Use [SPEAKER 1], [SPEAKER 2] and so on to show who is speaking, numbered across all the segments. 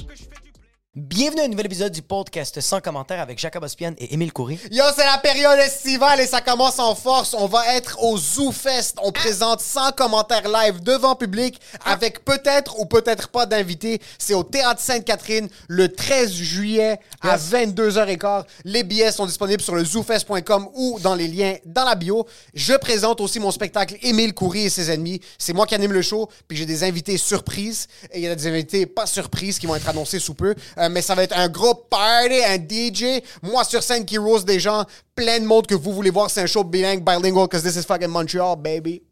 [SPEAKER 1] que je fais du blé.
[SPEAKER 2] Bienvenue à un nouvel épisode du podcast sans commentaire avec Jacob Ospian et Émile Coury.
[SPEAKER 3] Yo, c'est la période estivale et ça commence en force. On va être au Zoo Fest. On présente 100 commentaires live devant public avec peut-être ou peut-être pas d'invités. C'est au Théâtre Sainte-Catherine le 13 juillet à 22h15. Les billets sont disponibles sur le zoofest.com ou dans les liens dans la bio. Je présente aussi mon spectacle Émile Coury et ses ennemis. C'est moi qui anime le show, puis j'ai des invités surprises et il y a des invités pas surprises qui vont être annoncés sous peu. Euh, mais ça va être un gros party, un DJ, moi sur scène qui rose des gens, plein de monde que vous voulez voir. C'est un show bilingue, bilingual, cause this is fucking Montreal, baby.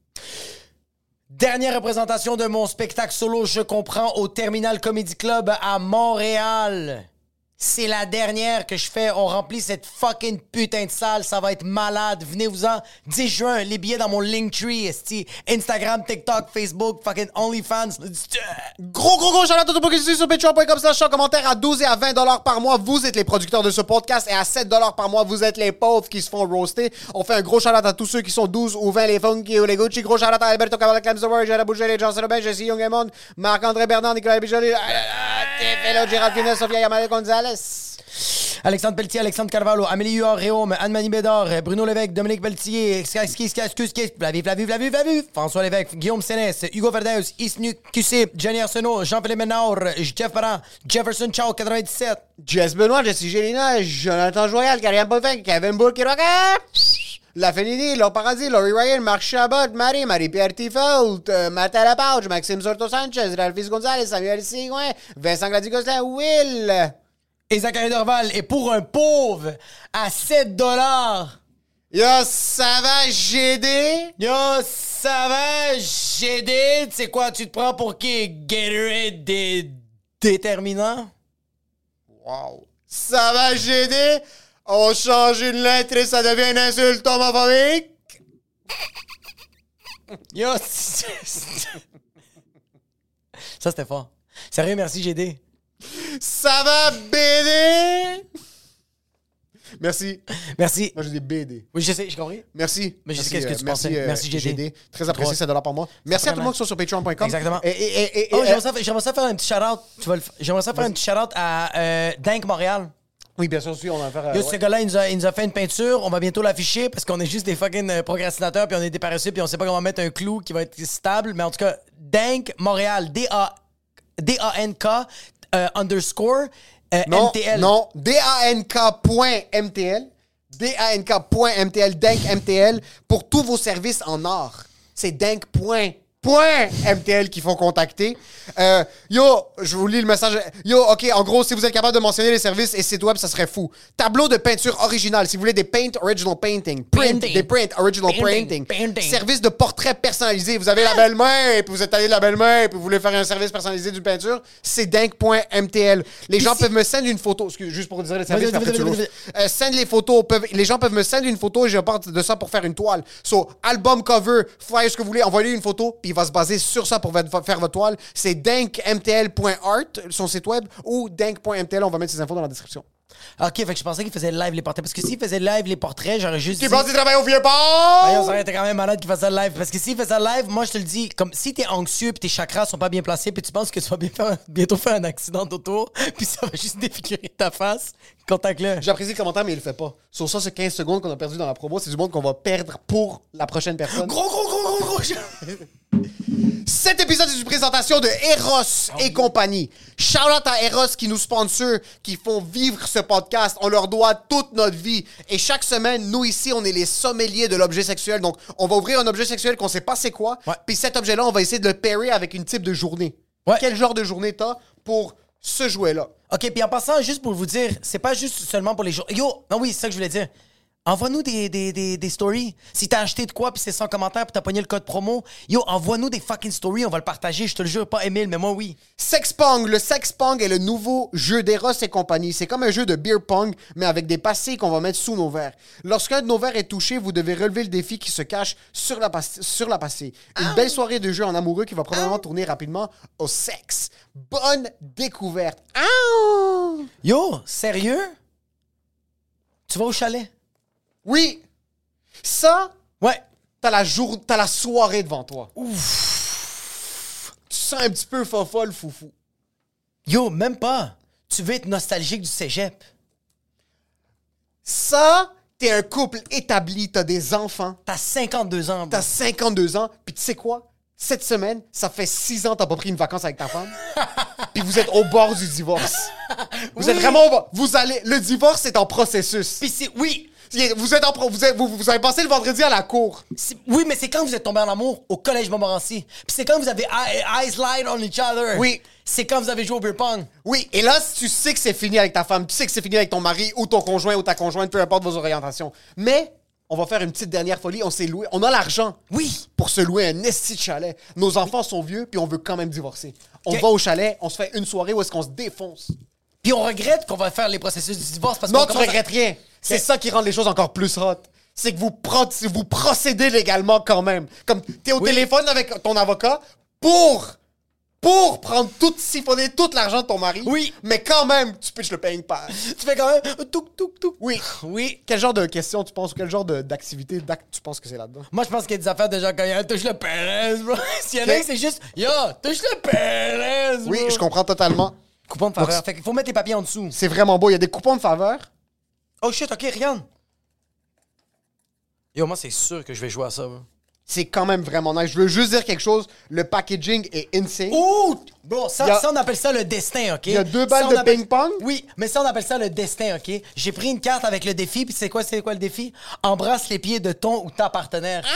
[SPEAKER 2] Dernière représentation de mon spectacle solo, je comprends, au Terminal Comedy Club à Montréal. C'est la dernière que je fais. On remplit cette fucking putain de salle. Ça va être malade. Venez-vous-en. 10 juin, les billets dans mon Linktree, esti. Instagram, TikTok, Facebook, fucking OnlyFans. Let's do it.
[SPEAKER 3] Gros, gros, gros, shout out à tout le monde qui nous suit sur patreon.com slash en commentaire à 12 et à 20 dollars par mois. Vous êtes les producteurs de ce podcast et à 7 dollars par mois, vous êtes les pauvres qui se font roaster. On fait un gros shout out à tous ceux qui sont 12 ou 20, les funky ou les Gucci. Gros shout out à Alberto Cabral, Clem Zowar, Jada Boucher, Jean Robin, Jesse Young Raymond, Marc-André Bernard, Nicolas Ah, Bijolet, Tefelo, Gérald Guinness, Sofia Yamal Gonzalez.
[SPEAKER 2] Alexandre Pelletier, Alexandre Carvalho, Amélie Huard, Réaume, Anne-Marie Bédard, euh, Bruno Lévesque, Dominique Pelletier, Excuse, Excuse, Blaviv, Blaviv, Blaviv, Blaviv, François Lévesque, Guillaume Sénès, Hugo Verdeus, Isnu QC, Jenny Arsenault, Jean-Philippe Ménard, euh, Jeff Parent, Jefferson Chow, 97.
[SPEAKER 3] Jess Benoît, Jesse Gélina, Jonathan Joyal, Karim Potvin, Kevin Burke, Rocker, La Fenini, Lo Paradis, Laurie Ryan, Marc Chabot, Marie, Marie-Pierre Tifault, euh, Martin Lapage, Maxime Sorto Sanchez, Ralphis Gonzalez, Samuel Sigouin, Vincent Gladigoslin, Will.
[SPEAKER 2] Et Zachary Dorval est pour un pauvre à 7 dollars.
[SPEAKER 3] Yo, ça va, GD?
[SPEAKER 2] Yo, ça va, GD? Tu sais quoi, tu te prends pour qui? Gatorade des déterminants?
[SPEAKER 3] Wow. Ça va, GD? On change une lettre et ça devient une insulte homophobique?
[SPEAKER 2] Yo, ça c'était fort. Sérieux, merci GD.
[SPEAKER 3] Ça va, BD? Merci.
[SPEAKER 2] Merci.
[SPEAKER 3] Moi, je dis BD.
[SPEAKER 2] Oui, je sais, j'ai compris.
[SPEAKER 3] Merci.
[SPEAKER 2] Mais je sais qu'est-ce
[SPEAKER 3] Merci,
[SPEAKER 2] que
[SPEAKER 3] euh,
[SPEAKER 2] tu
[SPEAKER 3] merci,
[SPEAKER 2] pensais.
[SPEAKER 3] euh,
[SPEAKER 2] Merci, GD.
[SPEAKER 3] Très apprécié,
[SPEAKER 2] Trois.
[SPEAKER 3] 7 par mois. Merci à tout le monde qui sont sur patreon.com.
[SPEAKER 2] Exactement.
[SPEAKER 3] Et, et, et, et- euh,
[SPEAKER 2] Oh,
[SPEAKER 3] et-
[SPEAKER 2] j'aimerais ça, j'aimerais ça faire un petit shout-out. Tu vas le f- J'aimerais ça faire un petit shout-out à euh, Dank Montréal.
[SPEAKER 3] Oui, bien sûr, si, on va en faire. euh,
[SPEAKER 2] Yo,
[SPEAKER 3] ouais.
[SPEAKER 2] ce gars-là, il, nous a- il nous a fait une peinture. On va bientôt l'afficher parce qu'on est juste des fucking euh, procrastinateurs puis on est des paresseux puis on sait pas comment mettre un clou qui va être stable. Mais en tout cas, Dank Montréal, D-A- D-A-N-K euh, underscore euh,
[SPEAKER 3] Non,
[SPEAKER 2] MTL.
[SPEAKER 3] non. DANK.MTL. DANK.MTL. DANK.MTL. Pour tous vos services en art. C'est dank. point- point MTL qu'il faut contacter. Euh, yo, je vous lis le message. Yo, OK, en gros, si vous êtes capable de mentionner les services et sites web, ça serait fou. Tableau de peinture originale. Si vous voulez des paint, original painting. Print,
[SPEAKER 2] Painting.
[SPEAKER 3] des print, original
[SPEAKER 2] Painting,
[SPEAKER 3] printing.
[SPEAKER 2] painting.
[SPEAKER 3] Service de portrait personnalisé. Vous
[SPEAKER 2] Ah!
[SPEAKER 3] avez la belle main, et puis vous êtes allé de la belle main, et puis vous voulez faire un service personnalisé d'une peinture. C'est dank.mtl. Les gens
[SPEAKER 2] si-
[SPEAKER 3] peuvent me send une photo. Excuse, juste pour dire les services.
[SPEAKER 2] Vas-y, vas-y,
[SPEAKER 3] après tu
[SPEAKER 2] vas-y,
[SPEAKER 3] l'ouvres.
[SPEAKER 2] vas-y.
[SPEAKER 3] Euh, send les photos. Peuvent, les gens peuvent me send une photo et je porte de ça pour faire une toile. So, album cover, flyer, ce que vous voulez, envoyez une photo, puis il va se baser sur ça pour votre- faire votre toile. C'est dankmtl.art, son site web, ou dank.mtl. On va mettre ces infos dans la description.
[SPEAKER 2] Ah, Ok, fait que je pensais qu'il faisait live les portraits. Parce que s'il faisait live les portraits, j'aurais juste.
[SPEAKER 3] Tu
[SPEAKER 2] dit-
[SPEAKER 3] penses qu'il travaille au vieux
[SPEAKER 2] Voyons,
[SPEAKER 3] port?
[SPEAKER 2] ça aurait été quand même malade qu'il fasse ça live. Parce que s'il fait ça live, moi, je te le dis, comme si t'es anxieux puis tes chakras sont pas bien placés puis tu penses que tu vas bien faire- bientôt faire un accident d'auto puis ça va juste défigurer ta face, contacte-le.
[SPEAKER 3] J'apprécie le commentaire, mais il le fait pas. Sur ça, ce 15 secondes qu'on a perdu dans la promo, c'est du monde qu'on va perdre pour la prochaine personne.
[SPEAKER 2] Gros, gros, gros, gros, gros. je-
[SPEAKER 3] Cet épisode est une présentation de Eros
[SPEAKER 2] Ah
[SPEAKER 3] et compagnie. Charlotte à Eros qui nous sponsor, qui font vivre ce podcast. On leur doit toute notre vie. Et chaque semaine, nous ici, on est les sommeliers de l'objet sexuel. Donc, on va ouvrir un objet sexuel qu'on sait pas c'est quoi.
[SPEAKER 2] Ouais.
[SPEAKER 3] Puis cet objet-là, on va essayer de le pairer avec une type de journée.
[SPEAKER 2] Ouais.
[SPEAKER 3] Quel genre de journée t'as pour ce jouet-là?
[SPEAKER 2] OK, puis en passant, juste pour vous dire, c'est pas juste seulement pour les jours. Yo, non oui, c'est ça que je voulais dire. Envoie-nous des, des, des, des stories. Si t'as acheté de quoi, puis c'est sans commentaire, puis t'as pogné le code promo, yo, envoie-nous des fucking stories, on va le partager, je te le jure, pas Emile, mais moi, oui.
[SPEAKER 3] Sexpong, le sexpong est le nouveau jeu d'Eros et compagnie. C'est comme un jeu de beer pong, mais avec des pastilles qu'on va mettre sous nos verres. Lorsqu'un de nos verres est touché, vous devez relever le défi qui se cache sur la, pasti- sur la pastille. Une belle soirée de jeu en amoureux qui va probablement tourner rapidement au sexe. Bonne découverte. Ah!
[SPEAKER 2] Yo, sérieux? Tu vas au chalet?
[SPEAKER 3] Oui! Ça,
[SPEAKER 2] Ouais.
[SPEAKER 3] t'as la, jour... t'as la soirée devant toi. Ouf! Tu sens un petit peu fofolle, foufou.
[SPEAKER 2] Yo, même pas. Tu veux être nostalgique du cégep.
[SPEAKER 3] Ça, t'es un couple établi, t'as des enfants.
[SPEAKER 2] T'as 52 ans, bro.
[SPEAKER 3] T'as 52 ans, puis tu sais quoi? Cette semaine, ça fait 6 ans que t'as pas pris une vacance avec ta femme. puis vous êtes au bord du divorce. Vous êtes
[SPEAKER 2] Oui.
[SPEAKER 3] vraiment au bord. Vous allez. Le divorce est en processus.
[SPEAKER 2] Puis c'est... Oui!
[SPEAKER 3] Vous êtes en pro- vous, êtes- vous, vous avez passé le vendredi à la cour.
[SPEAKER 2] C'est- Oui, mais c'est quand vous êtes tombé en amour au collège Montmorency. Puis c'est quand vous avez eye- eyes lined on each other.
[SPEAKER 3] Oui.
[SPEAKER 2] C'est quand vous avez joué au beer pong.
[SPEAKER 3] Oui, et là, si tu sais que c'est fini avec ta femme, tu sais que c'est fini avec ton mari ou ton conjoint ou ta conjointe, peu importe vos orientations. Mais on va faire une petite dernière folie. On s'est loué. On a l'argent.
[SPEAKER 2] Oui.
[SPEAKER 3] Pour se louer un esti de chalet. Nos enfants sont vieux, puis on veut quand même divorcer. On
[SPEAKER 2] Ok.
[SPEAKER 3] va au chalet, on se fait une soirée où est-ce qu'on se défonce.
[SPEAKER 2] Puis on regrette qu'on va faire les processus du divorce parce
[SPEAKER 3] Non,
[SPEAKER 2] qu'on
[SPEAKER 3] tu
[SPEAKER 2] commence à-
[SPEAKER 3] regrettes rien. C'est ça qui rend les choses encore plus hot. C'est que vous, pro- vous procédez légalement quand même. Comme t'es au
[SPEAKER 2] Oui.
[SPEAKER 3] téléphone avec ton avocat pour pour prendre tout siphonner tout l'argent de ton mari.
[SPEAKER 2] Oui.
[SPEAKER 3] Mais quand même, tu pitches le paying pas.
[SPEAKER 2] Tu fais quand même tout, tout, tout.
[SPEAKER 3] Oui.
[SPEAKER 2] Oui.
[SPEAKER 3] Quel genre de question tu penses ou quel genre de- d'activité d'acte tu penses que c'est là-dedans
[SPEAKER 2] Moi, je pense qu'il y a des affaires de genre quand il y a un touche le Perez, bro. S'il y en a
[SPEAKER 3] Ok.
[SPEAKER 2] un, c'est juste Yo, touche le Perez,
[SPEAKER 3] Oui,
[SPEAKER 2] bro.
[SPEAKER 3] je comprends totalement.
[SPEAKER 2] Coupons de faveur. Fait qu'il faut mettre les papiers en dessous.
[SPEAKER 3] C'est vraiment beau. Il y a des coupons de faveur.
[SPEAKER 2] Oh shit, ok, regarde. Yo, moi, c'est sûr que je vais jouer à ça, bro.
[SPEAKER 3] C'est quand même vraiment nice. Je veux juste dire quelque chose. Le packaging est insane.
[SPEAKER 2] Ouh! Bro, ça,
[SPEAKER 3] Il y a-
[SPEAKER 2] ça, on appelle ça le destin, OK? Il
[SPEAKER 3] y a deux balles de ping-pong?
[SPEAKER 2] Oui, mais ça, on appelle ça le destin, OK? J'ai pris une carte avec le défi, puis c'est quoi, c'est quoi le défi? Embrasse les pieds de ton ou ta partenaire.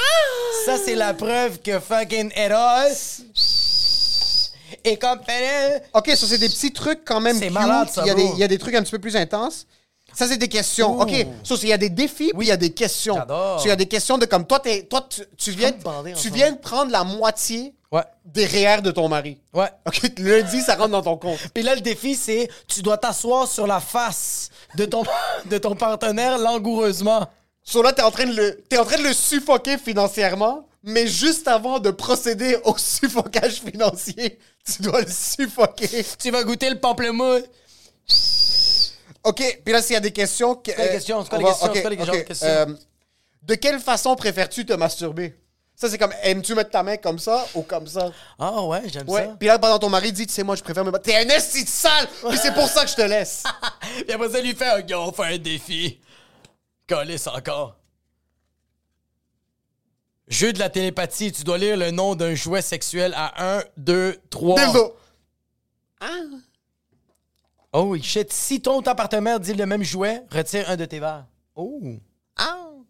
[SPEAKER 2] Ça, c'est la preuve que fucking Eros est comme...
[SPEAKER 3] OK, ça, c'est des petits trucs quand même.
[SPEAKER 2] C'est
[SPEAKER 3] cute.
[SPEAKER 2] malade, ça,
[SPEAKER 3] Il y, a
[SPEAKER 2] bro.
[SPEAKER 3] des, il y a des trucs un petit peu plus intenses. Ça, c'est des questions. OK, ça, c'est- il y a des défis, puis il y a des questions.
[SPEAKER 2] J'adore.
[SPEAKER 3] Ça, Il y a des questions de comme toi, t'es- toi tu, tu viens,
[SPEAKER 2] comme bandé
[SPEAKER 3] tu
[SPEAKER 2] ensemble.
[SPEAKER 3] viens de prendre la moitié
[SPEAKER 2] Ouais.
[SPEAKER 3] des REER de ton mari.
[SPEAKER 2] Ouais.
[SPEAKER 3] OK, lundi, ça rentre dans ton compte.
[SPEAKER 2] Puis là, le défi, c'est tu dois t'asseoir sur la face de ton, de ton partenaire langoureusement.
[SPEAKER 3] So là, t'es en, train de le- t'es en train de le suffoquer financièrement, mais juste avant de procéder au suffocage financier, tu dois le suffoquer.
[SPEAKER 2] Tu vas goûter le pamplemousse.
[SPEAKER 3] OK, puis là, s'il y a des questions... que-
[SPEAKER 2] quoi les
[SPEAKER 3] euh,
[SPEAKER 2] questions? C'est quoi
[SPEAKER 3] on
[SPEAKER 2] les
[SPEAKER 3] va-
[SPEAKER 2] questions?
[SPEAKER 3] OK,
[SPEAKER 2] C'est quoi les
[SPEAKER 3] OK,
[SPEAKER 2] genres de questions?
[SPEAKER 3] euh, de quelle façon préfères-tu te masturber? Ça, c'est comme, aimes-tu mettre ta main comme ça ou comme ça?
[SPEAKER 2] Ah ouais, j'aime
[SPEAKER 3] Ouais.
[SPEAKER 2] ça.
[SPEAKER 3] Puis là, pendant ton mari dit, tu sais, moi, je préfère me battre. T'es un esti de sale! Puis c'est pour ça que je te laisse.
[SPEAKER 2] Puis après ça, lui fait Ok, on fait un défi. Colis encore. Jeu de la télépathie, tu dois lire le nom d'un jouet sexuel à 1, 2, 3.
[SPEAKER 3] Dildo.
[SPEAKER 2] Oh oui, shit. Si ton ou ta partenaire dit le même jouet, retire un de tes verres. Oh.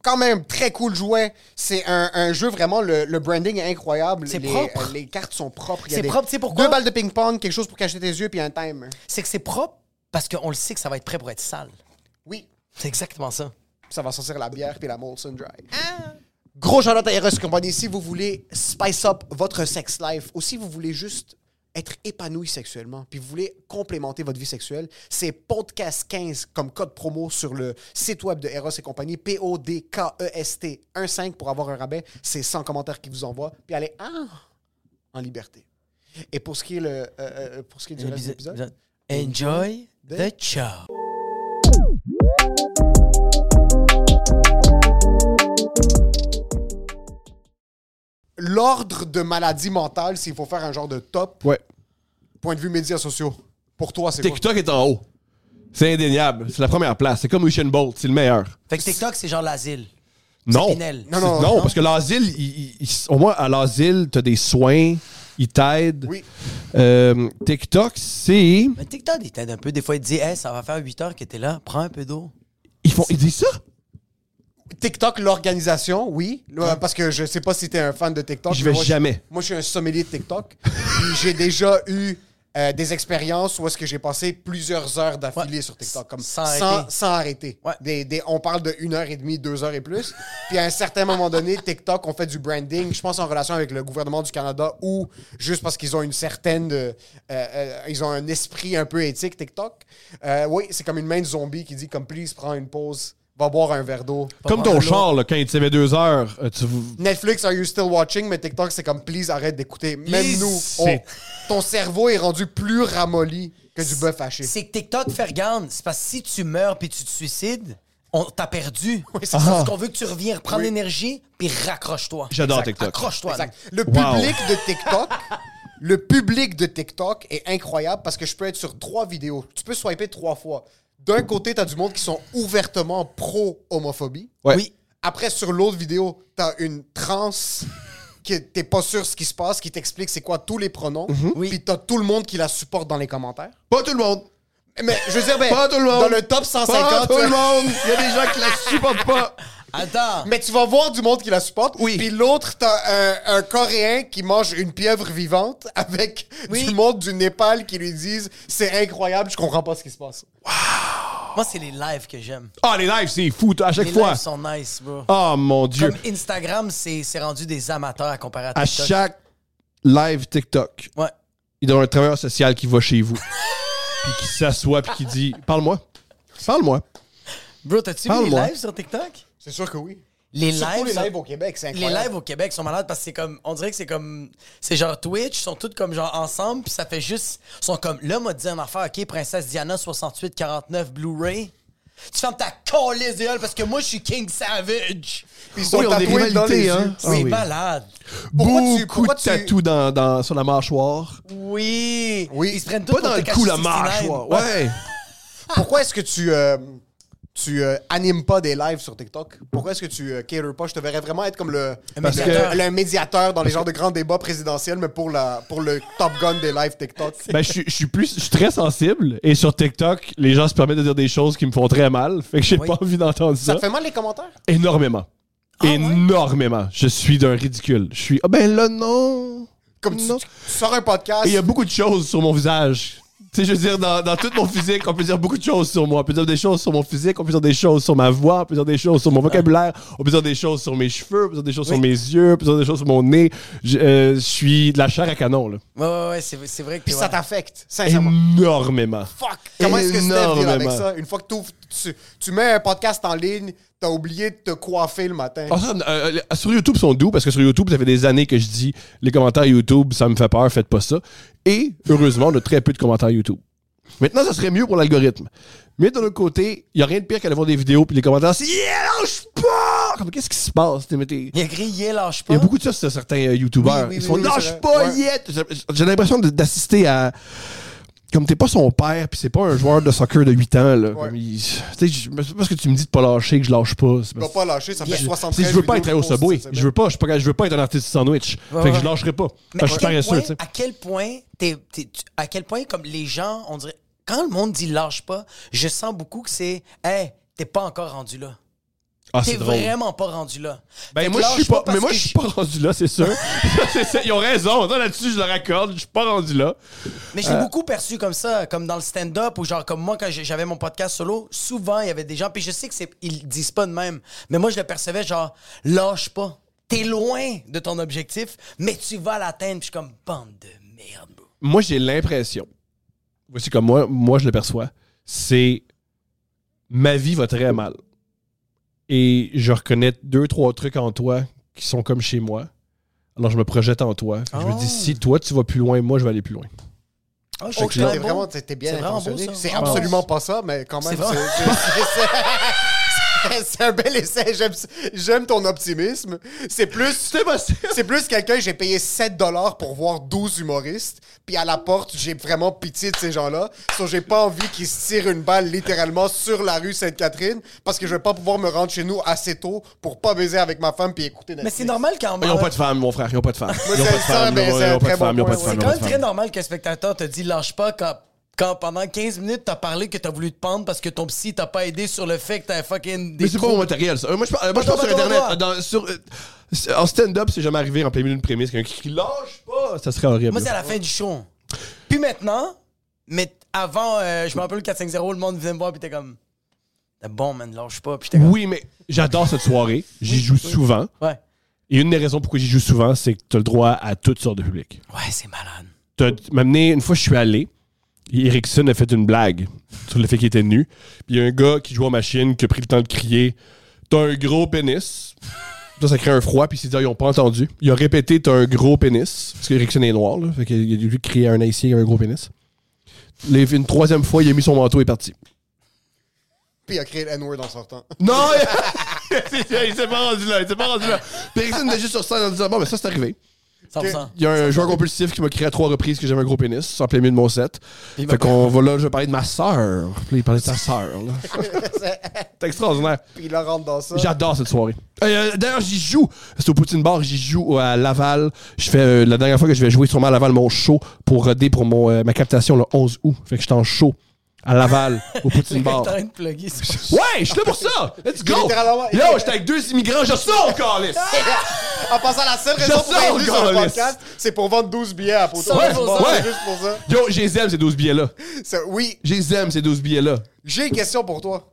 [SPEAKER 3] Quand même, très cool jouet. C'est un, un jeu vraiment, le, le branding est incroyable.
[SPEAKER 2] C'est
[SPEAKER 3] les,
[SPEAKER 2] propre.
[SPEAKER 3] euh, les cartes sont propres. Il y a
[SPEAKER 2] C'est
[SPEAKER 3] des-
[SPEAKER 2] propre, tu sais pourquoi?
[SPEAKER 3] Deux balles de ping-pong, quelque chose pour cacher tes yeux, puis un timer.
[SPEAKER 2] C'est que c'est propre parce qu'on le sait que ça va être prêt pour être sale.
[SPEAKER 3] Oui.
[SPEAKER 2] C'est exactement ça.
[SPEAKER 3] ça va sortir la bière puis la Molson Dry. Gros shout-out à Eros Company. Si vous voulez spice up votre sex life ou si vous voulez juste être épanoui sexuellement puis vous voulez complémenter votre vie sexuelle, c'est podcast15 comme code promo sur le site web de Eros et Compagnie, P-O-D-K-E-S-T 15 pour avoir E un rabais. C'est 100 commentaires qui vous envoie puis allez ah, en liberté. Et pour ce qui est, le, euh, euh, pour ce qui est du reste de l'épisode...
[SPEAKER 2] Enjoy the show.
[SPEAKER 3] L'ordre de maladie mentale, s'il faut faire un genre de top,
[SPEAKER 4] Ouais.
[SPEAKER 3] point de vue médias sociaux, pour toi, c'est quoi?
[SPEAKER 4] TikTok est en haut. C'est indéniable. C'est la première place. C'est comme Usain Bolt. C'est le meilleur.
[SPEAKER 2] Fait que TikTok, c'est genre l'asile.
[SPEAKER 4] Non.
[SPEAKER 2] Spinel.
[SPEAKER 3] Non, non,
[SPEAKER 4] C'est-
[SPEAKER 3] non.
[SPEAKER 4] parce que l'asile, il- il- il- au moins à l'asile, t'as des soins, ils t'aident.
[SPEAKER 3] Oui.
[SPEAKER 4] Euh, TikTok, c'est.
[SPEAKER 2] Mais TikTok, il t'aide un peu. Des fois, il te dit, hey, ça va faire 8 heures que t'es là, prends un peu d'eau.
[SPEAKER 4] Ils, font, ils disent ça?
[SPEAKER 3] TikTok, l'organisation, oui. Le- Parce que je sais pas si t'es un fan de TikTok.
[SPEAKER 4] Je
[SPEAKER 3] mais
[SPEAKER 4] vais
[SPEAKER 3] moi,
[SPEAKER 4] jamais.
[SPEAKER 3] moi, je suis un sommelier de TikTok. Puis j'ai déjà eu euh, des expériences où est-ce que j'ai passé plusieurs heures d'affilée
[SPEAKER 2] Ouais.
[SPEAKER 3] sur TikTok. Comme
[SPEAKER 2] Sans
[SPEAKER 3] sans,
[SPEAKER 2] arrêter.
[SPEAKER 3] sans arrêter.
[SPEAKER 2] Ouais.
[SPEAKER 3] Des, des- on parle de une heure et demie, deux heures et plus. Puis à un certain moment donné, TikTok, on fait du branding, je pense en relation avec le gouvernement du Canada ou juste parce qu'ils ont une certaine... euh, euh, euh, ils ont un esprit un peu éthique, TikTok. Euh, oui, c'est comme une main de zombie qui dit comme « Please, prends une pause, va boire un verre d'eau. »
[SPEAKER 4] Comme ton char, là, quand il te met deux heures, euh, tu.
[SPEAKER 3] Netflix, are you still watching? Mais TikTok, c'est comme, please, arrête d'écouter. Même
[SPEAKER 2] Please.
[SPEAKER 3] nous, on-
[SPEAKER 4] C'est-
[SPEAKER 3] ton cerveau est rendu plus ramolli que du bœuf haché.
[SPEAKER 2] C'est que TikTok fait regarde. C'est parce que si tu meurs puis tu te suicides, on t'a perdu.
[SPEAKER 3] c'est
[SPEAKER 2] c'est
[SPEAKER 3] ça.
[SPEAKER 2] parce qu'on veut que tu reviennes, reprendre
[SPEAKER 3] Oui.
[SPEAKER 2] l'énergie puis raccroche-toi.
[SPEAKER 4] J'adore
[SPEAKER 3] Exact.
[SPEAKER 4] TikTok.
[SPEAKER 2] Accroche-toi. là.
[SPEAKER 3] Exact. Le
[SPEAKER 4] Wow.
[SPEAKER 3] public de TikTok, le public de TikTok est incroyable parce que je peux être sur trois vidéos. Tu peux swiper trois fois. D'un côté, t'as du monde qui sont ouvertement pro-homophobie.
[SPEAKER 4] Ouais.
[SPEAKER 2] Oui.
[SPEAKER 3] Après, sur l'autre vidéo, t'as une trans que t'es pas sûr ce qui se passe, qui t'explique c'est quoi tous les pronoms.
[SPEAKER 2] Oui.
[SPEAKER 3] Puis t'as tout le monde qui la supporte dans les commentaires.
[SPEAKER 4] Mhm. Pas tout le monde!
[SPEAKER 3] Mais je veux dire, ben,
[SPEAKER 4] Pas tout le monde.
[SPEAKER 3] dans le top 150,
[SPEAKER 4] Pas tout
[SPEAKER 3] tu
[SPEAKER 4] le
[SPEAKER 3] vois.
[SPEAKER 4] monde! Il y a des gens qui la supportent pas!
[SPEAKER 2] Attends.
[SPEAKER 3] mais tu vas voir du monde qui la supporte.
[SPEAKER 4] Oui.
[SPEAKER 3] Puis l'autre, t'as euh, un, un Coréen qui mange une pieuvre vivante avec du monde du Népal qui lui disent c'est incroyable, je comprends pas ce qui se passe.
[SPEAKER 2] Moi, c'est les lives que j'aime.
[SPEAKER 4] Ah, les lives, c'est fou, à chaque
[SPEAKER 2] Les
[SPEAKER 4] fois!
[SPEAKER 2] lives sont nice, bro.
[SPEAKER 3] Ah,
[SPEAKER 4] Oh mon dieu!
[SPEAKER 2] Comme Instagram, c'est c'est rendu des amateurs à comparer à
[SPEAKER 4] À
[SPEAKER 2] TikTok.
[SPEAKER 4] chaque live TikTok,
[SPEAKER 2] Ouais.
[SPEAKER 4] il y a un travailleur social qui va chez vous, puis qui s'assoit, puis qui dit Parle-moi! Parle-moi!
[SPEAKER 2] Bro, t'as-tu vu les
[SPEAKER 4] Parle-moi.
[SPEAKER 2] lives sur TikTok?
[SPEAKER 3] C'est sûr que oui.
[SPEAKER 2] Les
[SPEAKER 3] Surtout
[SPEAKER 2] lives,
[SPEAKER 3] les
[SPEAKER 2] ça-
[SPEAKER 3] lives au Québec, c'est
[SPEAKER 2] Les
[SPEAKER 3] incroyable.
[SPEAKER 2] lives au Québec sont malades parce que c'est comme. On dirait que c'est comme. C'est genre Twitch, ils sont toutes comme genre ensemble, puis ça fait juste. Ils sont comme. Là, m'a dit un affaire, ok, Princesse Diana 68-49 Blu-ray. Tu fermes ta colisse de gueule parce que moi, je suis King Savage.
[SPEAKER 3] Puis ils sont
[SPEAKER 4] Oui, on a des
[SPEAKER 3] tatoués dans les
[SPEAKER 4] rivalités, hein.
[SPEAKER 3] yeux.
[SPEAKER 4] Ah
[SPEAKER 2] C'est
[SPEAKER 4] oui.
[SPEAKER 2] malade.
[SPEAKER 3] Pourquoi tu-
[SPEAKER 4] Beaucoup
[SPEAKER 3] pourquoi
[SPEAKER 4] de
[SPEAKER 3] tu-
[SPEAKER 4] tatous dans, dans- sur la mâchoire.
[SPEAKER 2] Oui.
[SPEAKER 3] Oui.
[SPEAKER 2] Ils se prennent tout
[SPEAKER 4] Pas dans le cou, la mâchoire. Ouais!
[SPEAKER 3] Pourquoi est-ce que tu euh, tu euh, animes pas des lives sur TikTok Pourquoi est-ce que tu euh, cateres pas Je te verrais vraiment être comme le
[SPEAKER 4] Parce
[SPEAKER 3] le-
[SPEAKER 4] que-
[SPEAKER 3] le médiateur dans les genres de grands débats présidentiels, mais pour la pour le Top Gun des lives TikTok.
[SPEAKER 4] Ben, je suis- je suis plus, je suis très sensible et sur TikTok, les gens se permettent de dire des choses qui me font très mal. Fait que j'ai pas envie d'entendre
[SPEAKER 3] Ça
[SPEAKER 4] ça.
[SPEAKER 3] te fait mal Ah les commentaires
[SPEAKER 4] Énormément. Énormément. Je suis d'un ridicule. Je suis. Ah ben là, non.
[SPEAKER 3] Comme tu,
[SPEAKER 4] Non.
[SPEAKER 3] tu sors un podcast.
[SPEAKER 4] Et il y a beaucoup de choses sur mon visage. Tu sais, je veux dire, dans, dans tout mon physique, on peut dire beaucoup de choses sur moi. On peut dire des choses sur mon physique, on peut dire des choses sur ma voix, on peut dire des choses sur mon vocabulaire, on peut dire des choses sur mes cheveux, on peut dire des choses sur mes yeux, on peut dire des choses sur mon nez. Je, euh, je suis de la chair à canon, là.
[SPEAKER 2] Ouais, ouais, ouais, c'est c'est vrai que.
[SPEAKER 3] Puis ça
[SPEAKER 2] ouais.
[SPEAKER 3] t'affecte, sincèrement.
[SPEAKER 4] Énormément.
[SPEAKER 3] Fuck! Comment est-ce que Steph deal avec
[SPEAKER 4] Énormément.
[SPEAKER 3] ça? Une fois que t'ouvres- tu, tu mets un podcast en ligne, t'as oublié de te coiffer le matin.
[SPEAKER 4] Ah, ça, euh, euh, sur YouTube, ils sont doux parce que sur YouTube, ça fait des années que je dis les commentaires YouTube, ça me fait peur, faites pas ça. Et heureusement, on a très peu de commentaires YouTube. Maintenant, ça serait mieux pour l'algorithme. Mais d'un autre côté, il n'y a rien de pire qu'aller voir des vidéos puis les commentaires, c'est Yeah, lâche pas Comme, Qu'est-ce qui se passe T'es- mais t'es-
[SPEAKER 2] Il y a grillé, lâche pas.
[SPEAKER 4] Il y a beaucoup de ça sur certains euh, YouTubers.
[SPEAKER 3] Oui, oui,
[SPEAKER 4] Ils
[SPEAKER 3] oui,
[SPEAKER 4] font
[SPEAKER 3] oui, c'est
[SPEAKER 4] Lâche
[SPEAKER 3] vrai.
[SPEAKER 4] pas,
[SPEAKER 3] Ouais.
[SPEAKER 4] yeah! J'ai- J'ai l'impression de- d'assister à. Comme t'es pas son père, puis c'est pas un joueur de soccer de 8 ans, là. Comme il- Tu sais, je- c'est pas parce que tu me dis de pas lâcher que je lâche pas.
[SPEAKER 3] Tu
[SPEAKER 4] C'est
[SPEAKER 3] vas
[SPEAKER 4] parce-
[SPEAKER 3] pas lâcher, ça fait
[SPEAKER 4] je-
[SPEAKER 3] 73
[SPEAKER 4] si je veux pas être au
[SPEAKER 3] vidéos de
[SPEAKER 4] Subway,
[SPEAKER 3] posts cette
[SPEAKER 4] je veux pas, je, suis pas, je veux pas être un artiste du sandwich. fait que
[SPEAKER 2] ouais.
[SPEAKER 4] je lâcherai pas.
[SPEAKER 2] Mais
[SPEAKER 4] Parce que Ah, je suis
[SPEAKER 2] à, quel
[SPEAKER 4] paresseux,
[SPEAKER 2] point,
[SPEAKER 4] tu sais.
[SPEAKER 2] à quel point t'es- t'es- tu- à quel point comme les gens on dirait quand le monde dit lâche pas, je sens beaucoup que c'est hey, t'es pas encore rendu là.
[SPEAKER 4] Ah,
[SPEAKER 2] T'es
[SPEAKER 4] c'est drôle.
[SPEAKER 2] vraiment pas rendu là. Fait
[SPEAKER 4] Ben,
[SPEAKER 2] que
[SPEAKER 4] moi, je suis
[SPEAKER 2] lâche
[SPEAKER 4] pas,
[SPEAKER 2] parce
[SPEAKER 4] mais moi,
[SPEAKER 2] que
[SPEAKER 4] je suis pas rendu là, c'est sûr. C'est ça, Ils ont raison. Non, Là-dessus, je leur accorde. Je suis pas rendu là.
[SPEAKER 2] Mais
[SPEAKER 4] Euh.
[SPEAKER 2] j'ai beaucoup perçu comme ça, comme dans le stand-up ou genre comme moi quand j'ai- j'avais mon podcast solo, souvent il y avait des gens puis je sais que c'est ils le disent pas de même, mais moi je le percevais genre lâche pas. T'es loin de ton objectif, mais tu vas l'atteindre. Puis je suis comme bande de merde. bro.
[SPEAKER 4] Moi, j'ai l'impression. Voici comme moi, moi, je le perçois. C'est. Ma vie va très mal. Et je reconnais deux, trois trucs en toi qui sont comme chez moi. Alors, je me projette en toi. Je me dis, si toi, tu vas plus loin, moi, je vais aller plus loin.
[SPEAKER 2] Ah, je
[SPEAKER 3] Fait
[SPEAKER 2] sais
[SPEAKER 3] que
[SPEAKER 2] que
[SPEAKER 3] là,
[SPEAKER 2] c'est
[SPEAKER 3] t'es
[SPEAKER 2] bon.
[SPEAKER 3] vraiment, t'es- t'es bien
[SPEAKER 2] C'est vraiment beau,
[SPEAKER 3] intentionné.
[SPEAKER 2] ça.
[SPEAKER 3] C'est
[SPEAKER 2] Je pense.
[SPEAKER 3] absolument pas ça, mais quand même.
[SPEAKER 2] C'est vrai.
[SPEAKER 3] c'est- c'est- C'est un bel essai. J'aime- J'aime ton optimisme. C'est plus. C'est plus quelqu'un, j'ai payé 7$ pour voir 12 humoristes. Puis à la porte, j'ai vraiment pitié de ces gens-là. So, j'ai pas envie qu'ils se tirent une balle littéralement sur la rue Sainte-Catherine parce que je vais pas pouvoir me rendre chez nous assez tôt pour pas baiser avec ma femme puis écouter
[SPEAKER 2] Mais
[SPEAKER 3] Netflix.
[SPEAKER 2] c'est normal quand
[SPEAKER 4] Ils
[SPEAKER 2] même.
[SPEAKER 4] n'ont pas de femme, mon frère. Ils n'ont pas de femme. Ils
[SPEAKER 3] c'est
[SPEAKER 4] n'ont pas de
[SPEAKER 3] ça,
[SPEAKER 4] femme.
[SPEAKER 3] ben,
[SPEAKER 4] Ils
[SPEAKER 3] c'est un
[SPEAKER 4] n'ont pas
[SPEAKER 3] très
[SPEAKER 4] de femme. Ils n'ont
[SPEAKER 3] bon
[SPEAKER 4] pas de
[SPEAKER 3] point,
[SPEAKER 2] C'est
[SPEAKER 4] femme. ils ont
[SPEAKER 2] quand
[SPEAKER 4] pas
[SPEAKER 2] même
[SPEAKER 4] de
[SPEAKER 2] très
[SPEAKER 4] femme.
[SPEAKER 2] normal qu'un spectateur te dit lâche pas quand, quand pendant 15 minutes t'as parlé que t'as voulu te pendre parce que ton psy t'a pas aidé sur le fait que t'as fucking des
[SPEAKER 4] Mais c'est pas
[SPEAKER 2] trous.
[SPEAKER 4] mon matériel, ça. Euh, Moi, je parle, moi, je
[SPEAKER 2] Attends,
[SPEAKER 4] parle sur
[SPEAKER 2] attends,
[SPEAKER 4] Internet.
[SPEAKER 2] attends.
[SPEAKER 4] Dans- sur, euh, c'est- en stand-up, c'est jamais arrivé en plein milieu d'une prémisse. Quelqu'un qui qui lâche pas, ça serait horrible.
[SPEAKER 2] Moi, c'est à la fin du show. Puis maintenant, mais avant, euh, je me rappelle le 4-5-0, le monde venait me voir, puis t'es comme. T'es bon, man, lâche pas. Puis j'étais comme.
[SPEAKER 4] Oui, mais j'adore cette soirée. J'y joue souvent.
[SPEAKER 2] Ouais.
[SPEAKER 4] Et une des raisons pourquoi j'y joue souvent, c'est que tu as le droit à toutes sortes de publics.
[SPEAKER 2] Ouais, c'est malade.
[SPEAKER 4] T'as tu m'as amené- une fois, je suis allé. et Erickson a fait une blague sur le fait qu'il était nu. Puis il y a un gars qui joue aux machines qui a pris le temps de crier T'as un gros pénis. Ça, ça crée un froid, puis il s'est dit, Ah, ils ont pas entendu. Il a répété, t'as un gros pénis. Parce qu'Erickson est noir, là. Fait qu'il a dû crier à un haïtien, un gros pénis. Les- une troisième fois, il a mis son manteau et est parti.
[SPEAKER 3] Puis il a créé le N-word en sortant.
[SPEAKER 4] Non! il s'est pas rendu là, il s'est pas rendu là. Puis Erickson était juste sur scène en disant, bon, ben ça, c'est arrivé.
[SPEAKER 2] 100%.
[SPEAKER 4] Il y a un joueur compulsif qui m'a crié à trois reprises que j'avais un gros pénis en plein milieu de mon set.
[SPEAKER 2] m'a-
[SPEAKER 4] Fait qu'on va là, je vais parler de ma sœur. Puis là, il parlait de sa sœur. là. C'est extraordinaire.
[SPEAKER 3] Puis il la rentre dans ça.
[SPEAKER 4] J'adore cette soirée. Euh, euh, D'ailleurs, j'y joue. C'est au Poutine Bar, j'y joue à Laval. Je fais euh, la dernière fois que je vais jouer sûrement à Laval mon show pour roder pour mon, euh, ma captation le 11 août. Fait que j'étais en show à Laval au Poutine
[SPEAKER 2] T'es en
[SPEAKER 4] Bar.
[SPEAKER 2] train de plugger. c'est-
[SPEAKER 4] Ouais, je suis là pour ça. Let's go.
[SPEAKER 3] Littéralement-
[SPEAKER 4] Yo, j'étais avec deux immigrants, je sors, Carlis.
[SPEAKER 3] En passant, la seule raison
[SPEAKER 4] Je
[SPEAKER 3] pour être venu
[SPEAKER 4] sors,
[SPEAKER 3] sur le
[SPEAKER 4] Carlis.
[SPEAKER 3] podcast, c'est pour vendre 12 billets à Poteau.
[SPEAKER 2] Ouais,
[SPEAKER 3] Bon,
[SPEAKER 4] ouais.
[SPEAKER 3] C'est juste pour ça.
[SPEAKER 4] Yo, je les aime, ces 12 billets-là.
[SPEAKER 3] C'est- Oui,
[SPEAKER 4] Je les aime, ces 12 billets-là.
[SPEAKER 3] j'ai une question pour toi.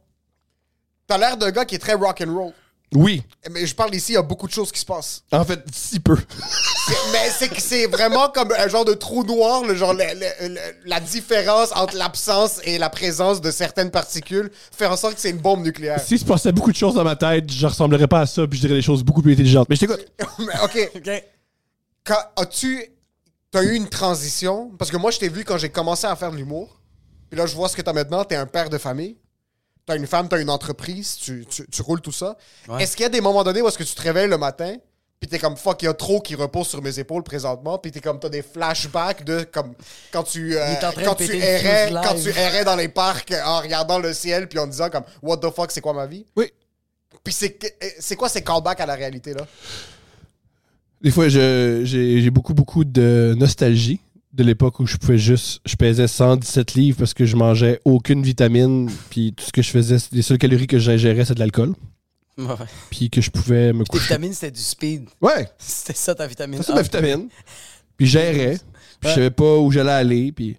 [SPEAKER 3] T'as l'air d'un gars qui est très rock and roll.
[SPEAKER 4] Oui.
[SPEAKER 3] Mais je parle ici, il y a beaucoup de choses qui se passent.
[SPEAKER 4] En fait, si peu.
[SPEAKER 3] C'est- Mais c'est que c'est vraiment comme un genre de trou noir, le genre le- le- le- la différence entre l'absence et la présence de certaines particules fait en sorte que c'est une bombe nucléaire.
[SPEAKER 4] S'il se passait beaucoup de choses dans ma tête, je ressemblerais pas à ça, puis je dirais des choses beaucoup plus intelligentes. Mais je t'écoute.
[SPEAKER 3] Mais ok,
[SPEAKER 2] Ok.
[SPEAKER 3] Quand- as-tu t'as eu une transition parce que moi je t'ai vu quand j'ai commencé à faire de l'humour puis là je vois ce que t'as maintenant t'es un père de famille t'as une femme t'as une entreprise tu, tu- tu roules tout ça est-ce qu'il y a des moments donnés où est-ce que tu te réveilles le matin puis t'es comme fuck il y a trop qui repose sur mes épaules présentement puis t'es comme t'as des flashbacks de comme quand tu euh,
[SPEAKER 2] Il est en train de
[SPEAKER 3] quand tu
[SPEAKER 2] péter une
[SPEAKER 3] errais
[SPEAKER 2] fuse
[SPEAKER 3] quand tu
[SPEAKER 2] live.
[SPEAKER 3] errais dans les parcs en regardant le ciel puis en disant comme what the fuck c'est quoi ma vie
[SPEAKER 4] Oui.
[SPEAKER 3] puis c'est que- eh, c'est quoi ces callbacks à la réalité là
[SPEAKER 4] Des fois, je- j'ai j'ai beaucoup, beaucoup de nostalgie de l'époque où je pouvais juste. Je pesais 117 livres parce que je mangeais aucune vitamine, puis tout ce que je faisais, les seules calories que j'ingérais, c'est de l'alcool,
[SPEAKER 2] Ouais.
[SPEAKER 4] puis que je pouvais me
[SPEAKER 2] Tes
[SPEAKER 4] coucher.
[SPEAKER 2] vitamines, c'était du speed.
[SPEAKER 4] Ouais,
[SPEAKER 2] C'était ça ta vitamine.
[SPEAKER 4] c'est ça ma vitamine. Puis j'errais, puis je
[SPEAKER 2] Ouais.
[SPEAKER 4] savais pas où j'allais aller, puis.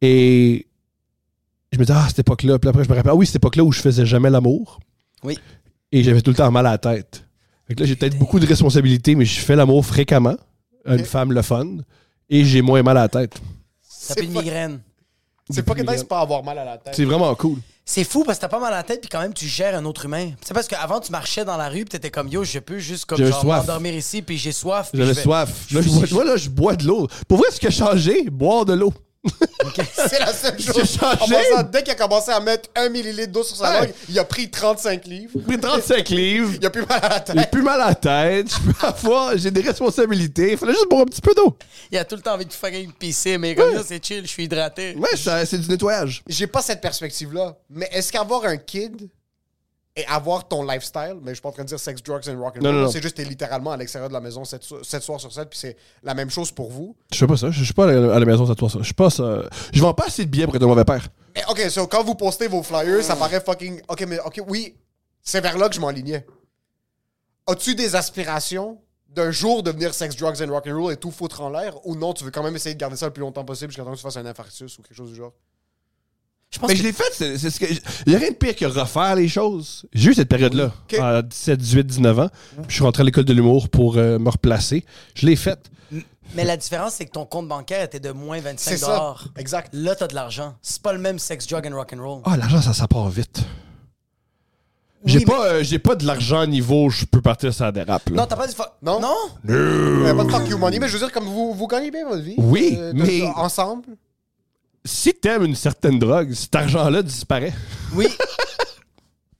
[SPEAKER 4] Et. Je me disais, ah, cette époque-là. Puis après, je me rappelle, ah oui, cette époque-là où je faisais jamais l'amour.
[SPEAKER 2] Oui.
[SPEAKER 4] et j'avais tout le temps mal à la tête. Fait que là, j'ai peut-être beaucoup de responsabilités, mais je fais l'amour fréquemment à une femme le fun et j'ai moins mal à la tête.
[SPEAKER 2] T'as plus de
[SPEAKER 3] fuck-
[SPEAKER 2] migraine.
[SPEAKER 3] c'est pas que nice de pas avoir mal à la tête
[SPEAKER 4] C'est vraiment cool.
[SPEAKER 2] C'est fou parce que t'as pas mal à la tête puis quand même tu gères un autre humain. C'est parce qu'avant tu marchais dans la rue puis t'étais comme yo je peux juste comme
[SPEAKER 4] J'avais
[SPEAKER 2] genre
[SPEAKER 4] soif.
[SPEAKER 2] m'endormir ici puis j'ai soif. puis
[SPEAKER 4] J'avais
[SPEAKER 2] je vais-
[SPEAKER 4] soif.
[SPEAKER 2] je
[SPEAKER 4] Là, je
[SPEAKER 2] suis-
[SPEAKER 4] bois, moi, là, je bois de l'eau. Pour vrai, ce qui a changé, boire de l'eau.
[SPEAKER 3] C'est la seule chose.
[SPEAKER 4] J'ai changé.
[SPEAKER 3] En passant, dès qu'il a commencé à mettre un millilitre d'eau sur sa
[SPEAKER 4] Ouais.
[SPEAKER 3] langue, il a pris 35 livres.
[SPEAKER 4] J'ai pris 35 livres.
[SPEAKER 3] Il a plus mal à la
[SPEAKER 4] J'ai
[SPEAKER 3] tête.
[SPEAKER 4] plus mal à la tête. Je peux avoir, j'ai des responsabilités. Il fallait juste boire un petit peu d'eau.
[SPEAKER 2] Il y a tout le temps envie de fucking pisser mais comme là c'est chill je suis hydraté.
[SPEAKER 4] Ouais, ça- c'est du nettoyage.
[SPEAKER 3] J'ai pas cette perspective-là. Mais est-ce qu'avoir un kid et avoir ton lifestyle, mais je suis pas en train de dire sex, drugs and rock and
[SPEAKER 4] Non, non,
[SPEAKER 3] roll,
[SPEAKER 4] non.
[SPEAKER 3] c'est juste t'es littéralement à l'extérieur de la maison 7, soirs sur 7, puis c'est la même chose pour vous.
[SPEAKER 4] Je fais pas ça. Je je suis pas à la à la maison, ça toi, ça. Je suis pas ça. Je vends pas assez de billets pour être un mauvais père.
[SPEAKER 3] Mais ok, so quand vous postez vos flyers,
[SPEAKER 4] Hmm.
[SPEAKER 3] ça paraît fucking. Ok, mais ok, oui, c'est vers là que je m'enlignais. As-tu des aspirations d'un jour devenir sex, drugs and rock'n'roll et tout foutre en l'air ou non, tu veux quand même essayer de garder ça le plus longtemps possible jusqu'à temps que tu fasses un infarctus ou quelque chose du genre?
[SPEAKER 2] Je pense
[SPEAKER 4] Mais
[SPEAKER 2] que
[SPEAKER 4] je l'ai fait, c'est c'est ce que. Il n'y a rien de pire que refaire les choses. J'ai eu cette période-là,
[SPEAKER 3] Ok.
[SPEAKER 4] à 17, 18, 19 ans. Puis Je suis rentré à l'école de l'humour pour euh, me replacer. Je l'ai faite.
[SPEAKER 2] Mais la différence, c'est que ton compte bancaire était de moins 25
[SPEAKER 3] C'est ça. Exact.
[SPEAKER 2] Là, t'as de l'argent. C'est pas le même sex, drug and rock'n'roll.
[SPEAKER 4] Ah, l'argent, ça, ça part vite. J'ai
[SPEAKER 2] Oui,
[SPEAKER 4] pas, euh, j'ai pas de l'argent à niveau, je peux partir ça dérape. là.
[SPEAKER 2] Non, t'as pas dit... fa-
[SPEAKER 3] Non? Eh,
[SPEAKER 2] Non?
[SPEAKER 3] Euh, pas de fuck you money, mais je veux dire, comme vous, vous gagnez bien votre vie.
[SPEAKER 4] Oui,
[SPEAKER 3] de-
[SPEAKER 4] mais-
[SPEAKER 3] Ensemble.
[SPEAKER 4] si t'aimes une certaine drogue, cet argent-là disparaît.
[SPEAKER 3] Oui,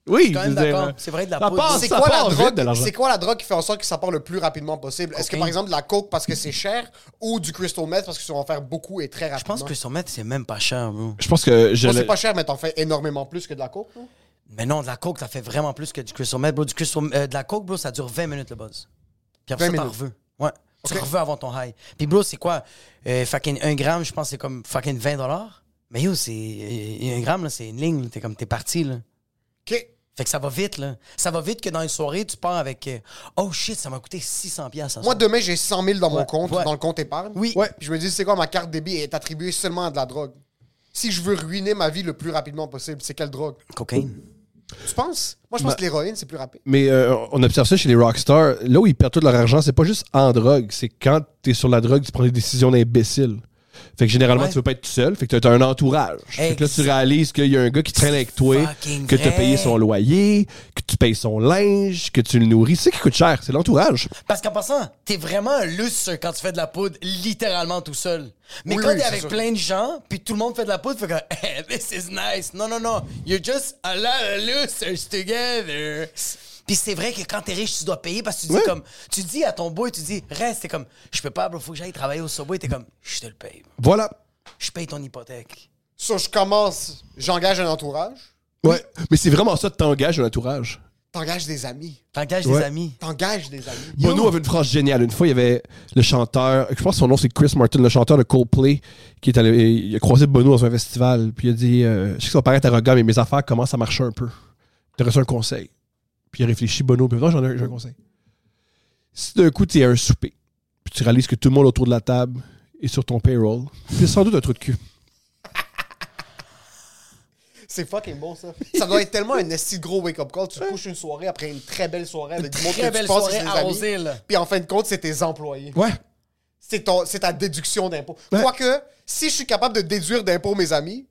[SPEAKER 4] Oui,
[SPEAKER 2] quand même
[SPEAKER 4] je veux dire,
[SPEAKER 2] d'accord.
[SPEAKER 4] euh,
[SPEAKER 2] C'est vrai, de la
[SPEAKER 4] ça
[SPEAKER 2] poudre.
[SPEAKER 4] passe,
[SPEAKER 3] c'est
[SPEAKER 4] ça
[SPEAKER 3] quoi, la
[SPEAKER 4] passe vite, de
[SPEAKER 3] drogue,
[SPEAKER 4] l'argent.
[SPEAKER 3] c'est quoi la drogue qui fait en sorte que ça part le plus rapidement possible? Est-ce que,
[SPEAKER 2] Cocaine.
[SPEAKER 3] par exemple, de la coke parce que c'est cher ou du crystal meth parce que tu vas en faire beaucoup et très rapidement?
[SPEAKER 2] Je pense que son mètre, c'est même pas cher, bro.
[SPEAKER 4] Je pense que je
[SPEAKER 3] Bon, c'est
[SPEAKER 4] l'ai-
[SPEAKER 3] pas cher, mais t'en fais énormément plus que de la coke, non?
[SPEAKER 2] Mais non, de la coke, ça fait vraiment plus que du crystal meth, bro. Du crystal, euh, de la coke, bro, ça dure 20 minutes le buzz. Puis après
[SPEAKER 3] 20
[SPEAKER 2] ça, t'en
[SPEAKER 3] minutes.
[SPEAKER 2] reveux. Ouais. Tu reveux avant ton high. Puis, bro, c'est quoi? Euh, fucking 1 gramme, je pense, c'est comme fucking 20 dollars. Mais yo, c'est. 1 gramme, là, c'est une ligne. là. T'es comme, t'es parti, là.
[SPEAKER 3] OK.
[SPEAKER 2] Fait que ça va vite, là. Ça va vite que dans une soirée, tu pars avec. euh, oh shit, ça m'a coûté 600 piastres.
[SPEAKER 3] Moi, demain, j'ai 100 000 dans mon
[SPEAKER 2] Ouais,
[SPEAKER 3] compte,
[SPEAKER 2] ouais.
[SPEAKER 3] dans le compte épargne.
[SPEAKER 2] Oui.
[SPEAKER 3] Ouais. Puis je me dis, c'est quoi, ma carte débit est attribuée seulement à de la drogue. Si je veux ruiner ma vie le plus rapidement possible, c'est quelle drogue?
[SPEAKER 2] Cocaine.
[SPEAKER 3] Tu penses? Moi, je
[SPEAKER 2] Bah.
[SPEAKER 3] pense que l'héroïne, c'est plus rapide.
[SPEAKER 4] Mais euh, on observe ça chez les rockstars. Là où ils perdent tout leur argent, c'est pas juste en drogue. C'est quand t'es sur la drogue, tu prends des décisions d'imbécile. Fait que généralement,
[SPEAKER 2] Ouais.
[SPEAKER 4] tu veux pas être tout seul. Fait que t'as t'as un entourage. Fait que là, tu
[SPEAKER 2] Exact.
[SPEAKER 4] réalises qu'il y a un gars qui traîne avec toi,
[SPEAKER 2] Fucking
[SPEAKER 4] que t'as
[SPEAKER 2] vrai.
[SPEAKER 4] payé son loyer, que tu payes son linge, que tu le nourris. C'est ça qui coûte cher. C'est l'entourage.
[SPEAKER 2] Parce qu'en passant, t'es vraiment un lustre quand tu fais de la poudre littéralement tout seul. Mais
[SPEAKER 3] Oui,
[SPEAKER 2] quand
[SPEAKER 3] oui,
[SPEAKER 2] t'es
[SPEAKER 3] c'est
[SPEAKER 2] avec
[SPEAKER 3] sûr.
[SPEAKER 2] plein de gens, puis tout le monde fait de la poudre, fait que hey, this is nice. Non, non, non. You're just a lot of losers together. Puis c'est vrai que quand t'es riche, tu dois payer parce que tu dis
[SPEAKER 4] Oui.
[SPEAKER 2] comme. Tu dis à ton boy, tu dis reste, t'es comme je peux pas, bro, faut que j'aille travailler au subway. T'es comme je te le paye. bro.
[SPEAKER 4] Voilà.
[SPEAKER 2] Je paye ton hypothèque.
[SPEAKER 3] So, je commence, j'engage un entourage,
[SPEAKER 4] Ouais. Mais c'est vraiment ça, t'engages un entourage.
[SPEAKER 3] t'engages des amis.
[SPEAKER 2] T'engages
[SPEAKER 4] Ouais.
[SPEAKER 2] des amis.
[SPEAKER 3] T'engages des amis.
[SPEAKER 4] Bono avait une phrase géniale. Une fois, il y avait le chanteur, je pense que son nom c'est Chris Martin, le chanteur de Coldplay, qui est allé, il a croisé Bono dans un festival, puis il a dit euh, Je sais que ça va paraître arrogant, mais mes affaires commencent à marcher un peu. T'as reçu un conseil. Puis il a réfléchi, Bono, puis non, j'en ai un, j'ai un conseil. Si d'un coup, t'es à un souper, puis tu réalises que tout le monde autour de la table est sur ton payroll, c'est sans doute un trou de cul.
[SPEAKER 3] C'est fucking bon, ça. Ça doit être tellement un esti de gros wake-up call. Tu te couches une soirée après une très belle soirée avec du monde
[SPEAKER 2] très
[SPEAKER 3] que tu
[SPEAKER 2] belle
[SPEAKER 3] penses que
[SPEAKER 2] soirée
[SPEAKER 3] c'est des
[SPEAKER 2] arrosée,
[SPEAKER 3] amis.
[SPEAKER 2] là.
[SPEAKER 3] Puis en fin de compte, c'est tes employés.
[SPEAKER 4] Ouais.
[SPEAKER 3] C'est ton- c'est ta déduction d'impôt.
[SPEAKER 4] Ouais.
[SPEAKER 3] Quoique, si je suis capable de déduire d'impôt mes amis,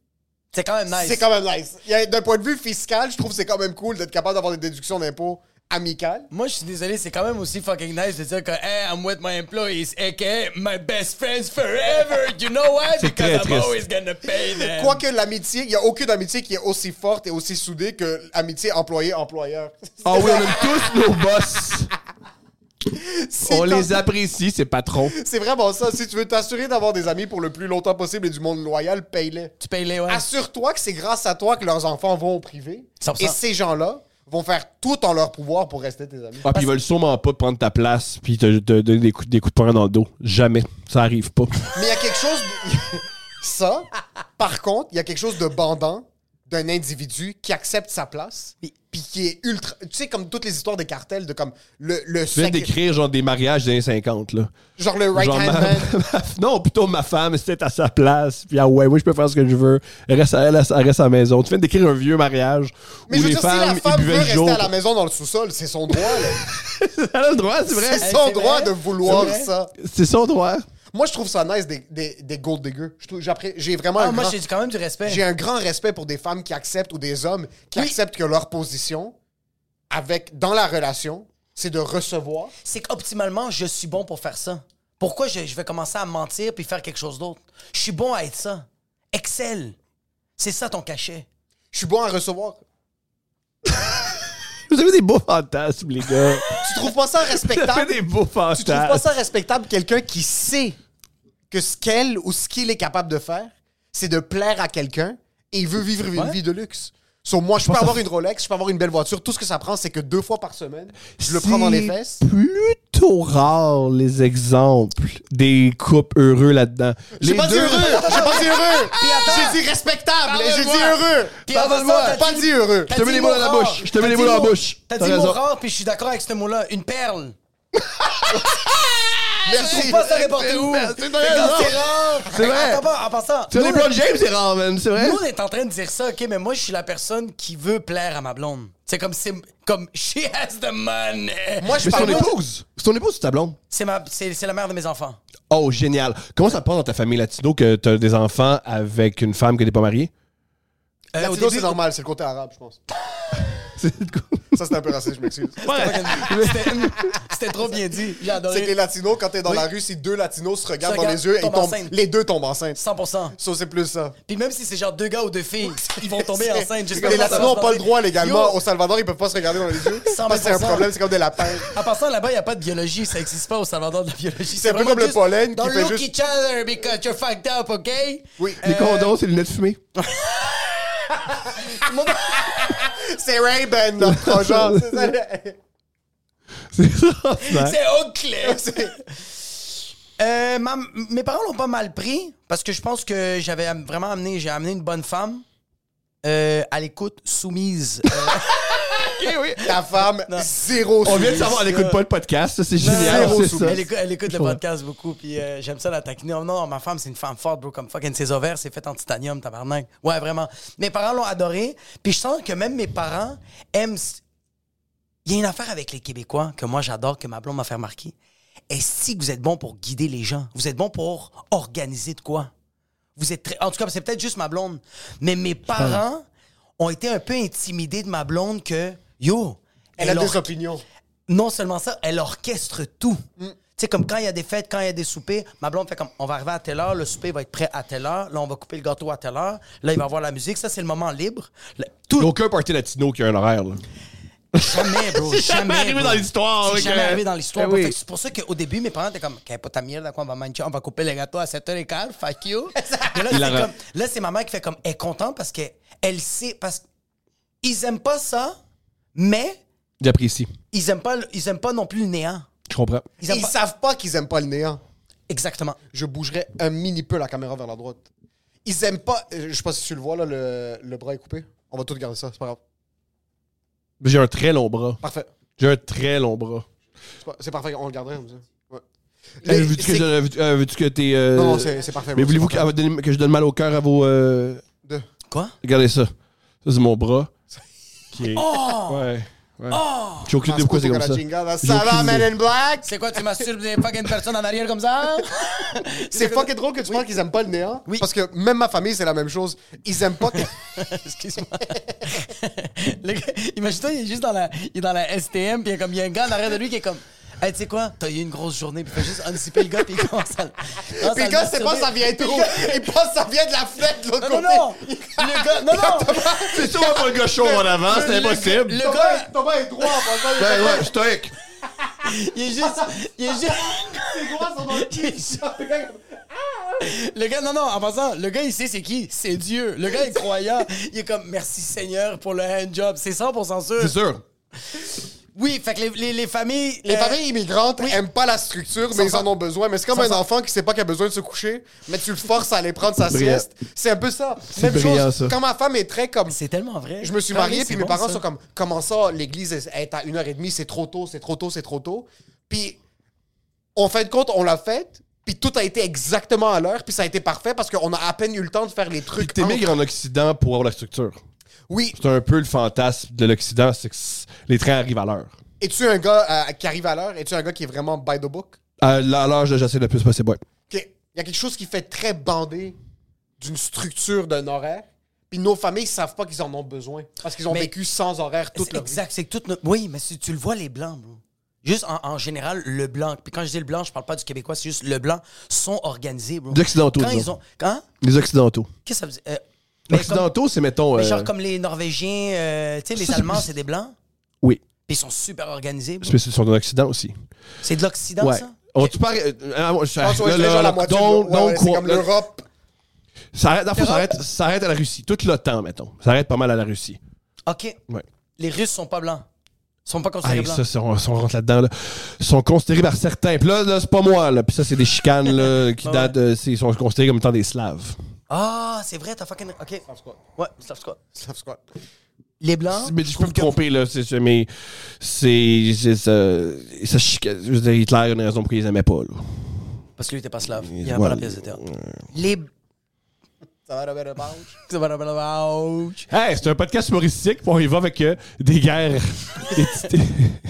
[SPEAKER 2] C'est quand même nice.
[SPEAKER 3] c'est quand même nice. Il y a- D'un point de vue fiscal, je trouve que c'est quand même cool d'être capable d'avoir des déductions d'impôt amicales.
[SPEAKER 2] Moi, je suis désolé, c'est quand même aussi fucking nice de dire que hey, I'm with my employees, aka my best friends forever. You know why?
[SPEAKER 4] C'est
[SPEAKER 2] Because
[SPEAKER 4] très
[SPEAKER 2] I'm
[SPEAKER 4] triste.
[SPEAKER 2] always gonna pay
[SPEAKER 4] Euh.
[SPEAKER 2] them.
[SPEAKER 3] Quoique l'amitié, il n'y a aucune amitié qui est aussi forte et aussi soudée que l'amitié employé-employeur.
[SPEAKER 4] Ah oui, on aime tous nos boss.
[SPEAKER 3] Si
[SPEAKER 4] On
[SPEAKER 3] t'as-
[SPEAKER 4] les apprécie, ces patrons.
[SPEAKER 3] C'est vraiment ça. Si tu veux t'assurer d'avoir des amis pour le plus longtemps possible et du monde loyal, paye-les.
[SPEAKER 2] Tu payes les ouais.
[SPEAKER 3] Assure-toi que c'est grâce à toi que leurs enfants vont au privé.
[SPEAKER 2] 100%.
[SPEAKER 3] Et ces gens-là vont faire tout en leur pouvoir pour rester tes amis.
[SPEAKER 4] Ah, puis ils veulent sûrement pas prendre ta place puis te, te donner des coups, des coups de poing dans le dos. Jamais. Ça arrive pas.
[SPEAKER 3] Mais il y a quelque chose. de- ça, par contre, il y a quelque chose de bandant d'un individu qui accepte sa place. Puis qui est ultra. Tu sais, comme toutes les histoires des cartels, de comme le, le
[SPEAKER 4] Tu viens
[SPEAKER 3] sec-
[SPEAKER 4] d'écrire genre des mariages des années 50, là.
[SPEAKER 3] Genre le right
[SPEAKER 4] Genre,
[SPEAKER 3] hand
[SPEAKER 4] ma-
[SPEAKER 3] man.
[SPEAKER 4] ma- non, plutôt ma femme, c'était à sa place. Puis ah ouais, moi je peux faire ce que je veux. Elle reste à elle, elle reste à la maison. Tu viens d'écrire un vieux mariage
[SPEAKER 3] Mais
[SPEAKER 4] où
[SPEAKER 3] je veux
[SPEAKER 4] les
[SPEAKER 3] dire, si la
[SPEAKER 4] femmes ils
[SPEAKER 3] femme veut
[SPEAKER 4] buvaient le
[SPEAKER 3] rester
[SPEAKER 4] jour.
[SPEAKER 3] à la maison dans le sous-sol, c'est son droit. là.
[SPEAKER 4] Elle a le droit, c'est vrai.
[SPEAKER 3] C'est
[SPEAKER 2] Eh,
[SPEAKER 3] son
[SPEAKER 2] c'est
[SPEAKER 3] droit
[SPEAKER 2] vrai.
[SPEAKER 3] de vouloir
[SPEAKER 2] C'est vrai.
[SPEAKER 3] ça.
[SPEAKER 4] C'est son droit.
[SPEAKER 3] Moi, je trouve ça nice des, des, des gold diggers. Je trouve- j'appré- J'ai vraiment
[SPEAKER 2] Ah,
[SPEAKER 3] un
[SPEAKER 2] moi,
[SPEAKER 3] grand-
[SPEAKER 2] j'ai quand même du respect.
[SPEAKER 3] j'ai un grand respect pour des femmes qui acceptent ou des hommes qui acceptent que leur position avec dans la relation, c'est de recevoir.
[SPEAKER 2] C'est qu'optimalement, je suis bon pour faire ça. Pourquoi je, je vais commencer à mentir puis faire quelque chose d'autre? Je suis bon à être ça. Excel. C'est ça ton cachet.
[SPEAKER 3] Je suis bon à recevoir.
[SPEAKER 4] Vous avez des beaux fantasmes, les gars.
[SPEAKER 3] Tu trouves pas ça
[SPEAKER 4] Vous avez
[SPEAKER 3] respectable?
[SPEAKER 4] des beaux
[SPEAKER 3] tu trouves pas
[SPEAKER 4] fantasmes.
[SPEAKER 3] ça respectable quelqu'un qui sait que ce qu'elle ou ce qu'il est capable de faire, c'est de plaire à quelqu'un et il veut vivre une vie de luxe. So, moi, je, peux avoir une Rolex, je peux avoir une belle voiture. Tout ce que ça prend, c'est que deux fois par semaine, je le prends dans les fesses.
[SPEAKER 4] C'est plutôt rare les exemples des couples heureux là-dedans.
[SPEAKER 3] J'ai
[SPEAKER 4] Les
[SPEAKER 3] pas dit
[SPEAKER 4] deux-
[SPEAKER 3] heureux! J'ai pas dit heureux!
[SPEAKER 2] attends.
[SPEAKER 3] J'ai dit respectable! et J'ai dit
[SPEAKER 2] Pardonne-moi.
[SPEAKER 3] heureux!
[SPEAKER 2] Ah, Puis avant ça,
[SPEAKER 3] Pardonne-moi!
[SPEAKER 2] t'as
[SPEAKER 3] Pas
[SPEAKER 2] dit-
[SPEAKER 3] dit heureux!
[SPEAKER 2] T'as
[SPEAKER 4] te mets
[SPEAKER 2] dit
[SPEAKER 4] les mots dans la
[SPEAKER 2] rare.
[SPEAKER 4] bouche. Je te mets
[SPEAKER 2] T'as
[SPEAKER 4] les
[SPEAKER 2] dit
[SPEAKER 4] mots dans la
[SPEAKER 2] mot-
[SPEAKER 4] bouche.
[SPEAKER 2] T'as
[SPEAKER 4] T'as
[SPEAKER 2] dit mot
[SPEAKER 4] raison.
[SPEAKER 2] rare, puis je suis d'accord avec ce mot-là. Une perle.
[SPEAKER 3] Merci!
[SPEAKER 2] Faut pas ça n'importe où.
[SPEAKER 3] C'est
[SPEAKER 2] Mais quand
[SPEAKER 3] vrai.
[SPEAKER 2] c'est rare.
[SPEAKER 4] C'est vrai.
[SPEAKER 2] Attends pas, en passant.
[SPEAKER 4] Tu as
[SPEAKER 2] nous,
[SPEAKER 4] les
[SPEAKER 2] on
[SPEAKER 4] blondes James, c'est rare, man. C'est vrai.
[SPEAKER 2] Nous, on est en train de dire ça, OK, mais moi, je suis la personne qui veut plaire à ma blonde. C'est comme, c'est, comme, she has the money.
[SPEAKER 3] Moi, je
[SPEAKER 4] Mais c'est ton
[SPEAKER 3] parle pas-
[SPEAKER 4] épouse. C'est ton épouse, c'est ta blonde.
[SPEAKER 2] C'est, ma, c'est, c'est la mère de mes enfants.
[SPEAKER 4] Oh, génial. Comment ça te passe dans ta famille latino que t'as des enfants avec une femme que t'es pas mariée?
[SPEAKER 2] Euh, au
[SPEAKER 3] Latino,
[SPEAKER 2] début-
[SPEAKER 3] c'est normal, c'est le côté arabe, je pense.
[SPEAKER 4] C'est cool.
[SPEAKER 3] Ça, c'est un peu raciste, je m'excuse.
[SPEAKER 2] C'était- C'était trop bien dit. J'ai
[SPEAKER 3] C'est que les
[SPEAKER 2] adoré.
[SPEAKER 3] latinos, quand t'es dans
[SPEAKER 2] Oui.
[SPEAKER 3] la rue, si deux latinos se regardent
[SPEAKER 2] Se
[SPEAKER 3] dans
[SPEAKER 2] regardent,
[SPEAKER 3] les yeux, ils
[SPEAKER 2] tombent
[SPEAKER 3] tombent-
[SPEAKER 2] enceintes.
[SPEAKER 3] les deux tombent enceintes.
[SPEAKER 2] 100%.
[SPEAKER 3] Ça, c'est plus ça.
[SPEAKER 2] Puis même si c'est genre deux gars ou deux filles, ils vont tomber
[SPEAKER 3] C'est-
[SPEAKER 2] enceintes. juste
[SPEAKER 3] Les
[SPEAKER 2] comme ça, ça
[SPEAKER 3] latinos
[SPEAKER 2] va
[SPEAKER 3] n'ont
[SPEAKER 2] se
[SPEAKER 3] pas le
[SPEAKER 2] passer.
[SPEAKER 3] droit légalement.
[SPEAKER 2] Yo,
[SPEAKER 3] Au Salvador, ils peuvent pas se regarder dans les yeux. Ça,
[SPEAKER 2] 100%.
[SPEAKER 3] c'est un problème, c'est comme des lapins.
[SPEAKER 2] En passant là-bas, il n'y a pas de biologie, ça n'existe pas au Salvador de la biologie.
[SPEAKER 3] un peu
[SPEAKER 2] vraiment
[SPEAKER 3] comme le
[SPEAKER 2] juste,
[SPEAKER 3] pollen qui
[SPEAKER 2] Don't
[SPEAKER 3] fait
[SPEAKER 2] look
[SPEAKER 3] juste-
[SPEAKER 2] each other because you're fucked up, OK?
[SPEAKER 3] Oui.
[SPEAKER 2] Euh,
[SPEAKER 4] Les condoms, c'est les lunettes fumées.
[SPEAKER 3] C'est Ray-Ban, notre projet. C'est ça, le-
[SPEAKER 4] C'est ça.
[SPEAKER 2] C'est Oakley! Euh, ma- mes parents l'ont pas mal pris parce que je pense que j'avais am- vraiment amené, j'ai amené une bonne femme euh, à l'écoute soumise. Euh, ok, oui.
[SPEAKER 3] Ta femme, zéro
[SPEAKER 4] On vient de
[SPEAKER 3] soumise.
[SPEAKER 4] savoir, elle écoute pas le podcast, ça, c'est génial.
[SPEAKER 3] zéro
[SPEAKER 4] c'est
[SPEAKER 3] sous-
[SPEAKER 4] ça.
[SPEAKER 2] Elle écoute, elle écoute le
[SPEAKER 4] Ouais.
[SPEAKER 2] podcast beaucoup, puis euh, j'aime ça la taquiner. Oh non, ma femme, c'est une femme forte, bro, comme fucking ses ovaires, c'est fait en titanium, tabarnak. Ouais, vraiment. Mes parents l'ont adoré, puis je sens que même mes parents aiment. s- Il y a une affaire avec les Québécois que moi j'adore, que ma blonde m'a fait remarquer. Est-ce que vous êtes bon pour guider les gens? Vous êtes bon pour organiser de quoi? Vous êtes très- En tout cas, c'est peut-être juste ma blonde. Mais mes parents ont été un peu intimidés de ma blonde que, yo,
[SPEAKER 3] Elle a
[SPEAKER 2] leur-
[SPEAKER 3] des opinions.
[SPEAKER 2] non seulement ça, elle orchestre tout. Tu sais, comme quand il y a des fêtes, quand il y a des soupers, ma blonde fait comme on va arriver à telle heure, le souper va être prêt à telle heure, là on va couper le gâteau à telle heure, là il va y avoir la musique, ça c'est le moment libre. Là,
[SPEAKER 4] Il
[SPEAKER 2] tout
[SPEAKER 4] y a aucun party latino qui a un horaire. là.
[SPEAKER 2] jamais, bro, jamais.
[SPEAKER 4] arrivé
[SPEAKER 2] bro.
[SPEAKER 4] dans l'histoire,
[SPEAKER 2] C'est
[SPEAKER 4] ok.
[SPEAKER 2] jamais arrivé dans l'histoire.
[SPEAKER 4] Eh
[SPEAKER 2] bro.
[SPEAKER 4] oui.
[SPEAKER 2] Fait que C'est pour ça qu'au début, mes parents étaient comme, qu'est-ce pas ta merde, quoi, on va manger, on va couper le gâteau à 7h15, fuck you. Mais là, c'est
[SPEAKER 4] Hilarant.
[SPEAKER 2] comme- là, c'est ma mère qui fait comme, elle est contente parce qu'elle sait, parce qu'ils aiment pas ça, mais
[SPEAKER 4] J'apprécie.
[SPEAKER 2] ils aiment pas, le- ils aiment pas non plus le néant.
[SPEAKER 4] Je comprends.
[SPEAKER 2] Ils aiment
[SPEAKER 3] Ils
[SPEAKER 2] pas-
[SPEAKER 3] savent pas qu'ils aiment pas le néant.
[SPEAKER 2] Exactement.
[SPEAKER 3] je bougerais un mini peu la caméra vers la droite. Ils aiment pas. euh, Je sais pas si tu le vois, là, le, le bras est coupé. On va tout garder ça, c'est pas grave.
[SPEAKER 4] J'ai un très long bras.
[SPEAKER 3] Parfait.
[SPEAKER 4] J'ai un très long bras.
[SPEAKER 3] C'est pas- C'est parfait, on le garderait comme ça. Ouais.
[SPEAKER 4] Hey,
[SPEAKER 3] Les-
[SPEAKER 4] Veux-tu que,
[SPEAKER 3] c'est-
[SPEAKER 4] je- veux-tu- euh, veux-tu que t'es, euh,
[SPEAKER 3] Non, non, c'est c'est parfait.
[SPEAKER 4] Mais
[SPEAKER 3] bro,
[SPEAKER 4] voulez-vous
[SPEAKER 3] c'est
[SPEAKER 4] que, donner- que je donne mal au cœur à vos. euh,
[SPEAKER 3] parfait.
[SPEAKER 2] Quoi?
[SPEAKER 4] Regardez ça. Ça, c'est mon bras. Qui est...
[SPEAKER 3] Oh!
[SPEAKER 4] Ouais. ouais. J'ai aucune
[SPEAKER 3] Deux.
[SPEAKER 4] idée pourquoi c'est comme
[SPEAKER 3] Masco
[SPEAKER 4] ça.
[SPEAKER 3] Kogajinga,
[SPEAKER 4] J'ai
[SPEAKER 3] Ça va,
[SPEAKER 4] aucune idée.
[SPEAKER 3] Men in Black?
[SPEAKER 2] C'est quoi, tu masturbes des fucking personnes en arrière comme ça?
[SPEAKER 3] C'est fucking drôle que tu penses qu'ils aiment pas le néant.
[SPEAKER 2] Oui.
[SPEAKER 3] Parce que même ma famille, c'est la même chose. Ils aiment pas que.
[SPEAKER 2] Excuse-moi. Le gars, Imagine-toi, il est juste dans la, il est dans la STM, puis il y a comme- il y a un gars en arrière de lui qui est comme. Hey, tu sais quoi? T'as eu une grosse journée, puis il fait juste anticiper le gars, puis il commence à.
[SPEAKER 3] Puis le gars, c'est pas ça vient trop. Il pense que ça vient de la fenêtre de l'autre
[SPEAKER 2] Non, non,
[SPEAKER 3] côté.
[SPEAKER 2] non! Le gars, non, non!
[SPEAKER 4] C'est sûrement pas le gars chaud en avant, c'est impossible.
[SPEAKER 2] Le
[SPEAKER 3] Thomas,
[SPEAKER 2] gars,
[SPEAKER 3] Thomas est droit en passant.
[SPEAKER 4] Ouais, ouais, stoïque.
[SPEAKER 2] il est juste. Il est juste.
[SPEAKER 3] Les droits sont dans le cul. Le gars,
[SPEAKER 2] Le gars, non, non, en passant, le gars, il sait c'est qui? C'est Dieu. Le gars est croyant. Il est comme, merci Seigneur pour le handjob. C'est 100%
[SPEAKER 4] C'est
[SPEAKER 2] sûr.
[SPEAKER 4] sûr.
[SPEAKER 2] Oui, fait que les, les, les familles.
[SPEAKER 3] Les
[SPEAKER 2] euh,
[SPEAKER 3] familles immigrantes aiment pas la structure, mais ils en ont besoin. Mais c'est comme un enfant qui sait pas qu'il a besoin de se coucher, mais tu le forces à aller prendre sa
[SPEAKER 4] Brillant.
[SPEAKER 3] sieste. C'est un peu ça. Même
[SPEAKER 4] brillant,
[SPEAKER 3] chose,
[SPEAKER 4] ça.
[SPEAKER 3] quand ma femme est très comme...
[SPEAKER 2] C'est tellement vrai.
[SPEAKER 3] Je me suis
[SPEAKER 2] Ah oui,
[SPEAKER 3] marié,
[SPEAKER 2] c'est
[SPEAKER 3] puis mes
[SPEAKER 2] bon,
[SPEAKER 3] parents
[SPEAKER 2] ça.
[SPEAKER 3] sont comme, comment ça, l'église est- est à une heure et demie, c'est trop tôt, c'est trop tôt, c'est trop tôt. Puis, en fin de compte, on l'a faite, puis tout a été exactement à l'heure, puis ça a été parfait parce qu'on a à peine eu le temps de faire les
[SPEAKER 4] Puis
[SPEAKER 3] trucs.
[SPEAKER 4] t'émigres
[SPEAKER 3] entre-
[SPEAKER 4] en Occident pour avoir la structure.
[SPEAKER 3] Oui,
[SPEAKER 4] C'est un peu le fantasme de l'Occident, c'est que c- les trains arrivent à l'heure.
[SPEAKER 3] es-tu un gars euh, qui arrive à l'heure? Es-tu un gars qui est vraiment by the book?
[SPEAKER 4] À l'âge de j'essaie le plus possible, ouais.
[SPEAKER 3] qu'il y a quelque chose qui fait très bandé d'une structure d'un horaire. Puis nos familles ne savent pas qu'ils en ont besoin. Parce qu'ils ont
[SPEAKER 2] Mais-
[SPEAKER 3] vécu sans horaire toute
[SPEAKER 2] C'est
[SPEAKER 3] leur vie.
[SPEAKER 2] Exact, c'est que toute notre. Oui, mais si tu le vois, les blancs, bro. Juste en, en général, le blanc. Puis quand je dis le blanc, je parle pas du québécois, c'est juste le blanc sont organisés, bro.
[SPEAKER 4] Les Occidentaux,
[SPEAKER 2] Quand
[SPEAKER 4] disons.
[SPEAKER 2] ils ont. Quand?
[SPEAKER 4] Les Occidentaux.
[SPEAKER 2] Qu'est-ce que ça veut dire? Euh,
[SPEAKER 4] Les
[SPEAKER 2] mais comme-
[SPEAKER 4] Occidentaux, c'est mettons.
[SPEAKER 2] mais
[SPEAKER 4] euh,
[SPEAKER 2] genre comme les Norvégiens, euh, tu sais, les
[SPEAKER 4] c'est
[SPEAKER 2] Allemands,
[SPEAKER 4] plus-
[SPEAKER 2] c'est des blancs.
[SPEAKER 4] Oui.
[SPEAKER 2] Puis ils sont super organisés, bro.
[SPEAKER 4] Parce que Ils sont en Occident aussi.
[SPEAKER 2] C'est de l'Occident,
[SPEAKER 4] Ouais.
[SPEAKER 2] ça?
[SPEAKER 4] On tu parles. euh, euh, euh,
[SPEAKER 3] Ah, Je pense, ouais,
[SPEAKER 4] là,
[SPEAKER 3] c'est genre
[SPEAKER 4] là,
[SPEAKER 3] la moitié de
[SPEAKER 4] don't-
[SPEAKER 3] l'Europe. Ouais,
[SPEAKER 4] don't
[SPEAKER 3] ouais, c'est
[SPEAKER 4] croire-
[SPEAKER 3] comme l'Europe.
[SPEAKER 4] Ça arrête, dans le fond, ça arrête, ça arrête à la Russie. Tout l'OTAN, mettons. Ça arrête pas mal à la Russie.
[SPEAKER 2] OK.
[SPEAKER 4] Ouais.
[SPEAKER 2] Les Russes sont pas blancs. Ils sont pas considérés
[SPEAKER 4] Hey,
[SPEAKER 2] blancs.
[SPEAKER 4] ça, ça, on, ça, on rentre là-dedans. Là. Ils sont considérés par certains. Puis là, là, c'est pas moi. Là. Puis ça, c'est des chicanes là, qui
[SPEAKER 2] Ah ouais.
[SPEAKER 4] datent. de- c'est- ils sont considérés comme étant des Slaves.
[SPEAKER 2] Ah, c'est vrai, t'as fucking. OK. Ouais, Slav Squad.
[SPEAKER 3] Slav squad.
[SPEAKER 2] Les blancs.
[SPEAKER 4] Mais Hein? je peux me tromper, là. C'est, c'est- mais c'est. c'est ça, ça chica- je veux dire, Hitler a une raison pour qu'il les aimait pas. Là.
[SPEAKER 2] Parce que lui, t'es pas slave. Il n'y
[SPEAKER 4] Ouais.
[SPEAKER 2] avait pas la pièce de théâtre. Les...
[SPEAKER 3] Ça va, ben, Robert Lepage?
[SPEAKER 4] Hey, c'est un podcast humoristique, puis on y va avec euh, des guerres.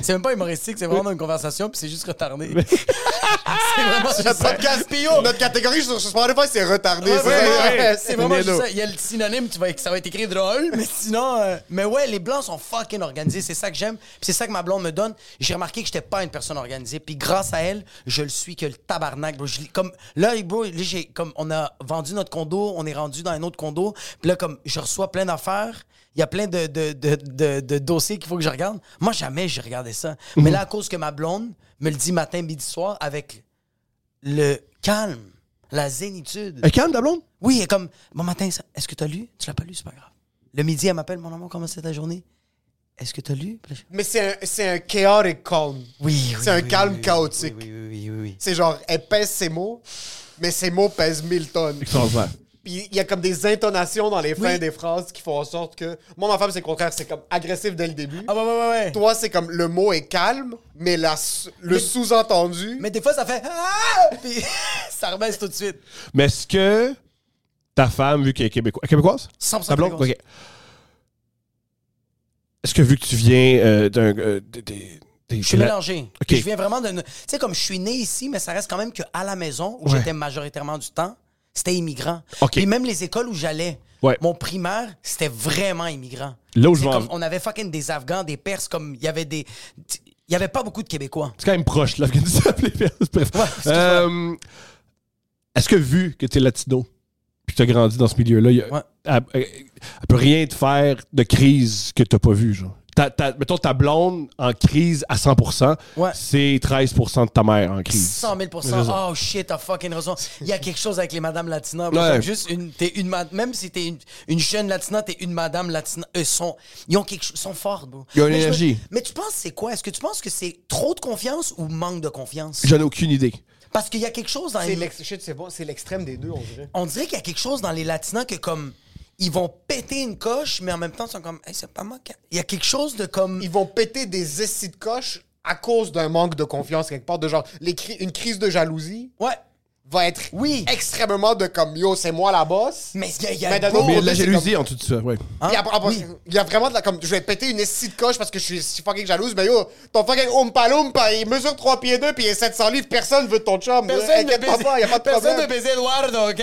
[SPEAKER 2] C'est même pas humoristique, c'est vraiment une conversation, puis c'est juste retardé. c'est vraiment juste
[SPEAKER 3] Notre
[SPEAKER 2] ça.
[SPEAKER 3] podcast Pio! Notre catégorie sur sur Spotify, c'est retardé.
[SPEAKER 2] Ouais,
[SPEAKER 3] c'est
[SPEAKER 2] ouais,
[SPEAKER 3] ça?
[SPEAKER 2] ouais,
[SPEAKER 4] ouais.
[SPEAKER 2] c'est vraiment juste
[SPEAKER 4] Nello.
[SPEAKER 2] ça. Il y a le synonyme, tu vas, ça va être écrit drôle, mais sinon. euh, mais ouais, les blancs sont fucking organisés. C'est ça que j'aime. Puis c'est ça que ma blonde me donne. J'ai remarqué que j'étais pas une personne organisée. Puis grâce à elle, je le suis que le tabarnak, bro. Je l'ai- comme, là, bro, là, j'ai, comme, on a vendu notre condo, on est rendu dans un autre condo. Puis là, comme, je reçois plein d'affaires. Il y a plein de, de, de, de- de dossiers qu'il faut que je regarde. Moi, jamais j'ai regardé ça. Mais là, à cause que ma blonde me le dit matin, midi, soir, avec le calme, la zénitude.
[SPEAKER 4] Euh, calme, ta blonde?
[SPEAKER 2] Oui, elle est comme Bon matin, ça- est-ce que t'as lu Tu l'as pas lu, c'est pas grave. Le midi, elle m'appelle Mon amour, comment c'est ta journée Est-ce que t'as lu Puis là, je-
[SPEAKER 3] Mais c'est un, c'est un chaotic calm.
[SPEAKER 2] Oui, oui.
[SPEAKER 3] C'est un
[SPEAKER 2] oui,
[SPEAKER 3] calme
[SPEAKER 2] oui, oui,
[SPEAKER 3] chaotique.
[SPEAKER 2] Oui, oui, oui, oui. oui.
[SPEAKER 3] C'est genre, elle pèse ses mots, mais ses mots pèsent 1000 tonnes.
[SPEAKER 4] Extraordinaire.
[SPEAKER 3] Puis il y a comme des intonations dans les fins
[SPEAKER 2] Oui.
[SPEAKER 3] des phrases qui font en sorte que. Moi, ma femme, c'est le contraire. C'est comme agressif dès le début.
[SPEAKER 2] Ah, ouais, ouais, ouais, ouais.
[SPEAKER 3] Toi, c'est comme le mot est calme, mais la, s- le sous-entendu.
[SPEAKER 2] Mais des fois, ça fait Ah Puis ça rebaisse tout de suite.
[SPEAKER 4] Mais est-ce que ta femme, vu qu'elle est québécoise, québécoise?
[SPEAKER 2] 100%
[SPEAKER 4] Ta blonde?
[SPEAKER 2] québécoise.
[SPEAKER 4] OK. Est-ce que vu que tu viens euh, d'un... euh, des- des- des-
[SPEAKER 2] Je suis
[SPEAKER 4] de la-
[SPEAKER 2] mélangé.
[SPEAKER 4] Ok.
[SPEAKER 2] Je viens vraiment de. Tu sais, comme je suis né ici, mais ça reste quand même qu'à la maison, où
[SPEAKER 4] Ouais.
[SPEAKER 2] j'étais majoritairement du temps, c'était immigrant.
[SPEAKER 4] Ok.
[SPEAKER 2] Puis même les écoles où j'allais,
[SPEAKER 4] Ouais.
[SPEAKER 2] mon primaire, c'était vraiment immigrant.
[SPEAKER 4] Là où je
[SPEAKER 2] C'est
[SPEAKER 4] m'en-
[SPEAKER 2] comme- On avait fucking des Afghans, des Perses, comme il y avait des. Il y avait pas beaucoup de Québécois.
[SPEAKER 4] C'est quand même proche, l'Afghanistan. les Perses. Bref.
[SPEAKER 2] excuse-moi.
[SPEAKER 4] Euh, Est-ce que vu que tu es latino, puis que tu as grandi dans ce milieu-là, il y a-
[SPEAKER 2] Ouais.
[SPEAKER 4] elle, elle- elle peut rien te faire de crise que tu n'as pas vue, genre? Ta, ta- mettons, ta blonde en crise à 100%,
[SPEAKER 2] Ouais.
[SPEAKER 4] c'est 13% de ta mère en crise.
[SPEAKER 2] 100 000
[SPEAKER 4] raison.
[SPEAKER 2] Oh shit, t'as fucking raison. Il y a quelque chose avec les madames latinas.
[SPEAKER 4] Ouais.
[SPEAKER 2] Comme Juste une, t'es une ma- même si t'es une, une jeune latina, t'es une madame latina. Eux sont, ils ont quelque chose, sont forts, bro.
[SPEAKER 4] Ils ont une
[SPEAKER 2] Mais je me-
[SPEAKER 4] énergie.
[SPEAKER 2] Mais tu penses c'est quoi Est-ce que tu penses que c'est trop de confiance ou manque de confiance
[SPEAKER 4] J'en ai aucune idée.
[SPEAKER 2] Parce qu'il y a quelque chose dans
[SPEAKER 3] C'est
[SPEAKER 2] les,
[SPEAKER 3] l'ex- shit, c'est bon, c'est l'extrême des deux, on dirait.
[SPEAKER 2] on dirait qu'il y a quelque chose dans les latinas que comme ils vont péter une coche, mais en même temps ils sont comme, Hey, c'est pas moi. qui- Il y a quelque chose de comme
[SPEAKER 3] Ils vont péter des essais de coche à cause d'un manque de confiance quelque part, de genre les cri- une crise de jalousie
[SPEAKER 2] ouais.
[SPEAKER 3] va être
[SPEAKER 2] Oui.
[SPEAKER 3] extrêmement de comme yo, c'est moi la boss.
[SPEAKER 2] Mais il y a, il y a-
[SPEAKER 3] Ben, Mais d'un
[SPEAKER 2] bro,
[SPEAKER 3] autre
[SPEAKER 4] Oh, Mais il y a de la
[SPEAKER 3] c'est
[SPEAKER 4] jalousie en tout de ça, ouais.
[SPEAKER 2] hein?
[SPEAKER 3] Puis après- après,
[SPEAKER 2] Oui.
[SPEAKER 3] il y a vraiment de la comme je vais péter une essie de coche parce que je suis, je suis fucking jalouse mais yo ton fucking Oompa Loompa il mesure 3 pieds 2 puis il est 700 livres personne veut ton chum
[SPEAKER 2] Personne ne
[SPEAKER 3] Inquiète pas,
[SPEAKER 2] baiser-
[SPEAKER 3] pas, y a pas de
[SPEAKER 2] personne ne
[SPEAKER 3] problème.
[SPEAKER 2] baiser Eduardo, ok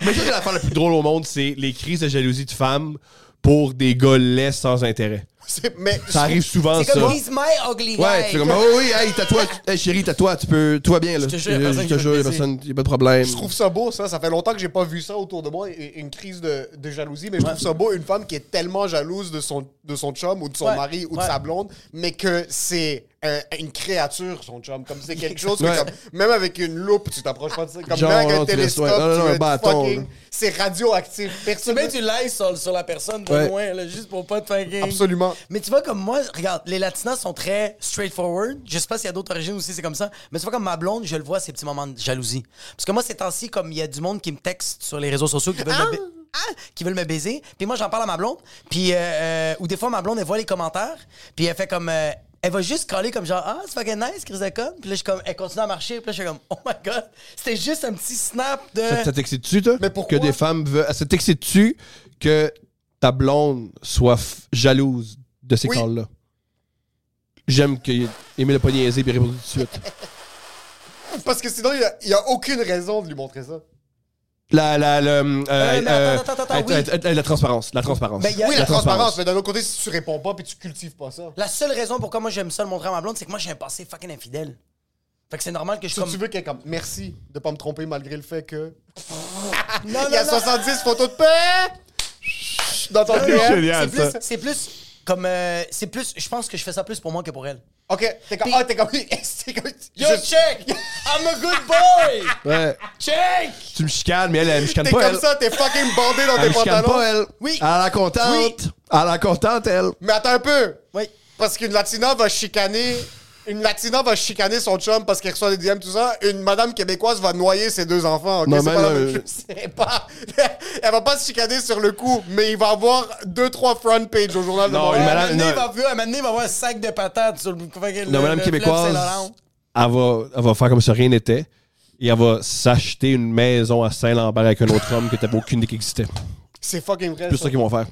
[SPEAKER 4] Mais ça, c'est l'affaire la plus drôle au monde, c'est les crises de jalousie de femmes pour des gars laids sans intérêt.
[SPEAKER 3] C'est- mais
[SPEAKER 4] Ça arrive souvent,
[SPEAKER 2] C'est
[SPEAKER 4] ça.
[SPEAKER 2] comme He's my ugly guy.
[SPEAKER 4] Ouais, tu fais comme, oh oui, hey, t'as toi, hey, chérie, t'as toi, tu peux, tout va bien, là. Euh,
[SPEAKER 2] te jure, y a personne qui
[SPEAKER 4] te
[SPEAKER 2] peut te
[SPEAKER 4] jure, y a
[SPEAKER 2] baiser.
[SPEAKER 4] personne, y a pas de problème.
[SPEAKER 3] je trouve ça beau ça ça fait longtemps que j'ai pas vu ça autour de moi une une crise de, de jalousie mais je trouve ça beau une femme qui est tellement jalouse de son de son chum ou de son
[SPEAKER 2] Ouais.
[SPEAKER 3] mari ou
[SPEAKER 2] Ouais.
[SPEAKER 3] de sa blonde mais que c'est un- une créature son chum comme c'est quelque chose que
[SPEAKER 4] Ouais.
[SPEAKER 3] comme- même avec une loupe tu t'approches pas de ça comme
[SPEAKER 4] Genre,
[SPEAKER 3] même avec
[SPEAKER 4] non,
[SPEAKER 3] un
[SPEAKER 4] tu laisses-
[SPEAKER 3] télescope
[SPEAKER 4] ouais, non, non,
[SPEAKER 3] tu
[SPEAKER 4] non,
[SPEAKER 3] veux
[SPEAKER 4] un
[SPEAKER 3] être
[SPEAKER 4] bâton,
[SPEAKER 3] fucking-
[SPEAKER 4] là.
[SPEAKER 3] c'est radioactif
[SPEAKER 2] Tu
[SPEAKER 3] personne
[SPEAKER 2] mets du lait sur, sur la personne de
[SPEAKER 4] Ouais.
[SPEAKER 2] loin, là, juste pour pas te fucking.
[SPEAKER 3] Absolument.
[SPEAKER 2] Mais tu vois, comme moi, regarde, les Latinas sont très straightforward. Je sais pas s'il y a d'autres origines aussi, c'est comme ça. Mais tu vois, comme ma blonde, je le vois, ces petits moments de jalousie. Parce que moi, ces temps-ci, comme il y a du monde qui me texte sur les réseaux sociaux qui veulent, me, ba- Ah! qui veulent me baiser. Puis moi, j'en parle à ma blonde. Puis, euh, euh, ou des fois, ma blonde, elle voit les commentaires. Puis elle fait comme. euh, elle va juste coller comme genre Ah, c'est fucking nice, Chris de con. Puis là, je suis comme, elle continue à marcher. Puis là, je suis comme Oh my god, c'était juste un petit snap de.
[SPEAKER 4] Ça, ça t'excite dessus, toi?
[SPEAKER 3] euh, Mais pourquoi?
[SPEAKER 4] Que des femmes veulent. Ça t'excite dessus que ta blonde soit f- jalouse de ces
[SPEAKER 3] Oui.
[SPEAKER 4] calls-là? J'aime que Emile a pas niaisé et répondre tout de suite.
[SPEAKER 3] Parce que sinon, il n'y a, il y a aucune raison de lui montrer ça.
[SPEAKER 4] La, la, la, euh,
[SPEAKER 2] mais attends,
[SPEAKER 4] euh,
[SPEAKER 2] attends, attends,
[SPEAKER 4] euh,
[SPEAKER 2] oui.
[SPEAKER 4] euh, euh, la transparence. La transparence.
[SPEAKER 2] Ben, il y a-
[SPEAKER 3] Oui, la, transparence, mais d'un autre côté, si tu réponds pas puis tu cultives pas ça,
[SPEAKER 2] La seule raison pourquoi moi j'aime ça le montrer à ma blonde, c'est que moi j'ai un passé fucking infidèle. Fait que c'est normal que je
[SPEAKER 3] si
[SPEAKER 2] sois comme.
[SPEAKER 3] tu veux qu'elle comme merci de pas me tromper malgré le fait que.
[SPEAKER 2] Non,
[SPEAKER 3] il y a
[SPEAKER 2] non, non.
[SPEAKER 3] 70 photos de paix dans ton
[SPEAKER 4] Génial.
[SPEAKER 3] DM.
[SPEAKER 2] C'est plus,
[SPEAKER 4] ça.
[SPEAKER 2] c'est plus comme. euh, c'est plus. Je pense que je fais ça plus pour moi que pour elle.
[SPEAKER 3] Ok, t'es comme.
[SPEAKER 2] Puis-
[SPEAKER 3] Ah, t'es comme. c'est comme-
[SPEAKER 2] Yo,
[SPEAKER 3] je-
[SPEAKER 2] check! I'm a good boy!
[SPEAKER 4] Ouais.
[SPEAKER 2] check!
[SPEAKER 4] Tu me chicanes, mais elle, elle me chicane
[SPEAKER 3] T'es
[SPEAKER 4] pas.
[SPEAKER 3] comme
[SPEAKER 4] Elle,
[SPEAKER 3] ça, t'es fucking bandé dans
[SPEAKER 4] elle
[SPEAKER 3] tes
[SPEAKER 4] me chicane
[SPEAKER 3] pantalons.
[SPEAKER 4] pas, elle. Ah.
[SPEAKER 2] Oui.
[SPEAKER 4] Elle a la contente.
[SPEAKER 2] Oui.
[SPEAKER 4] Elle a la contente, elle.
[SPEAKER 3] Mais attends un peu.
[SPEAKER 2] Oui.
[SPEAKER 3] Parce qu'une Latina va chicaner. Une Latina va chicaner son chum parce qu'elle reçoit des DM, tout ça. Une madame québécoise va noyer ses deux enfants. ok?
[SPEAKER 4] Non,
[SPEAKER 3] C'est
[SPEAKER 4] mais
[SPEAKER 3] pas la
[SPEAKER 4] là,
[SPEAKER 3] même
[SPEAKER 4] euh,
[SPEAKER 3] chose. C'est pas. Elle va pas se chicaner sur le coup, mais il va avoir deux, trois front pages au journal de
[SPEAKER 4] Non,
[SPEAKER 3] Montréal.
[SPEAKER 4] une madame-
[SPEAKER 2] Maintenant,
[SPEAKER 4] non.
[SPEAKER 2] il va, Ah, à un moment donné, il va avoir un sac de patates sur le. fucking- le-
[SPEAKER 4] La madame
[SPEAKER 2] le fleuve
[SPEAKER 4] québécoise,
[SPEAKER 2] Saint-Laurent.
[SPEAKER 4] elle va, elle va faire comme si rien n'était. et elle va s'acheter une maison à Saint-Lambert avec un autre homme que t'avais aucune idée qui existait.
[SPEAKER 3] C'est fucking vrai.
[SPEAKER 4] C'est
[SPEAKER 3] ça.
[SPEAKER 4] ça qu'ils vont faire.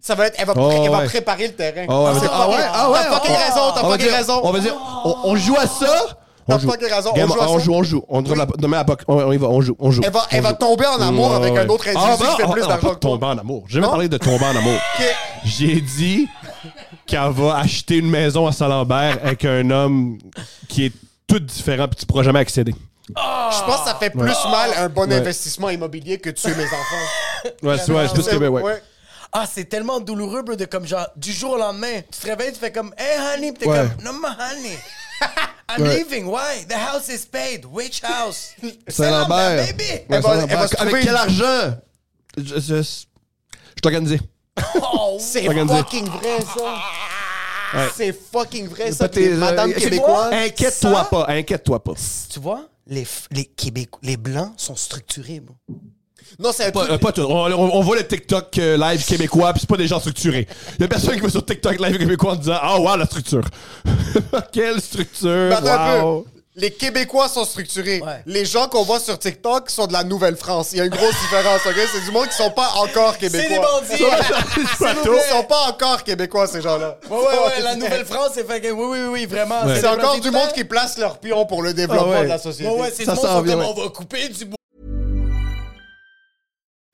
[SPEAKER 3] Ça va être, elle va, pré-
[SPEAKER 4] Oh,
[SPEAKER 3] elle va
[SPEAKER 4] ouais.
[SPEAKER 3] préparer le terrain.
[SPEAKER 4] Oh, ouais,
[SPEAKER 3] C'est
[SPEAKER 4] mais-
[SPEAKER 3] fucking-
[SPEAKER 4] ah ouais, ah ouais,
[SPEAKER 3] T'as fucking
[SPEAKER 4] on-
[SPEAKER 3] raison,
[SPEAKER 4] on
[SPEAKER 3] t'as
[SPEAKER 4] va
[SPEAKER 3] fucking
[SPEAKER 4] dire-
[SPEAKER 3] raison.
[SPEAKER 4] On va dire, on, on joue à ça.
[SPEAKER 3] T'as
[SPEAKER 4] On joue.
[SPEAKER 3] fucking raison, on
[SPEAKER 4] Game,
[SPEAKER 3] joue à
[SPEAKER 4] on
[SPEAKER 3] ça.
[SPEAKER 4] joue, on joue. On drop la- demain à la POC. On, on y va, on joue, on joue.
[SPEAKER 3] Elle va- elle
[SPEAKER 4] on
[SPEAKER 3] va
[SPEAKER 4] joue. Mm,
[SPEAKER 3] tomber en amour avec un autre individu qui fait
[SPEAKER 4] on-
[SPEAKER 3] plus d'argent
[SPEAKER 4] on- bah, ah, pas
[SPEAKER 3] que toi.
[SPEAKER 4] Tomber en amour. J'ai jamais
[SPEAKER 3] Non?
[SPEAKER 4] parlé de tomber en amour.
[SPEAKER 3] Ok.
[SPEAKER 4] J'ai dit qu'elle va acheter une maison à Saint-Lambert avec un homme qui est tout différent puis tu pourras jamais accéder.
[SPEAKER 3] Je pense que ça fait plus mal un bon
[SPEAKER 4] Ouais.
[SPEAKER 3] investissement immobilier que tuer mes enfants.
[SPEAKER 4] Ouais, c'est ouais, c'est plus que ouais. ouais.
[SPEAKER 3] Ouais.
[SPEAKER 2] Ah, c'est tellement douloureux, bro, de comme genre, du jour au lendemain, tu te réveilles, tu fais comme, hey, honey, Puis t'es
[SPEAKER 4] Ouais.
[SPEAKER 2] comme, no, my honey. I'm
[SPEAKER 4] Ouais.
[SPEAKER 2] leaving, why? The house is paid. Which house?
[SPEAKER 4] Saint-Lambert.
[SPEAKER 2] baby!
[SPEAKER 4] Ouais,
[SPEAKER 3] Elle va-
[SPEAKER 4] Saint-Lambert.
[SPEAKER 3] elle va se
[SPEAKER 4] Avec
[SPEAKER 3] trouver
[SPEAKER 4] quel
[SPEAKER 3] une-
[SPEAKER 4] argent? Je, je, je suis organisé.
[SPEAKER 2] Oh,
[SPEAKER 3] C'est
[SPEAKER 4] Organisé.
[SPEAKER 3] fucking vrai, ça. C'est fucking vrai, ça.
[SPEAKER 4] Pas
[SPEAKER 3] Puis les
[SPEAKER 4] tes-
[SPEAKER 3] Madame
[SPEAKER 4] euh,
[SPEAKER 3] québécoise.
[SPEAKER 4] Inquiète-toi pas, inquiète-toi pas.
[SPEAKER 2] Tu vois, les, f- les Québécois, les Blancs sont structurés, bro.
[SPEAKER 3] Non, c'est un
[SPEAKER 4] Pas,
[SPEAKER 3] truc-
[SPEAKER 4] euh, pas tout. On, on- on voit le TikTok euh, live québécois, puis c'est pas des gens structurés. Il y a personne qui va sur TikTok live québécois en disant Ah, wow, la structure. Quelle structure.
[SPEAKER 3] Mais Ben, attends
[SPEAKER 4] wow.
[SPEAKER 3] un peu. Les Québécois sont structurés.
[SPEAKER 2] Ouais.
[SPEAKER 3] Les gens qu'on voit sur TikTok sont de la Nouvelle-France. Il y a une grosse différence, ok? C'est du monde qui sont pas encore Québécois.
[SPEAKER 2] C'est des bandits!
[SPEAKER 3] Ils sont pas encore Québécois, ces gens-là.
[SPEAKER 2] Ouais, ouais, ouais, la Nouvelle-France, c'est fait que oui, oui, oui, vraiment.
[SPEAKER 4] Ouais.
[SPEAKER 3] C'est encore du monde qui place leur pion pour le développement
[SPEAKER 4] Ah ouais.
[SPEAKER 3] de la société.
[SPEAKER 2] Ouais, ouais, c'est
[SPEAKER 4] Ça
[SPEAKER 2] du monde qui
[SPEAKER 4] s'en
[SPEAKER 2] sont
[SPEAKER 4] vient,
[SPEAKER 2] comme,
[SPEAKER 4] ouais.
[SPEAKER 2] on va couper du bois.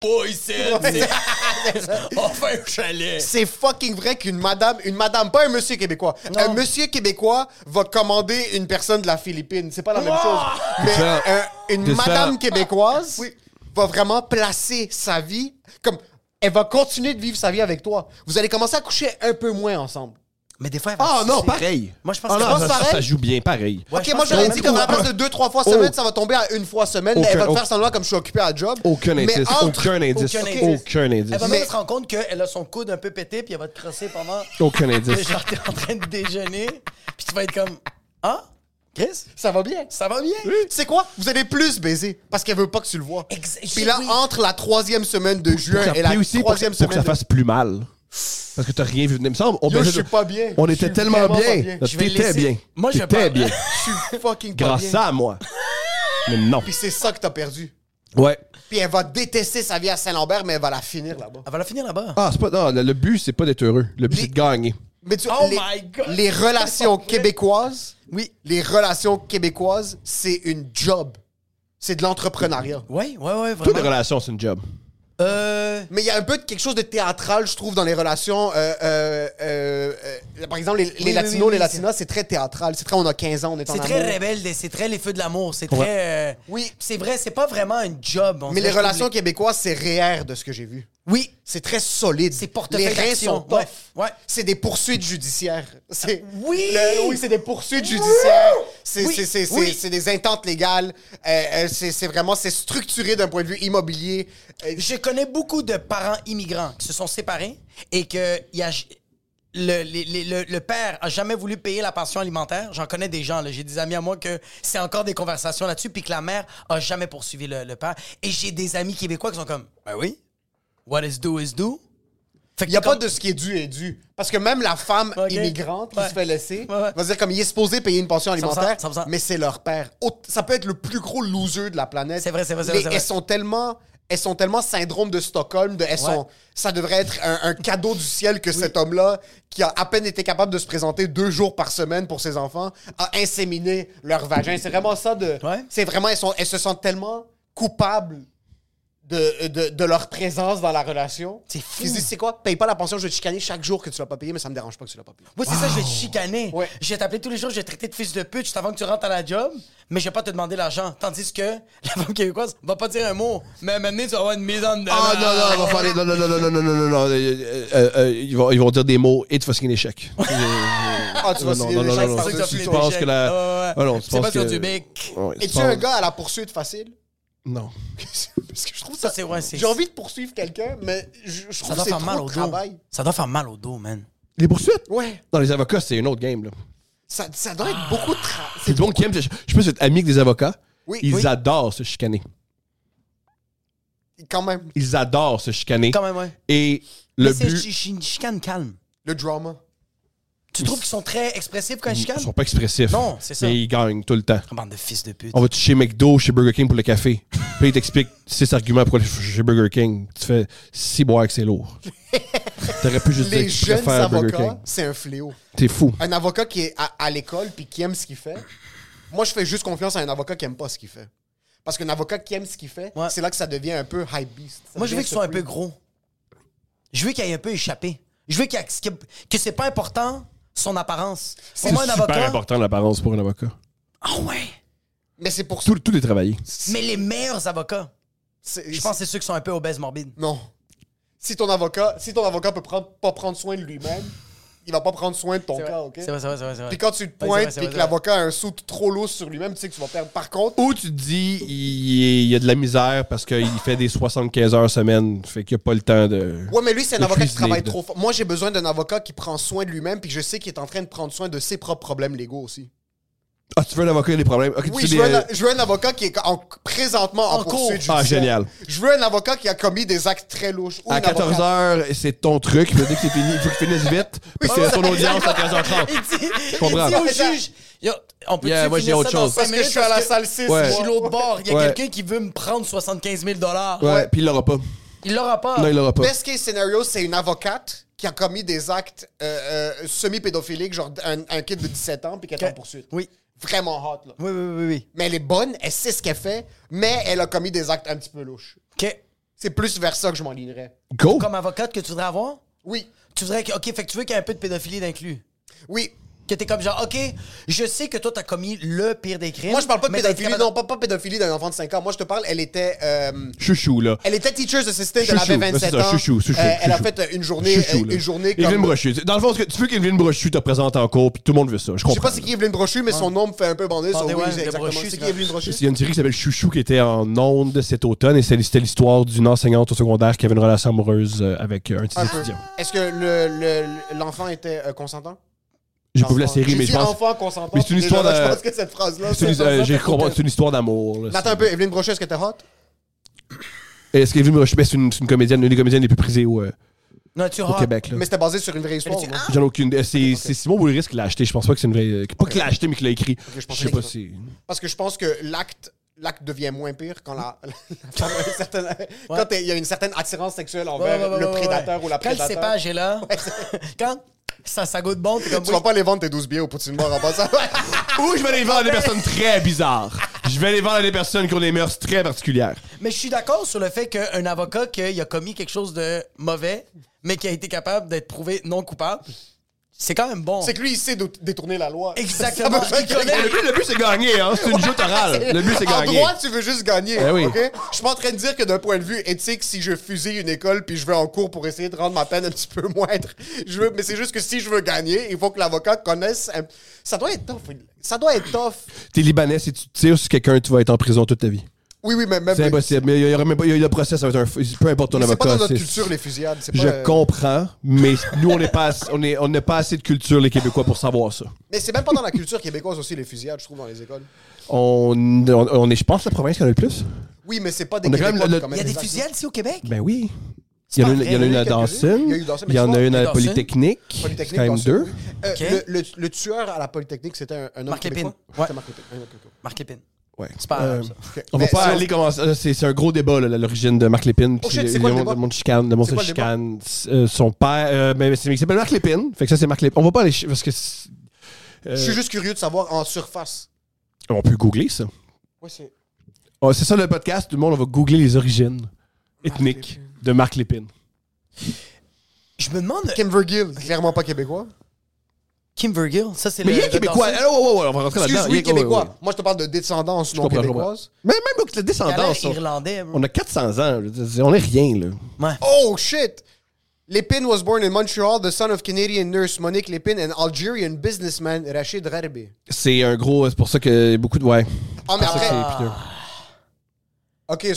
[SPEAKER 2] bois ici. On fait un chalet.
[SPEAKER 3] C'est fucking vrai qu'une madame, une madame, pas un monsieur québécois, un monsieur québécois va commander une personne de la Philippine. C'est pas la même chose. Mais
[SPEAKER 4] Différent.
[SPEAKER 3] un- une
[SPEAKER 4] Différent.
[SPEAKER 3] madame québécoise va vraiment placer sa vie comme. Elle va continuer de vivre sa vie avec toi. Vous allez commencer à coucher un peu moins ensemble.
[SPEAKER 2] Mais des fois, elle va
[SPEAKER 4] Ah,
[SPEAKER 2] se
[SPEAKER 4] non,
[SPEAKER 2] sucer.
[SPEAKER 4] pareil.
[SPEAKER 2] Moi, je pense
[SPEAKER 4] Ah
[SPEAKER 2] que-
[SPEAKER 4] non,
[SPEAKER 2] je pense
[SPEAKER 4] ça,
[SPEAKER 3] pareil.
[SPEAKER 4] ça joue bien, pareil.
[SPEAKER 3] ok, moi j'aurais dit qu'à la place de deux, trois fois semaine, ça va tomber à une fois semaine. mais
[SPEAKER 4] Oh. Aucun-
[SPEAKER 3] elle va te
[SPEAKER 4] aucun-
[SPEAKER 3] faire semblant comme je suis occupé à la job.
[SPEAKER 4] Aucun
[SPEAKER 3] mais
[SPEAKER 4] indice,
[SPEAKER 3] entre- Eh
[SPEAKER 4] aucun indice,
[SPEAKER 2] aucun indice.
[SPEAKER 4] aucun indice.
[SPEAKER 2] Elle va même
[SPEAKER 3] ben, Mais-
[SPEAKER 2] se rendre compte qu'elle a son coude un peu pété, puis elle va te crosser pendant.
[SPEAKER 4] Aucun
[SPEAKER 2] que
[SPEAKER 4] indice.
[SPEAKER 2] Genre, t'es en train de déjeuner, puis tu vas être comme. Ah? Chris?
[SPEAKER 3] Ça va bien.
[SPEAKER 2] Ça va bien?
[SPEAKER 3] Hum, Tu sais quoi? Vous allez plus baiser parce qu'elle veut pas que tu le vois.
[SPEAKER 2] Ex-
[SPEAKER 3] Puis là,
[SPEAKER 2] oui.
[SPEAKER 3] entre la troisième semaine de juin et la
[SPEAKER 4] Puis aussi, pour,
[SPEAKER 3] troisième
[SPEAKER 4] pour que ça
[SPEAKER 3] semaine.
[SPEAKER 4] fasse plus mal. Parce que t'as rien vu venir. Il me semble, on
[SPEAKER 3] Yo,
[SPEAKER 4] baisait-
[SPEAKER 3] je suis pas bien.
[SPEAKER 4] On
[SPEAKER 3] Je
[SPEAKER 4] était
[SPEAKER 3] suis
[SPEAKER 4] tellement
[SPEAKER 3] vraiment pas
[SPEAKER 4] bien.
[SPEAKER 3] bien.
[SPEAKER 4] T'étais
[SPEAKER 2] Je vais le laisser.
[SPEAKER 4] bien.
[SPEAKER 2] Moi, je
[SPEAKER 4] T'étais
[SPEAKER 2] parle.
[SPEAKER 4] bien.
[SPEAKER 3] de- Je suis fucking pas
[SPEAKER 4] Grâce
[SPEAKER 3] bien.
[SPEAKER 4] à moi. Mais non.
[SPEAKER 3] Puis c'est ça que t'as perdu.
[SPEAKER 4] Ouais.
[SPEAKER 3] Puis elle va détester sa vie à Saint-Lambert, mais elle va la finir là-bas.
[SPEAKER 2] Elle va la finir là-bas.
[SPEAKER 4] Ah, c'est pas. Non, le, le but, c'est pas d'être heureux. Le but,
[SPEAKER 3] Les-
[SPEAKER 4] c'est de gagner.
[SPEAKER 3] Mais tu,
[SPEAKER 2] Oh
[SPEAKER 3] les,
[SPEAKER 2] my God.
[SPEAKER 3] les relations québécoises,
[SPEAKER 2] Oui.
[SPEAKER 3] les relations québécoises, c'est une job. C'est de l'entrepreneuriat.
[SPEAKER 2] Ouais, ouais, ouais,
[SPEAKER 4] Toutes les
[SPEAKER 2] vraiment.
[SPEAKER 4] relations, c'est une job.
[SPEAKER 2] Euh.
[SPEAKER 3] Mais il y a un peu de quelque chose de théâtral, je trouve, dans les relations. euh, euh, euh, euh, par exemple, les, les
[SPEAKER 2] oui,
[SPEAKER 3] latinos,
[SPEAKER 2] oui, oui,
[SPEAKER 3] les latinas, c'est très théâtral. C'est très, on a 15 ans, on est en
[SPEAKER 2] C'est
[SPEAKER 3] amour.
[SPEAKER 2] très rebelle, c'est très les feux de l'amour, c'est très. euh,
[SPEAKER 3] Oui.
[SPEAKER 2] C'est vrai, c'est pas vraiment un job. on
[SPEAKER 3] Mais les
[SPEAKER 2] dirait, je trouve,
[SPEAKER 3] relations québécoises, c'est réel de ce que j'ai vu.
[SPEAKER 2] Oui.
[SPEAKER 3] C'est très solide.
[SPEAKER 2] C'est portefeuille
[SPEAKER 3] Les reins
[SPEAKER 2] d'action.
[SPEAKER 3] sont tough.
[SPEAKER 2] Ouais, ouais.
[SPEAKER 3] C'est des poursuites judiciaires. C'est-
[SPEAKER 2] Oui!
[SPEAKER 3] Le- oui, c'est des poursuites judiciaires. C'est
[SPEAKER 2] Oui,
[SPEAKER 3] c'est- c'est- c'est-
[SPEAKER 2] oui.
[SPEAKER 3] c'est des intentes légales. Euh, euh, c'est c'est vraiment c'est structuré d'un point de vue immobilier. Euh,
[SPEAKER 2] Je connais beaucoup de parents immigrants qui se sont séparés et que il y a- le, les- les- le- le père a jamais voulu payer la pension alimentaire. J'en connais des gens, là. j'ai des amis à moi que c'est encore des conversations là-dessus, puis que la mère a jamais poursuivi le, le père. Et j'ai des amis québécois qui sont comme, ben oui, what is due is due. Fait
[SPEAKER 3] Il n'y a
[SPEAKER 2] t'es
[SPEAKER 3] pas
[SPEAKER 2] comme-
[SPEAKER 3] de ce qui est dû est dû. Parce que même la femme
[SPEAKER 2] Ok.
[SPEAKER 3] immigrante qui
[SPEAKER 2] Ouais.
[SPEAKER 3] se fait laisser
[SPEAKER 2] Ouais, ouais.
[SPEAKER 3] va dire comme il est supposé payer une pension
[SPEAKER 2] 100%,
[SPEAKER 3] alimentaire,
[SPEAKER 2] 100%.
[SPEAKER 3] mais c'est leur père. Autre- Ça peut être le plus gros loser de la planète.
[SPEAKER 2] C'est vrai, c'est vrai, c'est
[SPEAKER 3] Les-
[SPEAKER 2] vrai, c'est vrai.
[SPEAKER 3] Elles sont tellement elles sont tellement syndrome de Stockholm, de, elles sont, ça devrait être un, un cadeau du ciel que cet homme-là, qui a à peine été capable de se présenter deux jours par semaine pour ses enfants, a inséminé leur vagin. C'est vraiment ça de.
[SPEAKER 2] Ouais.
[SPEAKER 3] C'est vraiment, elles, sont, elles se sentent tellement coupables de, de, de leur présence dans la relation.
[SPEAKER 2] C'est fou.
[SPEAKER 3] Ils se disent, c'est quoi? Paye pas la pension, je vais te chicaner chaque jour que tu l'as pas payé, mais ça me dérange pas que tu l'as pas payé.
[SPEAKER 2] Moi, c'est ça, je vais te chicaner.
[SPEAKER 3] Ouais.
[SPEAKER 2] Je vais t'appeler tous les jours, je vais te traiter de fils de pute juste avant que tu rentres à la job, mais je vais pas te demander l'argent. Tandis que la femme québécoise va pas dire un mot, mais à un moment donné, tu vas avoir une mise en dedans.
[SPEAKER 4] Ah non, non, on va faire des- Non, non, non, non, non, non, non, non, non. euh, euh, euh, euh, ils, vont, ils vont dire des mots et tu vas signer l'échec.
[SPEAKER 3] Ah, tu vas
[SPEAKER 4] Non, non,
[SPEAKER 3] signer
[SPEAKER 4] non,
[SPEAKER 3] les
[SPEAKER 4] non,
[SPEAKER 3] gens,
[SPEAKER 4] non,
[SPEAKER 3] c'est
[SPEAKER 4] non,
[SPEAKER 3] ça
[SPEAKER 4] tu-
[SPEAKER 3] que
[SPEAKER 4] tu
[SPEAKER 3] tu
[SPEAKER 4] penses que la.
[SPEAKER 2] Ouais, ouais, ouais.
[SPEAKER 4] Ah non, tu
[SPEAKER 2] C'est
[SPEAKER 4] penses
[SPEAKER 2] pas sur
[SPEAKER 4] que-
[SPEAKER 2] du bec.
[SPEAKER 4] Ouais,
[SPEAKER 3] Es-tu
[SPEAKER 4] penses-
[SPEAKER 3] un gars à la poursuite facile?
[SPEAKER 4] Non.
[SPEAKER 3] Parce que je trouve ça.
[SPEAKER 2] c'est- ouais, c'est-
[SPEAKER 3] J'ai envie de poursuivre quelqu'un, mais Euh, je, je
[SPEAKER 2] Ça
[SPEAKER 3] trouve que
[SPEAKER 2] doit
[SPEAKER 3] c'est
[SPEAKER 2] faire mal
[SPEAKER 3] trop
[SPEAKER 2] au
[SPEAKER 3] de
[SPEAKER 2] dos.
[SPEAKER 3] travail.
[SPEAKER 2] Ça doit faire mal au dos, man.
[SPEAKER 4] Les poursuites?
[SPEAKER 3] Ouais.
[SPEAKER 4] Dans les avocats, c'est une autre game, là.
[SPEAKER 3] Ça, ça doit
[SPEAKER 2] Ah.
[SPEAKER 3] être beaucoup de travail.
[SPEAKER 4] C'est du monde qui aime. se- Je je pense que c'est ami avec des avocats.
[SPEAKER 3] Oui,
[SPEAKER 4] Ils
[SPEAKER 3] oui.
[SPEAKER 4] adorent se chicaner.
[SPEAKER 3] Quand même,
[SPEAKER 4] Ils adorent se chicaner.
[SPEAKER 2] Quand même, ouais.
[SPEAKER 4] Et le
[SPEAKER 2] mais c'est
[SPEAKER 4] but.
[SPEAKER 2] chi- chi- une chicane calme.
[SPEAKER 3] le drama.
[SPEAKER 2] Tu trouves qu'ils sont très expressifs quand ils
[SPEAKER 4] Ils
[SPEAKER 2] chicanent?
[SPEAKER 4] sont pas expressifs.
[SPEAKER 2] Non, c'est ça.
[SPEAKER 4] Mais ils gagnent tout le temps.
[SPEAKER 2] Bande de fils de pute.
[SPEAKER 4] On va chez McDo, chez Burger King pour le café. Puis ils t'expliquent six arguments pourquoi aller chez Burger King. Tu fais six boire que c'est lourd. T'aurais pu juste
[SPEAKER 3] Les
[SPEAKER 4] dire que tu
[SPEAKER 3] jeunes
[SPEAKER 4] préfères Burger
[SPEAKER 3] avocats,
[SPEAKER 4] King.
[SPEAKER 3] c'est un fléau.
[SPEAKER 4] T'es fou.
[SPEAKER 3] Un avocat qui est à, à l'école puis qui aime ce qu'il fait. Moi, je fais juste confiance à un avocat qui aime pas ce qu'il fait. Parce qu'un avocat qui aime ce qu'il fait,
[SPEAKER 2] Ouais.
[SPEAKER 3] c'est là que ça devient un peu high beast. Ça
[SPEAKER 2] Moi, je veux
[SPEAKER 3] devient
[SPEAKER 2] qu'ils soient un
[SPEAKER 3] ce
[SPEAKER 2] peu
[SPEAKER 3] freak.
[SPEAKER 2] gros. Je veux qu'il aient un peu échappé. Je veux qu'il y a- que, que c'est pas important son apparence. C'est moi un
[SPEAKER 4] super
[SPEAKER 2] avocat.
[SPEAKER 4] important l'apparence pour un avocat.
[SPEAKER 2] Ah ouais.
[SPEAKER 3] Mais c'est pour ça.
[SPEAKER 4] Tout, tout est travaillé.
[SPEAKER 2] Mais les meilleurs avocats,
[SPEAKER 3] c'est-
[SPEAKER 2] je pense que c'est ceux qui sont un peu obèses morbides.
[SPEAKER 3] Non. Si ton avocat, si ton avocat peut prendre, pas prendre soin de lui-même, il va pas prendre soin de ton cas, ok?
[SPEAKER 2] C'est vrai, c'est vrai, c'est vrai. c'est vrai.
[SPEAKER 3] Puis quand tu te
[SPEAKER 2] Ouais, c'est vrai,
[SPEAKER 3] pointes
[SPEAKER 2] c'est
[SPEAKER 3] et
[SPEAKER 2] vrai,
[SPEAKER 3] que
[SPEAKER 2] c'est
[SPEAKER 3] l'avocat a un saut trop lourd sur lui-même, tu sais que tu vas perdre. Par contre,
[SPEAKER 4] Ou tu te dis, il, il y a de la misère parce qu'il fait des 75 heures semaine. Fait qu'il n'y a pas le temps de.
[SPEAKER 3] ouais, mais lui, c'est un
[SPEAKER 4] de
[SPEAKER 3] avocat qui
[SPEAKER 4] cuisiner,
[SPEAKER 3] travaille
[SPEAKER 4] de-
[SPEAKER 3] trop fort. Moi, j'ai besoin d'un avocat qui prend soin de lui-même, puis je sais qu'il est en train de prendre soin de ses propres problèmes légaux aussi.
[SPEAKER 4] Ah, tu veux un avocat, il y a des problèmes. Ok,
[SPEAKER 3] Oui,
[SPEAKER 4] tu sais,
[SPEAKER 3] je veux,
[SPEAKER 4] des-
[SPEAKER 3] un, je veux un avocat qui est en- présentement en,
[SPEAKER 2] En cours.
[SPEAKER 3] poursuite
[SPEAKER 4] Ah,
[SPEAKER 3] judiciaire.
[SPEAKER 4] génial.
[SPEAKER 3] Je veux un avocat qui a commis des actes très louches. Ou
[SPEAKER 4] À
[SPEAKER 3] une avocate-
[SPEAKER 4] 14h, c'est ton truc. Il faut dire que c'est fini. Il faut que tu finisses vite. Puis c'est ton audience à 15h30.
[SPEAKER 2] Il dit, il
[SPEAKER 4] comprends.
[SPEAKER 2] dit au juge, Yo, on peut
[SPEAKER 4] Yeah, moi, j'ai autre chose.
[SPEAKER 3] Parce que je suis à la salle 6.
[SPEAKER 4] Ouais.
[SPEAKER 2] Je suis l'autre bord. Il y a
[SPEAKER 4] Ouais.
[SPEAKER 2] quelqu'un qui veut me prendre 75 000
[SPEAKER 4] Ouais, puis il l'aura pas.
[SPEAKER 2] Il l'aura pas.
[SPEAKER 4] Non, il l'aura pas.
[SPEAKER 3] Best case scenario, c'est une avocate qui a commis des actes euh, euh, semi-pédophiliques, genre un, un kid de 17 ans, puis qui est en poursuite.
[SPEAKER 2] Oui.
[SPEAKER 3] Vraiment hot, là.
[SPEAKER 2] Oui, oui, oui, oui.
[SPEAKER 3] Mais elle est bonne, elle sait ce qu'elle fait, mais elle a commis des actes un petit peu louches.
[SPEAKER 2] OK.
[SPEAKER 3] C'est plus vers ça que je m'enlignerais.
[SPEAKER 4] Go!
[SPEAKER 2] Comme avocate que tu voudrais avoir,
[SPEAKER 3] Oui,
[SPEAKER 2] tu voudrais que, OK, fait que tu veux qu'il y ait un peu de pédophilie d'inclus.
[SPEAKER 3] oui.
[SPEAKER 2] Que t'es comme genre, OK, je sais que toi, t'as commis le pire des crimes.
[SPEAKER 3] Moi, je parle pas de
[SPEAKER 2] mais t'as été
[SPEAKER 3] pédophilie,
[SPEAKER 2] capable-
[SPEAKER 3] non, pas, pas pédophilie d'un enfant de 5 ans. Moi, je te parle, elle était. euh,
[SPEAKER 4] Chouchou, là.
[SPEAKER 3] elle était teacher's assistant, elle
[SPEAKER 4] Chouchou,
[SPEAKER 3] avait
[SPEAKER 4] ben, c'est
[SPEAKER 3] 27
[SPEAKER 4] ça,
[SPEAKER 3] ans.
[SPEAKER 4] chouchou, chouchou,
[SPEAKER 3] Euh, elle a
[SPEAKER 4] chouchou.
[SPEAKER 3] fait euh, une journée, euh,
[SPEAKER 4] là.
[SPEAKER 3] une journée
[SPEAKER 4] Evelyne
[SPEAKER 3] comme.
[SPEAKER 4] Brochu. Dans le fond, ce que- tu veux qu'Evelyne Brochu te présente en cours, puis tout le monde veut ça. Je
[SPEAKER 3] Je
[SPEAKER 4] comprends.
[SPEAKER 3] sais pas c'est qui Evelyne Brochu, mais son nom me fait un peu bander. so
[SPEAKER 2] Bandé,
[SPEAKER 3] oui,
[SPEAKER 2] ouais,
[SPEAKER 3] c'est
[SPEAKER 2] de
[SPEAKER 3] exactement.
[SPEAKER 2] Brochu,
[SPEAKER 3] C'est qui
[SPEAKER 2] c'est
[SPEAKER 3] Evelyne Brochu?
[SPEAKER 4] Il y a une série qui s'appelle Chouchou qui était en onde cet automne et c'est- c'était l'histoire d'une enseignante au secondaire qui avait une relation amoureuse euh, avec euh, un de ses
[SPEAKER 3] Un peu.
[SPEAKER 4] étudiants.
[SPEAKER 3] Est-ce que le- le- l'enfant était euh, consentant?
[SPEAKER 4] J'ai pas vu la
[SPEAKER 3] Enfant.
[SPEAKER 4] série,
[SPEAKER 3] J'ai
[SPEAKER 4] mais
[SPEAKER 3] dit
[SPEAKER 4] je pense.
[SPEAKER 3] enfant consentant.
[SPEAKER 4] Mais c'est une
[SPEAKER 3] Déjà,
[SPEAKER 4] histoire
[SPEAKER 3] là,
[SPEAKER 4] de-
[SPEAKER 3] Je pense que cette phrase-là.
[SPEAKER 4] C'est une,
[SPEAKER 3] ça-
[SPEAKER 4] euh,
[SPEAKER 3] ça-
[SPEAKER 4] j'ai
[SPEAKER 3] ça-
[SPEAKER 4] compris, Euh. c'est une histoire d'amour. là.
[SPEAKER 3] Attends un peu, Evelyne Brochu, est-ce que t'es hot?
[SPEAKER 4] Est-ce qu'Evelyne Brochu, ben, c'est une, c'est une comédienne, une des comédiennes les plus prisées au, euh,
[SPEAKER 2] Non, tu
[SPEAKER 4] au
[SPEAKER 2] auras.
[SPEAKER 4] Québec. là.
[SPEAKER 3] Ah. Mais c'était basé sur une vraie histoire.
[SPEAKER 2] Elle
[SPEAKER 3] moi.
[SPEAKER 4] J'en ai aucune. idée. C'est c'est Simon Boulris qui l'a acheté. Je pense pas que c'est une vraie. euh, Pas qu'il l'a acheté, mais qu'il l'a écrit.
[SPEAKER 3] je pensais
[SPEAKER 4] je sais
[SPEAKER 3] que
[SPEAKER 4] pas
[SPEAKER 3] c'était
[SPEAKER 4] si.
[SPEAKER 3] Parce que je pense que l'acte l'acte devient moins pire quand la, la femme a une certaine- quand il y a une certaine attirance sexuelle
[SPEAKER 2] Ouais,
[SPEAKER 3] envers
[SPEAKER 2] ouais, ouais,
[SPEAKER 3] le
[SPEAKER 2] ouais, ouais.
[SPEAKER 3] prédateur ou la
[SPEAKER 2] Quand le
[SPEAKER 3] prédateur.
[SPEAKER 2] cépage est là, quand ça, ça goûte bon, t'es comme.
[SPEAKER 3] tu
[SPEAKER 2] oui.
[SPEAKER 3] vas pas aller vendre tes 12 billets au poutine mort en passant.
[SPEAKER 4] Ou je vais les vendre à des personnes très bizarres. Je vais les vendre à des personnes qui ont des mœurs très particulières.
[SPEAKER 2] Mais je suis d'accord sur le fait qu'un avocat qui a commis quelque chose de mauvais, mais qui a été capable d'être prouvé non coupable, c'est quand même bon.
[SPEAKER 3] C'est que lui, il sait d'out- détourner la loi.
[SPEAKER 2] Exactement.
[SPEAKER 3] Ça veut
[SPEAKER 2] Il
[SPEAKER 3] dire que-
[SPEAKER 2] connaît.
[SPEAKER 4] Le but, le but, c'est gagner, hein. C'est une joute orale. Le but, c'est
[SPEAKER 3] En
[SPEAKER 4] gagner.
[SPEAKER 3] droit, tu veux juste gagner.
[SPEAKER 4] Eh oui.
[SPEAKER 3] ok? Je suis pas en train de dire que d'un point de vue éthique, si je fusille une école puis je vais en cours pour essayer de rendre ma peine un petit peu moindre, je veux, mais c'est juste que si je veux gagner, il faut que l'avocat connaisse. un- Ça doit être tough. Ça doit être tough.
[SPEAKER 4] T'es Libanais, si tu tires sur quelqu'un, tu vas être en prison toute ta vie.
[SPEAKER 3] Oui, oui, mais même.
[SPEAKER 4] C'est impossible. Mais il y aura même pas, il y a eu le procès, ça va être un. f- Peu importe ton
[SPEAKER 3] Mais C'est
[SPEAKER 4] avocat.
[SPEAKER 3] pas dans notre
[SPEAKER 4] c'est-
[SPEAKER 3] culture, les fusillades. c'est
[SPEAKER 4] Je
[SPEAKER 3] pas, euh,
[SPEAKER 4] comprends, mais nous, on n'est pas, ass- on est, on n'a pas assez de culture, les Québécois, pour savoir ça.
[SPEAKER 3] Mais c'est même pas dans la culture québécoise aussi, les fusillades, je trouve, dans les écoles.
[SPEAKER 4] On, on, on est, je pense, la province qui en a le plus.
[SPEAKER 3] Oui, mais c'est pas des
[SPEAKER 4] On a quand même
[SPEAKER 3] Québécois
[SPEAKER 4] le-
[SPEAKER 3] qui
[SPEAKER 2] Il y
[SPEAKER 3] commettent
[SPEAKER 2] a des
[SPEAKER 3] actes.
[SPEAKER 2] fusillades ici au Québec?
[SPEAKER 4] Ben oui. Il y en a une, il y en a une à
[SPEAKER 3] vrai,
[SPEAKER 4] Dawson,
[SPEAKER 3] il y a eu Dawson, mais
[SPEAKER 4] il y en
[SPEAKER 3] tu
[SPEAKER 4] a
[SPEAKER 3] vois,
[SPEAKER 4] une à la
[SPEAKER 2] Dawson,
[SPEAKER 4] Polytechnique, c'est
[SPEAKER 3] Polytechnique,
[SPEAKER 4] quand même
[SPEAKER 3] Dawson,
[SPEAKER 4] deux.
[SPEAKER 3] oui. Euh,
[SPEAKER 2] Ok.
[SPEAKER 3] le, le- le tueur à la Polytechnique, c'était un, un homme
[SPEAKER 2] Marc
[SPEAKER 3] québécois.
[SPEAKER 2] Lépine. Ouais.
[SPEAKER 3] C'était Marc Lépine. Ouais, Marc Lépine.
[SPEAKER 2] Marc Lépine.
[SPEAKER 4] Ouais. Euh,
[SPEAKER 2] C'est pas grave, ça.
[SPEAKER 3] Ok.
[SPEAKER 4] On
[SPEAKER 3] Mais
[SPEAKER 4] va pas
[SPEAKER 3] si on-
[SPEAKER 4] aller commencer. euh, C'est c'est un gros débat, là, l'origine de Marc Lépine.
[SPEAKER 3] Oh
[SPEAKER 4] puis
[SPEAKER 3] shit, c'est
[SPEAKER 4] le
[SPEAKER 3] quoi le
[SPEAKER 4] monde,
[SPEAKER 3] débat?
[SPEAKER 4] le monde chicane, le monde
[SPEAKER 3] C'est
[SPEAKER 4] se
[SPEAKER 3] quoi le débat?
[SPEAKER 4] chicane. Euh, son père, euh, ben, c'est- il s'appelle Marc Lépine. Fait que ça, c'est Marc Lépine. On va pas aller. ch- Parce que. c'est- euh,
[SPEAKER 3] Je suis juste curieux de savoir en surface.
[SPEAKER 4] On peut googler ça.
[SPEAKER 3] Oui, c'est.
[SPEAKER 4] Oh, c'est ça le podcast. Tout le monde, on va googler les origines ethniques de Marc Lépine.
[SPEAKER 2] Je me demande,
[SPEAKER 3] Kim Vergil, clairement pas québécois.
[SPEAKER 2] Kim Vergil, ça c'est
[SPEAKER 4] Mais
[SPEAKER 2] le-
[SPEAKER 4] il est
[SPEAKER 2] le
[SPEAKER 4] québécois.
[SPEAKER 2] danseur?
[SPEAKER 4] Ah, ouais, ouais, ouais, on va rentrer là-dedans.
[SPEAKER 3] Excuse,
[SPEAKER 4] Il
[SPEAKER 3] oui,
[SPEAKER 4] est-
[SPEAKER 3] québécois.
[SPEAKER 4] ouais, ouais, ouais.
[SPEAKER 3] Ah, Moi, je te parle de descendance
[SPEAKER 4] Je
[SPEAKER 3] non
[SPEAKER 4] comprends, je
[SPEAKER 3] québécoise.
[SPEAKER 4] Mais même avec
[SPEAKER 2] Il
[SPEAKER 4] la
[SPEAKER 2] a l'air
[SPEAKER 4] descendance, on,
[SPEAKER 2] irlandais, bro.
[SPEAKER 4] on a 400 ans. je veux dire, On est rien, là.
[SPEAKER 3] Oh shit! Lépine was born in Montreal, the son of Canadian nurse Monique Lépine and Algerian businessman Rachid Rarbi.
[SPEAKER 4] C'est un gros. C'est pour ça que beaucoup de. Ouais.
[SPEAKER 3] Ah, mais
[SPEAKER 4] C'est pour ça
[SPEAKER 3] après.
[SPEAKER 4] que c'est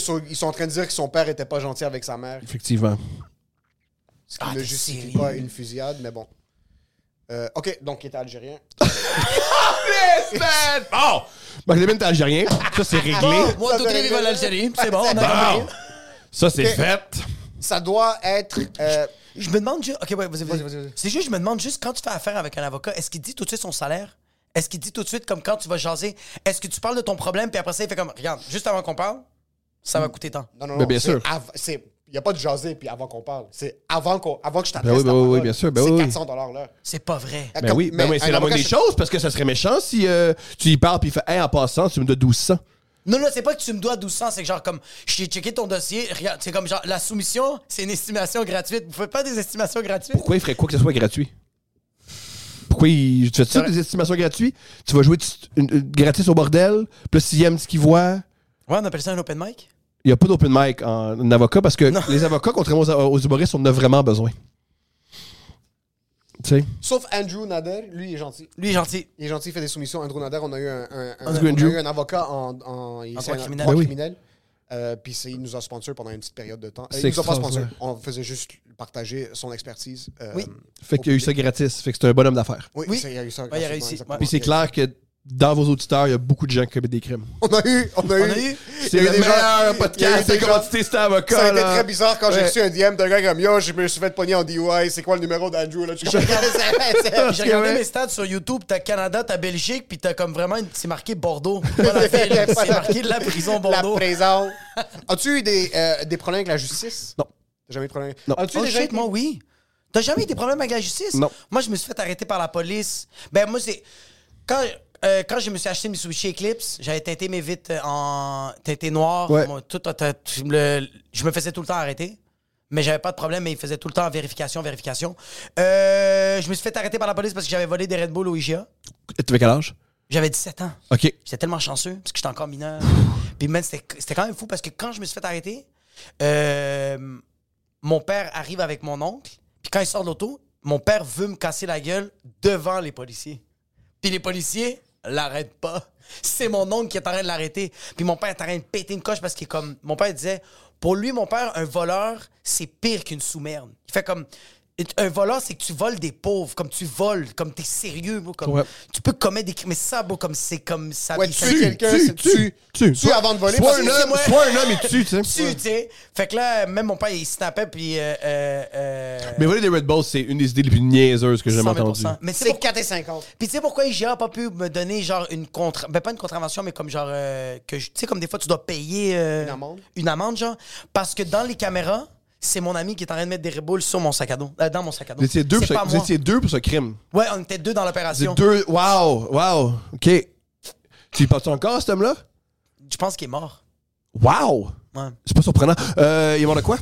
[SPEAKER 3] Ok,
[SPEAKER 4] piteux.
[SPEAKER 3] so, ils sont en train de dire que son père était pas gentil avec sa mère,
[SPEAKER 4] Effectivement.
[SPEAKER 3] ce qui
[SPEAKER 2] Ah,
[SPEAKER 3] ne
[SPEAKER 2] t'es
[SPEAKER 3] justifie
[SPEAKER 2] sérieux?
[SPEAKER 3] pas une fusillade, mais bon. Euh, ok, donc il était algérien.
[SPEAKER 4] Bon! Ben, Marc Lépine, t'es algérien. Ça, c'est réglé.
[SPEAKER 2] Bon, Ah, moi,
[SPEAKER 3] Ça
[SPEAKER 2] tout
[SPEAKER 3] fait
[SPEAKER 2] le
[SPEAKER 3] rire.
[SPEAKER 2] vive l'Algérie, c'est bon. on a compris.
[SPEAKER 4] Bon! Ça, c'est
[SPEAKER 3] Ok.
[SPEAKER 4] fait. Ben
[SPEAKER 3] Ça doit être. euh,
[SPEAKER 2] Je me demande juste. Ok, ouais, vas-y, vas-y,
[SPEAKER 3] Vas-y, vas-y,
[SPEAKER 2] vas-y.
[SPEAKER 3] vas-y.
[SPEAKER 2] C'est juste, je me demande juste quand tu fais affaire avec un avocat, est-ce qu'il dit tout de suite son salaire? Est-ce qu'il dit tout de suite comme quand tu vas jaser? Est-ce que tu parles de ton problème, puis après ça, il fait comme, regarde, juste avant qu'on parle, ça va coûter tant.
[SPEAKER 3] non, non,
[SPEAKER 4] Mais
[SPEAKER 3] non.
[SPEAKER 4] bien sûr.
[SPEAKER 3] Il n'y a pas de jaser, puis avant qu'on parle. C'est avant, qu'on, avant que je t'adresse.
[SPEAKER 4] Ben oui, ben
[SPEAKER 3] ta
[SPEAKER 4] oui, oui,
[SPEAKER 3] parole.
[SPEAKER 4] bien sûr, ben
[SPEAKER 3] c'est
[SPEAKER 4] oui, oui.
[SPEAKER 3] 400 dollars l'heure.
[SPEAKER 2] C'est pas vrai.
[SPEAKER 4] Ben oui, ben oui, c'est la
[SPEAKER 3] mode
[SPEAKER 4] moindre des choses parce que ça serait méchant si euh, tu y parles puis il fait Hey, en passant, tu me donnes 1200.
[SPEAKER 2] Non, non, c'est pas que tu me dois 1200, c'est que genre comme, j'ai checké ton dossier, regarde, c'est comme genre, la soumission, c'est une estimation gratuite. Vous faites pas des estimations gratuites?
[SPEAKER 4] Pourquoi il ferait quoi que ce soit gratuit Pourquoi il. Tu fais ça des estimations gratuites Tu vas jouer tu- une- une- gratis au bordel, puis là, s'il aime ce qu'il voit.
[SPEAKER 2] Ouais, on appelle ça un open mic?
[SPEAKER 4] Il n'y a pas d'open mic en, en avocat parce que
[SPEAKER 2] Non.
[SPEAKER 4] les avocats, contrairement aux, aux humoristes, on en a vraiment besoin. Tu sais
[SPEAKER 3] Sauf Andrew Nader, lui, il est gentil.
[SPEAKER 2] Lui, il est gentil.
[SPEAKER 3] Il est gentil, il fait des soumissions. Andrew Nader, on a eu un, un- un-
[SPEAKER 4] Let's
[SPEAKER 3] on
[SPEAKER 4] go,
[SPEAKER 3] a
[SPEAKER 4] Andrew.
[SPEAKER 3] eu un avocat en, en, il-
[SPEAKER 2] En
[SPEAKER 3] c'est un-
[SPEAKER 2] droit criminel.
[SPEAKER 3] droit
[SPEAKER 4] Ben oui.
[SPEAKER 3] criminel. Euh, puis c'est- il nous a sponsor pendant une petite période de temps. Euh,
[SPEAKER 4] C'est
[SPEAKER 3] il nous a pas sponsor.
[SPEAKER 4] extraordinaire.
[SPEAKER 3] On faisait juste partager son expertise. euh,
[SPEAKER 2] Oui.
[SPEAKER 4] Fait qu'il y a eu ça gratis. Fait que c'est un bonhomme d'affaires.
[SPEAKER 3] Oui,
[SPEAKER 2] Oui.
[SPEAKER 3] c'est- il y a eu ça.
[SPEAKER 2] Ouais, il a réussi.
[SPEAKER 3] exactement.
[SPEAKER 2] Ouais.
[SPEAKER 4] Puis c'est clair que dans vos auditeurs, il y a beaucoup de gens qui commettent des crimes.
[SPEAKER 3] On a eu. On a
[SPEAKER 2] On
[SPEAKER 3] eu.
[SPEAKER 2] a eu.
[SPEAKER 3] il y
[SPEAKER 4] C'est
[SPEAKER 3] a
[SPEAKER 4] le
[SPEAKER 3] eu des gens-
[SPEAKER 4] meilleur
[SPEAKER 3] il y a eu
[SPEAKER 4] podcast.
[SPEAKER 3] des
[SPEAKER 4] C'est
[SPEAKER 3] gens-
[SPEAKER 4] comment tu t'es cet avocat.
[SPEAKER 3] Ça a été
[SPEAKER 4] là.
[SPEAKER 3] très bizarre quand j'ai
[SPEAKER 4] Ouais.
[SPEAKER 3] reçu un DM d'un gars comme Yo, je me suis fait pogner en DUI, c'est quoi le numéro d'Andrew là? Tu comprends?
[SPEAKER 2] eh, Puis J'ai regardé
[SPEAKER 4] ouais.
[SPEAKER 2] mes stats sur YouTube, t'as Canada, t'as Belgique, puis t'as comme vraiment, une- c'est marqué Bordeaux. Pas la ville, c'est marqué la prison Bordeaux. Oh,
[SPEAKER 3] La prison. As-tu eu des, euh, des problèmes avec la justice?
[SPEAKER 4] Non.
[SPEAKER 3] T'as jamais eu de problème?
[SPEAKER 4] Non.
[SPEAKER 3] As-tu
[SPEAKER 2] Oh
[SPEAKER 3] déjà
[SPEAKER 2] shit,
[SPEAKER 3] été-
[SPEAKER 2] moi, oui. T'as jamais eu des problèmes avec la justice?
[SPEAKER 4] Non.
[SPEAKER 2] Moi, je me suis fait arrêter par la police. Ben, moi, c'est. Quand, euh, quand je me suis acheté mes sushis Eclipse, j'avais teinté mes vitres euh, en teinté noir.
[SPEAKER 4] Ouais.
[SPEAKER 2] Moi, tout, tout- tout- le- je me faisais tout le temps arrêter. Mais j'avais pas de problème, mais ils faisaient tout le temps vérification, vérification. Euh, je me suis fait arrêter par la police parce que j'avais volé des Red Bull au IGA.
[SPEAKER 4] T'avais quel âge
[SPEAKER 2] J'avais 17 ans.
[SPEAKER 4] OK.
[SPEAKER 2] J'étais tellement chanceux parce que j'étais encore mineur. Puis man, c'était c'était quand même fou parce que quand je me suis fait arrêter, euh, mon père arrive avec mon oncle. Puis quand il sort de l'auto, mon père veut me casser la gueule devant les policiers. Puis les policiers l'arrêtent pas. C'est mon oncle qui est en train de l'arrêter. Puis mon père est en train de péter une coche parce qu'il est comme. Mon père disait, pour lui, mon père, un voleur, c'est pire qu'une sous-merde. Il fait comme. Un voleur, c'est que tu voles des pauvres, comme tu voles, comme t'es sérieux, bro, comme
[SPEAKER 4] Ouais.
[SPEAKER 2] tu peux commettre des crimes. Mais ça, bro, comme c'est comme ça.
[SPEAKER 3] Ouais,
[SPEAKER 2] il
[SPEAKER 3] tu-
[SPEAKER 2] fait-
[SPEAKER 3] tu- quelqu'un, c'est-
[SPEAKER 4] tu, tu,
[SPEAKER 3] tu avant de voler,
[SPEAKER 4] Sois
[SPEAKER 3] parce
[SPEAKER 4] un
[SPEAKER 3] que
[SPEAKER 4] homme,
[SPEAKER 2] c'est
[SPEAKER 4] sois un homme et tu, tu
[SPEAKER 2] tu,
[SPEAKER 4] sais.
[SPEAKER 2] tu sais. Fait que là, même mon père, il snappait, puis. Euh, euh, euh,
[SPEAKER 4] Mais voler des Red Bulls, c'est une des idées les plus niaiseuses que j'ai jamais
[SPEAKER 2] 100 000
[SPEAKER 4] entendues.
[SPEAKER 2] Mais c'est
[SPEAKER 3] C'est
[SPEAKER 2] pour...
[SPEAKER 3] 4,50.
[SPEAKER 2] Puis tu sais pourquoi IGA a pas pu me donner genre une contre ben pas une contravention mais comme genre euh, que je- tu sais comme des fois tu dois payer euh,
[SPEAKER 3] Une amende?
[SPEAKER 2] une amende genre parce que dans les caméras c'est mon ami qui est en train de mettre des reboules sur mon sac à dos euh, dans mon sac à dos.
[SPEAKER 4] Vous étiez deux,
[SPEAKER 2] C'est
[SPEAKER 4] pour
[SPEAKER 2] pas
[SPEAKER 4] ce- vous
[SPEAKER 2] moi.
[SPEAKER 4] étiez deux pour ce crime.
[SPEAKER 2] Ouais, on était deux dans
[SPEAKER 4] Vous
[SPEAKER 2] l'opération.
[SPEAKER 4] étiez deux. Wow, wow. OK. Tu y penses encore, cet homme-là?
[SPEAKER 2] Je pense qu'il est mort.
[SPEAKER 4] Wow!
[SPEAKER 2] Ouais.
[SPEAKER 4] C'est pas surprenant. Euh, il est mort de quoi?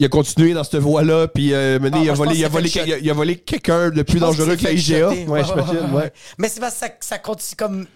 [SPEAKER 4] Il a continué dans cette voie-là, puis euh, maintenant,
[SPEAKER 2] Ah,
[SPEAKER 4] il,
[SPEAKER 2] moi,
[SPEAKER 4] a
[SPEAKER 2] je pense
[SPEAKER 4] volé, il, a
[SPEAKER 2] qu'il
[SPEAKER 4] volé,
[SPEAKER 2] s'est fait
[SPEAKER 4] il a- il a volé quelqu'un de plus
[SPEAKER 2] Je pense
[SPEAKER 4] dangereux que
[SPEAKER 2] qu'il
[SPEAKER 4] la
[SPEAKER 2] s'est fait
[SPEAKER 4] IGA.
[SPEAKER 2] shotter.
[SPEAKER 4] Ouais, j'imagine, ouais.
[SPEAKER 2] Mais c'est parce que ça, ça continue comme.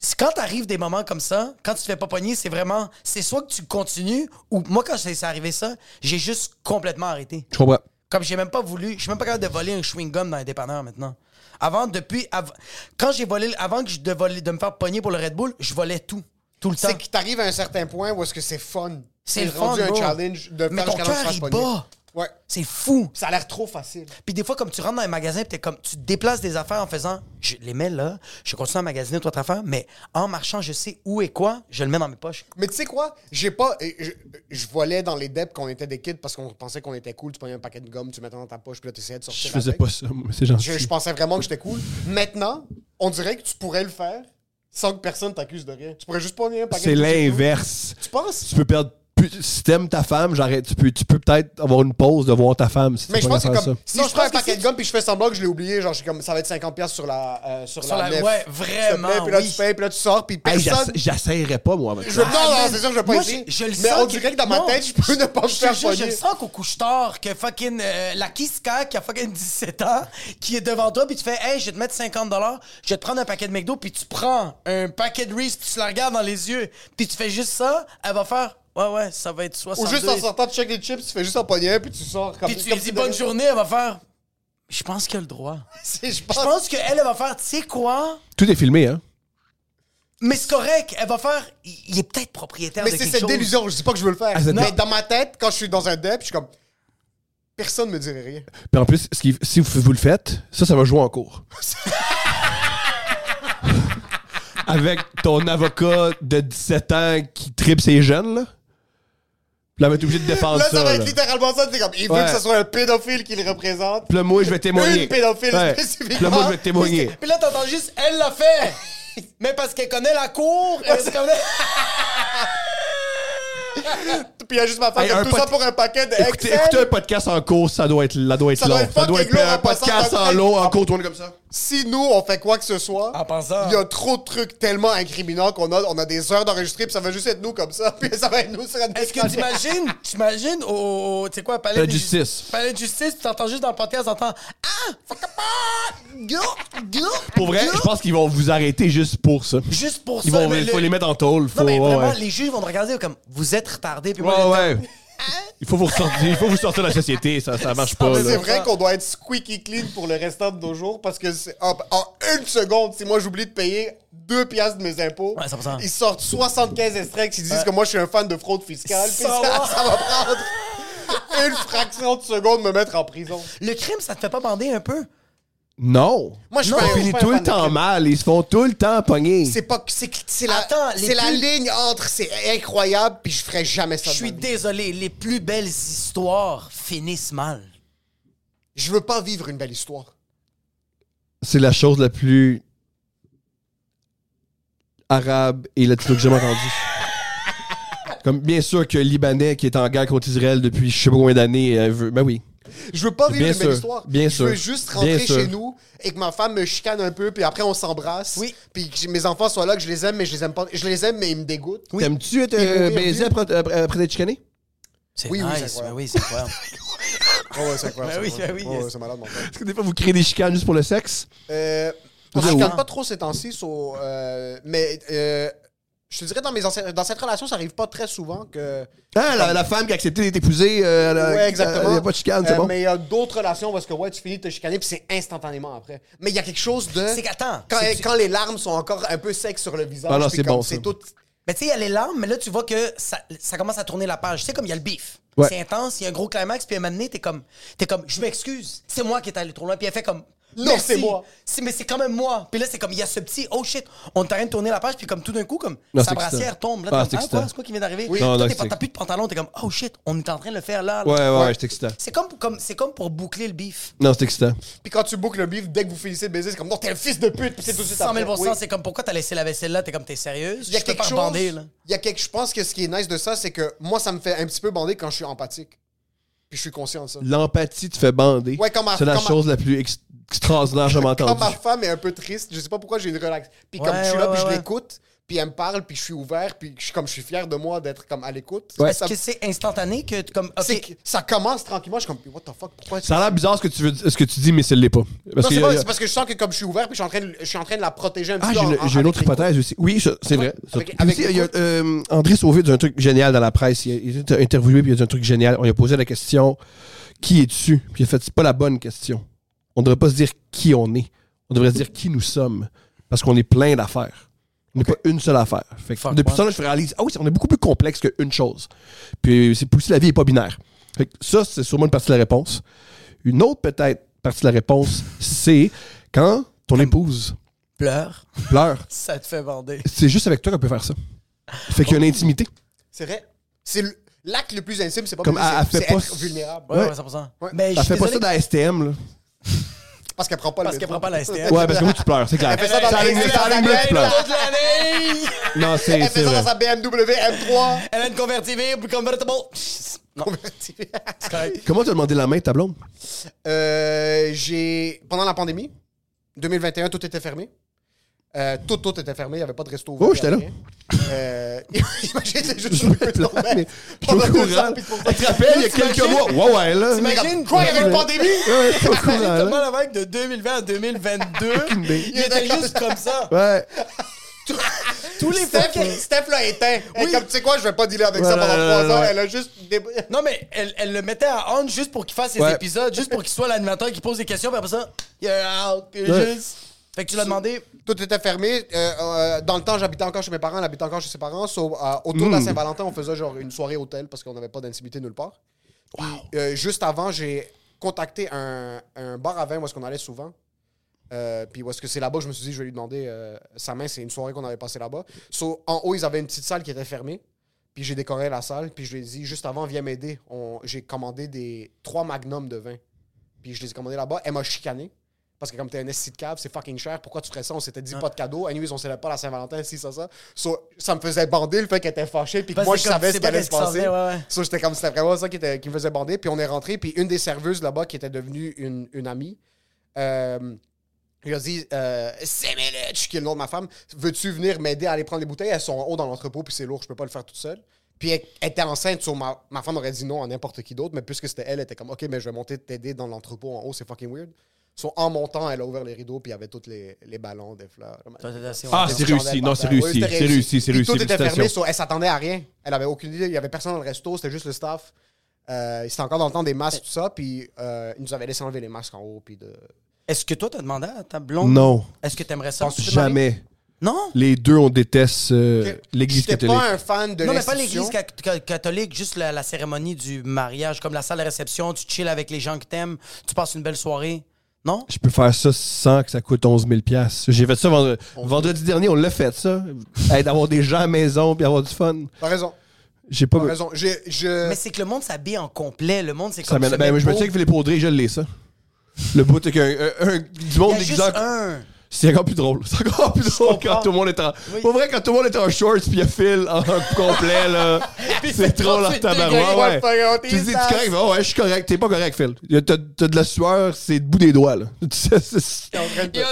[SPEAKER 2] c'est- Quand t'arrives des moments comme ça, quand tu te fais pas pogner, c'est vraiment. C'est soit que tu continues, ou moi, quand c'est c'est arrivé ça, j'ai juste complètement arrêté.
[SPEAKER 4] Je comprends.
[SPEAKER 2] Comme j'ai même pas voulu. Je suis même pas capable de voler un chewing-gum dans un dépanneur maintenant. Avant, depuis. av- quand j'ai volé. Avant que je de, voler- de me faire pogner pour le Red Bull, je volais tout. Tout le temps.
[SPEAKER 3] C'est que t'arrives à un certain point où est-ce que c'est fun.
[SPEAKER 2] C'est le
[SPEAKER 3] rendu
[SPEAKER 2] fun,
[SPEAKER 3] un
[SPEAKER 2] bro.
[SPEAKER 3] challenge de
[SPEAKER 2] Mais
[SPEAKER 3] faire
[SPEAKER 2] ton
[SPEAKER 3] jusqu'à temps que
[SPEAKER 2] cœur,
[SPEAKER 3] tu te
[SPEAKER 2] il
[SPEAKER 3] fasses pogner.
[SPEAKER 2] bat.
[SPEAKER 3] Ouais.
[SPEAKER 2] C'est fou.
[SPEAKER 3] Ça a l'air trop facile.
[SPEAKER 2] Puis des fois, comme tu rentres dans un magasin, puis t'es comme, tu te déplaces des affaires en faisant, je les mets là, je continue à magasiner d'autres affaires, mais en marchant, je sais où et quoi, je le mets dans mes poches.
[SPEAKER 3] Mais tu sais quoi? J'ai pas. et Je, je volais dans les depths qu'on était des kids parce qu'on pensait qu'on était cool. Tu prenais un paquet de gomme, tu mettais dans ta poche, puis là, t'essayais de
[SPEAKER 4] Je
[SPEAKER 3] sortir.
[SPEAKER 4] faisais
[SPEAKER 3] avec.
[SPEAKER 4] pas ça, moi, c'est gentil.
[SPEAKER 3] Je, je pensais vraiment que j'étais cool. Maintenant, on dirait que tu pourrais le faire sans que personne t'accuse de rien. Tu pourrais juste pas venir un paquet
[SPEAKER 4] C'est
[SPEAKER 3] de chips,
[SPEAKER 4] l'inverse.
[SPEAKER 3] Tu penses?
[SPEAKER 4] Tu peux perdre. plus- Si t'aimes ta femme, j'arrête. Tu peux, tu peux peut-être avoir une pause de voir ta femme. Si
[SPEAKER 3] Mais
[SPEAKER 4] t'es
[SPEAKER 3] je
[SPEAKER 4] pas
[SPEAKER 3] pense que
[SPEAKER 4] capable
[SPEAKER 3] c'est
[SPEAKER 4] de
[SPEAKER 3] comme.
[SPEAKER 4] faire ça.
[SPEAKER 3] Si
[SPEAKER 2] Non,
[SPEAKER 3] je
[SPEAKER 2] je
[SPEAKER 3] prends un
[SPEAKER 2] pense que
[SPEAKER 3] paquet
[SPEAKER 2] si-
[SPEAKER 3] de gomme puis je fais semblant que je l'ai oublié, genre, je suis comme, ça va être 50$ sur la. euh, sur,
[SPEAKER 2] Sur
[SPEAKER 3] la,
[SPEAKER 2] la-
[SPEAKER 3] nef.
[SPEAKER 2] ouais,
[SPEAKER 3] S'il te
[SPEAKER 2] vraiment,
[SPEAKER 3] plaît, Puis là,
[SPEAKER 2] oui.
[SPEAKER 3] tu payes, puis là, tu sors, puis
[SPEAKER 4] Hey,
[SPEAKER 3] personne.
[SPEAKER 4] j'essa- J'essayerais pas, moi, avec
[SPEAKER 3] Je-
[SPEAKER 4] ça.
[SPEAKER 3] non,
[SPEAKER 2] Ah,
[SPEAKER 3] non,
[SPEAKER 2] mais
[SPEAKER 3] c'est sûr, je vais pas
[SPEAKER 2] moi,
[SPEAKER 3] essayer.
[SPEAKER 2] je- je le
[SPEAKER 3] Mais
[SPEAKER 2] sens
[SPEAKER 3] on dirait que dans ma
[SPEAKER 2] non,
[SPEAKER 3] tête, je peux ne pas me
[SPEAKER 2] je te
[SPEAKER 3] faire
[SPEAKER 2] jure, Je
[SPEAKER 3] pogner.
[SPEAKER 2] le sens qu'au couche-tard, que fucking euh, la Kiska, qui a fucking 17 ans, qui est devant toi, puis tu fais, hey, je vais te mettre 50 je vais te prendre un paquet de McDo, puis tu prends un paquet de Reese, puis tu la regardes dans les yeux, puis tu fais juste ça, elle va faire, ouais, ouais, ça va être 60.
[SPEAKER 3] Ou juste en sortant, tu check les chips, tu fais juste en pogner, puis tu sors comme
[SPEAKER 2] Puis tu
[SPEAKER 3] comme
[SPEAKER 2] lui
[SPEAKER 3] si
[SPEAKER 2] dis
[SPEAKER 3] de
[SPEAKER 2] bonne
[SPEAKER 3] rien.
[SPEAKER 2] journée, elle va faire, je pense qu'elle a le droit.
[SPEAKER 3] C'est- Je
[SPEAKER 2] Je
[SPEAKER 3] pense.
[SPEAKER 2] pense qu'elle, elle va faire, tu sais quoi?
[SPEAKER 4] Tout est filmé, hein?
[SPEAKER 2] Mais c'est correct, elle va faire, il il est peut-être propriétaire
[SPEAKER 3] Mais
[SPEAKER 2] de
[SPEAKER 3] c'est
[SPEAKER 2] quelque
[SPEAKER 3] cette
[SPEAKER 2] chose.
[SPEAKER 3] délusion, je dis pas que je veux le faire.
[SPEAKER 4] Ah, c'est-
[SPEAKER 3] Mais
[SPEAKER 4] non.
[SPEAKER 3] dans ma tête, quand je suis dans un dep, je suis comme. Personne me dirait rien.
[SPEAKER 4] Puis en plus, ce qui- si vous, vous le faites, ça, ça va jouer en cours. Avec ton avocat de 17 ans qui tripe ses jeunes, là. Puis Là, on va être obligé de défendre
[SPEAKER 3] Là,
[SPEAKER 4] Ah, ça.
[SPEAKER 3] ça va
[SPEAKER 4] là.
[SPEAKER 3] être littéralement ça. C'est comme, il veut
[SPEAKER 4] Ouais.
[SPEAKER 3] que ce soit un pédophile qui le représente.
[SPEAKER 4] Puis là, moi, je vais témoigner.
[SPEAKER 3] Une pédophile
[SPEAKER 4] Ouais.
[SPEAKER 3] spécifiquement.
[SPEAKER 4] Puis là, moi, je vais témoigner.
[SPEAKER 2] Puis là, t'entends juste, elle l'a fait. Mais parce qu'elle connaît la cour. Elle connaît...
[SPEAKER 3] Puis il y a juste ma femme,
[SPEAKER 4] Hey,
[SPEAKER 3] comme
[SPEAKER 4] un
[SPEAKER 3] tout
[SPEAKER 4] pot-
[SPEAKER 3] ça pour un paquet de
[SPEAKER 4] Écoutez,
[SPEAKER 3] Excel.
[SPEAKER 4] écoutez un podcast en cours, ça doit être, ça doit être
[SPEAKER 3] Ça
[SPEAKER 4] long.
[SPEAKER 3] doit être
[SPEAKER 4] ça doit
[SPEAKER 3] fucking
[SPEAKER 4] être
[SPEAKER 3] long,
[SPEAKER 4] un
[SPEAKER 3] en passant
[SPEAKER 4] podcast
[SPEAKER 3] par-
[SPEAKER 4] en long, en cours, tourné comme ça.
[SPEAKER 3] Si nous, on fait quoi que ce soit,
[SPEAKER 2] En pensant-
[SPEAKER 3] il y a trop de trucs tellement incriminants qu'on a, on a des heures d'enregistrer, puis ça va juste être nous comme ça, puis ça va être nous sur un
[SPEAKER 2] Est-ce que t'imagines, t'imagines au, au- tu sais quoi, palais
[SPEAKER 4] La
[SPEAKER 2] de justice.
[SPEAKER 4] justice.
[SPEAKER 2] Palais de justice, tu t'entends juste dans le podcast, t'entends Ah, fuck up, ah, go, go.
[SPEAKER 4] Pour vrai,
[SPEAKER 2] go.
[SPEAKER 4] je pense qu'ils vont vous arrêter juste pour ça.
[SPEAKER 2] Juste pour
[SPEAKER 4] Ils
[SPEAKER 2] ça.
[SPEAKER 4] vont,
[SPEAKER 2] mais
[SPEAKER 4] il
[SPEAKER 2] le-
[SPEAKER 4] faut les mettre en tôle. Faut,
[SPEAKER 2] Non, mais
[SPEAKER 4] ouais,
[SPEAKER 2] vraiment,
[SPEAKER 4] ouais.
[SPEAKER 2] les juges vont te regarder comme Vous êtes retardé. Puis moi,
[SPEAKER 4] Ouais,
[SPEAKER 2] j'étais-
[SPEAKER 4] ouais. Il faut vous ressortir, il faut vous sortir de la société, ça, ça marche pas.
[SPEAKER 3] Mais c'est
[SPEAKER 4] Là.
[SPEAKER 3] vrai qu'on doit être squeaky clean pour le restant de nos jours parce que c'est- en, en une seconde, si moi j'oublie de payer deux piastres de mes impôts,
[SPEAKER 2] Ouais, 100%.
[SPEAKER 3] ils sortent 75 extraits qui disent que moi je suis un fan de fraude fiscale, puis ça,
[SPEAKER 2] Ça va.
[SPEAKER 3] ça va prendre une fraction de seconde de me mettre en prison.
[SPEAKER 2] Le crime, ça te fait pas bander un peu
[SPEAKER 4] Non.
[SPEAKER 3] Moi, je
[SPEAKER 4] non.
[SPEAKER 3] fais-
[SPEAKER 4] Ça
[SPEAKER 3] je
[SPEAKER 4] finit
[SPEAKER 3] fais un
[SPEAKER 4] tout le
[SPEAKER 3] fan de
[SPEAKER 4] temps
[SPEAKER 3] crime.
[SPEAKER 4] mal. Ils se font tout le temps pogner.
[SPEAKER 3] C'est pas c'est c'est la
[SPEAKER 2] Attends, les
[SPEAKER 3] c'est la
[SPEAKER 2] plus-
[SPEAKER 3] ligne entre c'est incroyable puis je ferais jamais ça.
[SPEAKER 2] Je
[SPEAKER 3] de
[SPEAKER 2] suis
[SPEAKER 3] ma vie.
[SPEAKER 2] désolé, les plus belles histoires finissent mal.
[SPEAKER 3] Je veux pas vivre une belle histoire.
[SPEAKER 4] C'est la chose la plus arabe et latino que j'ai jamais entendue. Comme bien sûr que Libanais qui est en guerre contre Israël depuis je sais pas combien d'années euh, veut. Ben oui.
[SPEAKER 3] Je veux pas vivre
[SPEAKER 4] Bien
[SPEAKER 3] une
[SPEAKER 4] sûr,
[SPEAKER 3] belle histoire.
[SPEAKER 4] bien
[SPEAKER 3] je
[SPEAKER 4] sûr,
[SPEAKER 3] veux juste
[SPEAKER 4] bien
[SPEAKER 3] rentrer
[SPEAKER 4] sûr.
[SPEAKER 3] chez nous et que ma femme me chicane un peu puis après on s'embrasse.
[SPEAKER 2] Oui.
[SPEAKER 3] Puis que j'ai- mes enfants soient là que je les aime mais je les aime pas. Je les aime mais ils me dégoûtent.
[SPEAKER 4] T'aimes-tu être
[SPEAKER 3] Puis
[SPEAKER 4] euh,
[SPEAKER 3] mourir
[SPEAKER 4] baisé
[SPEAKER 3] nu.
[SPEAKER 4] après, après, après d'être chicané?
[SPEAKER 2] C'est
[SPEAKER 3] Oui, oui, c'est
[SPEAKER 2] nice,
[SPEAKER 3] incroyable.
[SPEAKER 2] mais oui, c'est incroyable.
[SPEAKER 3] Oh, ouais, c'est incroyable.
[SPEAKER 2] Ben oui,
[SPEAKER 3] ça, ouais.
[SPEAKER 2] ben oui,
[SPEAKER 3] Oh,
[SPEAKER 2] yes.
[SPEAKER 3] ouais, c'est malade mon frère.
[SPEAKER 4] Parce que des fois, vous créez des chicanes juste pour le sexe.
[SPEAKER 3] Euh, on
[SPEAKER 4] Vous
[SPEAKER 3] se
[SPEAKER 4] êtes
[SPEAKER 3] chicane
[SPEAKER 4] où?
[SPEAKER 3] pas trop ces temps-ci so, euh, mais euh, je te dirais dans mes anciens- dans cette relation ça arrive pas très souvent que
[SPEAKER 4] Ah, la, la femme qui a accepté d'être épousée, euh, elle a-
[SPEAKER 3] Ouais, exactement.
[SPEAKER 4] elle a pas de chicane, c'est
[SPEAKER 3] Euh,
[SPEAKER 4] bon.
[SPEAKER 3] Mais il y a d'autres relations parce que ouais, tu finis de te chicaner puis c'est instantanément après. Mais il y a quelque chose de.
[SPEAKER 2] C'est qu'attends,
[SPEAKER 3] Quand,
[SPEAKER 2] c'est-
[SPEAKER 3] quand les larmes sont encore un peu secs sur le visage.
[SPEAKER 4] Ah non,
[SPEAKER 3] puis
[SPEAKER 4] c'est
[SPEAKER 3] comme
[SPEAKER 4] bon,
[SPEAKER 3] C'est
[SPEAKER 4] ça.
[SPEAKER 3] tout.
[SPEAKER 2] Mais tu sais, il y a les larmes, mais là, tu vois que ça, ça commence à tourner la page. Tu sais, comme il y a le beef.
[SPEAKER 4] Ouais.
[SPEAKER 2] C'est intense, il y a un gros climax, puis à un moment donné, t'es comme, t'es comme, je m'excuse, c'est moi qui est allé trop loin. Puis elle fait comme,
[SPEAKER 3] Non,
[SPEAKER 2] Merci.
[SPEAKER 3] c'est moi.
[SPEAKER 2] C'est- mais c'est quand même moi. Puis là, c'est comme, il y a ce petit, oh shit, on est en train de tourner la page, puis comme tout d'un coup, comme,
[SPEAKER 4] Non,
[SPEAKER 2] sa
[SPEAKER 4] c'est excitant.
[SPEAKER 2] brassière tombe. Là, t'es comme,
[SPEAKER 4] Ah, c'est
[SPEAKER 2] ah,
[SPEAKER 4] excitant.
[SPEAKER 2] quoi, c'est quoi qui vient d'arriver?
[SPEAKER 4] Non,
[SPEAKER 2] Toi,
[SPEAKER 4] non,
[SPEAKER 2] t'es pas-
[SPEAKER 4] c'est-
[SPEAKER 2] t'as plus de pantalon, t'es comme, oh shit, on est en train de le faire là. là.
[SPEAKER 4] Ouais, ouais, ouais, c'est excitant.
[SPEAKER 2] C'est comme, comme, c'est comme pour boucler le beef.
[SPEAKER 4] Non, c'est excitant.
[SPEAKER 3] Puis quand tu boucles le bif, dès que vous finissez de baiser, c'est comme non, t'es un fils de pute. Puis c'est tout de suite
[SPEAKER 2] 100
[SPEAKER 3] après.
[SPEAKER 2] 000
[SPEAKER 3] Oui.
[SPEAKER 2] c'est comme, pourquoi t'as laissé la vaisselle là? T'es comme, t'es sérieuse?
[SPEAKER 3] Il y a
[SPEAKER 2] Je peux
[SPEAKER 3] quelque
[SPEAKER 2] pas
[SPEAKER 3] chose.
[SPEAKER 2] bander, là.
[SPEAKER 3] Il y a quelque. Je pense que ce qui est nice de ça, c'est que moi, ça me fait un petit peu bander quand je suis empathique. Puis je suis conscient de ça.
[SPEAKER 4] L'empathie te fait bander.
[SPEAKER 3] Ouais, comme à-
[SPEAKER 4] c'est la
[SPEAKER 3] comme à-
[SPEAKER 4] chose la plus ex- extraordinaire que j'ai jamais
[SPEAKER 3] Quand ma
[SPEAKER 4] entendue.
[SPEAKER 3] femme est un peu triste, je sais pas pourquoi j'ai une relax. Puis
[SPEAKER 2] Ouais,
[SPEAKER 3] comme je suis là,
[SPEAKER 2] ouais,
[SPEAKER 3] puis
[SPEAKER 2] ouais,
[SPEAKER 3] je
[SPEAKER 2] ouais.
[SPEAKER 3] l'écoute, puis elle me parle, puis je suis ouvert, puis je suis comme je suis fier de moi d'être comme à l'écoute.
[SPEAKER 2] Est-ce
[SPEAKER 3] Ça-
[SPEAKER 2] que c'est instantané que, t- comme, ok,
[SPEAKER 3] C'est que ça commence tranquillement. Je suis comme, what the fuck, pourquoi est-ce que-
[SPEAKER 4] Ça a l'air bizarre ce que tu, veux, ce que tu dis, mais c'est l'est pas. Parce
[SPEAKER 3] Non,
[SPEAKER 4] que
[SPEAKER 3] c'est
[SPEAKER 4] y a-
[SPEAKER 3] pas-
[SPEAKER 4] y a-
[SPEAKER 3] c'est parce que je sens que comme je suis ouvert, puis je suis en train de, je suis en train de la protéger un petit
[SPEAKER 4] Ah,
[SPEAKER 3] peu.
[SPEAKER 4] j'ai
[SPEAKER 3] en-
[SPEAKER 4] une,
[SPEAKER 3] en-
[SPEAKER 4] j'ai
[SPEAKER 3] avec
[SPEAKER 4] une autre
[SPEAKER 3] les coups.
[SPEAKER 4] hypothèse aussi. Oui, ça, c'est vrai. Ça.
[SPEAKER 3] avec-
[SPEAKER 4] Puis
[SPEAKER 3] avec
[SPEAKER 4] aussi,
[SPEAKER 3] les
[SPEAKER 4] il y a,
[SPEAKER 3] coups.
[SPEAKER 4] euh, André Sauvé dit un truc génial dans la presse. Il a, il a été interviewé puis il a dit un truc génial. On lui a posé la question qui es-tu Puis il a fait c'est pas la bonne question. On devrait pas se dire qui on est. On devrait se dire qui nous sommes. Parce qu'on est plein d'affaires. On n'est pas une seule affaire. Fait que
[SPEAKER 2] Fuck,
[SPEAKER 4] depuis
[SPEAKER 2] ouais.
[SPEAKER 4] ça, là, je réalise ah oui, on est beaucoup plus complexe qu'une chose. Puis c'est puis aussi, la vie est pas binaire. Fait que ça, c'est sûrement une partie de la réponse. Une autre, peut-être, partie de la réponse, c'est quand ton épouse
[SPEAKER 2] pleure,
[SPEAKER 4] pleure
[SPEAKER 2] ça te fait bander.
[SPEAKER 4] c'est juste avec toi qu'on peut faire ça. Fait qu'il y a une intimité.
[SPEAKER 3] C'est vrai. C'est le- l'acte le plus intime, c'est pas
[SPEAKER 4] Comme
[SPEAKER 3] baiser,
[SPEAKER 4] elle- elle
[SPEAKER 3] c'est-
[SPEAKER 4] fait
[SPEAKER 3] c'est
[SPEAKER 4] pas
[SPEAKER 3] être
[SPEAKER 4] s-
[SPEAKER 3] vulnérable.
[SPEAKER 2] Ouais,
[SPEAKER 4] Ouais.
[SPEAKER 2] ouais, 100%.
[SPEAKER 3] Ouais.
[SPEAKER 2] Mais Ben, je
[SPEAKER 4] Elle
[SPEAKER 2] suis
[SPEAKER 4] fait pas
[SPEAKER 2] désolé.
[SPEAKER 4] ça dans la STM, là.
[SPEAKER 3] Parce qu'elle prend pas
[SPEAKER 2] Parce
[SPEAKER 3] le
[SPEAKER 2] qu'elle prend pas
[SPEAKER 3] métro.
[SPEAKER 2] la STM.
[SPEAKER 4] Ouais, ben, parce que moi, tu pleures, c'est clair.
[SPEAKER 3] Elle fait ça dans
[SPEAKER 4] C'est
[SPEAKER 3] la-
[SPEAKER 4] en ligne- c'est en ligne bleue, tu pleures. Non, c'est
[SPEAKER 3] Elle
[SPEAKER 4] c'est
[SPEAKER 3] fait ça
[SPEAKER 4] vrai.
[SPEAKER 3] dans sa BMW M3.
[SPEAKER 2] Elle a une convertible, convertible. Non, c'est correct.
[SPEAKER 4] Comment t'as demandé la main de ta blonde?
[SPEAKER 3] Euh, j'ai pendant la pandémie 2021 tout était fermé Euh, tout tout était fermé il n'y avait pas de resto ouvert,
[SPEAKER 4] Oh, j'étais là.
[SPEAKER 3] rien. euh, imagine c'est juste
[SPEAKER 4] Je
[SPEAKER 3] une
[SPEAKER 4] me
[SPEAKER 3] peu
[SPEAKER 4] plains, mais je suis au
[SPEAKER 3] Pendant deux ans,
[SPEAKER 4] courant.
[SPEAKER 3] puis pour-
[SPEAKER 4] Tu te rappelles, il y a quelques mois. Ouais, ouais, là.
[SPEAKER 2] T'imagines?
[SPEAKER 3] quoi il y avait une pandémie
[SPEAKER 4] Ouais, je suis au courant, là.
[SPEAKER 2] Thomas Levesque de 2020 à 2022, il était juste comme ça.
[SPEAKER 4] Ouais.
[SPEAKER 2] Tous les
[SPEAKER 3] Steph,
[SPEAKER 2] fucking-
[SPEAKER 3] Steph l'a éteint. Elle est
[SPEAKER 2] Oui.
[SPEAKER 3] comme, tu sais quoi, je vais pas dealer avec ça
[SPEAKER 4] Ouais, ouais,
[SPEAKER 3] pendant
[SPEAKER 4] ouais,
[SPEAKER 3] trois ans.
[SPEAKER 4] ouais.
[SPEAKER 3] Elle a juste... dé-
[SPEAKER 2] Non, mais elle, elle le mettait à on juste pour qu'il fasse ses
[SPEAKER 4] Ouais.
[SPEAKER 2] épisodes, juste pour qu'il soit l'animateur qui pose des questions, puis après ça, you're out, puis
[SPEAKER 4] Ouais.
[SPEAKER 2] juste. Fait que tu l'as demandé.
[SPEAKER 3] Tout était fermé. Euh, euh, dans le temps, j'habitais encore chez mes parents. Elle habitait encore chez ses parents. So, euh, autour de la Saint-Valentin, on faisait genre une soirée hôtel parce qu'on n'avait pas d'intimité nulle part. Puis, euh, juste avant, j'ai contacté un, un bar à vin où est-ce qu'on allait souvent. Euh, puis où est-ce que c'est là-bas, je me suis dit, je vais lui demander euh, sa main. C'est une soirée qu'on avait passée là-bas. So, en haut, ils avaient une petite salle qui était fermée. Puis j'ai décoré la salle. Puis je lui ai dit, juste avant, viens m'aider. On- J'ai commandé des trois magnums de vin. Puis je les ai commandés là-bas. Elle m'a chicané. Parce que comme t'es un esti de cave, c'est fucking cher. Pourquoi tu ferais ça? On s'était dit pas de cadeau. Anyways, on s'élève pas la Saint-Valentin, si, ça, ça. So, ça me faisait bander le fait qu'elle était fâchée. Puis que
[SPEAKER 2] Parce
[SPEAKER 3] moi,
[SPEAKER 2] que
[SPEAKER 3] je
[SPEAKER 2] comme
[SPEAKER 3] savais
[SPEAKER 2] tu sais
[SPEAKER 3] ce qui
[SPEAKER 2] pas
[SPEAKER 3] allait
[SPEAKER 2] qu'est-ce
[SPEAKER 3] se
[SPEAKER 2] qui s'en
[SPEAKER 3] passer.
[SPEAKER 2] venait, ouais, ouais.
[SPEAKER 3] So, j'étais comme, c'était vraiment ça qui, était- qui me faisait bander. Puis on est rentré, puis une des serveuses là-bas, qui était devenue une, une amie, euh, lui a dit euh, Semenich, qui est le nom de ma femme, veux-tu venir m'aider à aller prendre les bouteilles Elles sont en haut dans l'entrepôt, puis c'est lourd, je peux pas le faire toute seule. Puis elle, elle était enceinte, so ma, ma femme aurait dit non à n'importe qui d'autre, mais puisque c'était elle, elle était comme Ok, mais je vais monter t'aider dans l'entrepôt en haut, c'est fucking weird. So, en montant, elle a ouvert les rideaux, puis il y avait tous les, les ballons, des fleurs.
[SPEAKER 2] Bah,
[SPEAKER 4] Ah, c'est
[SPEAKER 3] Des chandelles
[SPEAKER 4] réussi.
[SPEAKER 3] par
[SPEAKER 4] Non,
[SPEAKER 3] terre.
[SPEAKER 4] c'est réussi.
[SPEAKER 3] Ouais, c'était
[SPEAKER 4] C'est réussi.
[SPEAKER 3] Puis
[SPEAKER 4] C'est réussi.
[SPEAKER 3] Tout était fermé,
[SPEAKER 4] Félicitations.
[SPEAKER 3] so elle s'attendait à rien. Elle avait aucune idée. Il y avait personne dans le resto, c'était juste le staff. Euh, c'était encore dans le temps des masques, tout ça. Puis euh, ils nous avaient laissé enlever les masques en haut. Puis de...
[SPEAKER 2] Est-ce que toi, t'as demandé à ta blonde?
[SPEAKER 4] Non,
[SPEAKER 2] Est-ce que t'aimerais ça? tu t'es demandé?
[SPEAKER 4] jamais.
[SPEAKER 2] Non?
[SPEAKER 4] Les deux, on déteste euh, l'Église
[SPEAKER 3] J'étais
[SPEAKER 4] catholique.
[SPEAKER 3] pas un fan de
[SPEAKER 2] Non, mais pas
[SPEAKER 3] l'institution.
[SPEAKER 2] l'église cat- ca- catholique, juste la, la cérémonie du mariage, comme la salle de réception, tu chill avec les gens que t'aimes, tu passes une belle soirée. Non?
[SPEAKER 4] Je peux faire ça sans que ça coûte 11 000 J'ai fait ça vendre- vendredi dernier, on l'a fait, ça. Hey, D'avoir des gens à la maison puis avoir du fun.
[SPEAKER 3] T'as raison.
[SPEAKER 4] J'ai pas...
[SPEAKER 3] T'as raison. J'ai- je...
[SPEAKER 2] Mais c'est que le monde s'habille en complet. Le monde, c'est
[SPEAKER 4] Ça
[SPEAKER 2] comme
[SPEAKER 4] m'énerve.
[SPEAKER 2] se
[SPEAKER 4] ben,
[SPEAKER 2] met
[SPEAKER 4] je me
[SPEAKER 2] beau.
[SPEAKER 4] tiens que Philippe Audrey, je l'ai, ça. Le bout, c'est qu'un un- un- du
[SPEAKER 2] Il y
[SPEAKER 4] monde
[SPEAKER 2] a juste
[SPEAKER 4] déguisé en-
[SPEAKER 2] un.
[SPEAKER 4] C'est encore plus drôle. C'est encore plus drôle
[SPEAKER 2] comprends.
[SPEAKER 4] quand tout le monde est en.
[SPEAKER 2] Oui.
[SPEAKER 4] Pour vrai, quand tout le monde est en shorts puis il y a Phil en complet, là. c'est trop leur
[SPEAKER 2] 38 degrés,
[SPEAKER 4] tabarouette.
[SPEAKER 3] il va
[SPEAKER 4] Ouais.
[SPEAKER 3] faire
[SPEAKER 4] Tu dis, tu es
[SPEAKER 3] ça.
[SPEAKER 4] correct? Ouais, ouais, je suis correct. T'es pas correct, Phil. Y a- T'as t'as de la sueur, c'est debout des doigts, là. Tu sais, c'est-
[SPEAKER 2] Yo,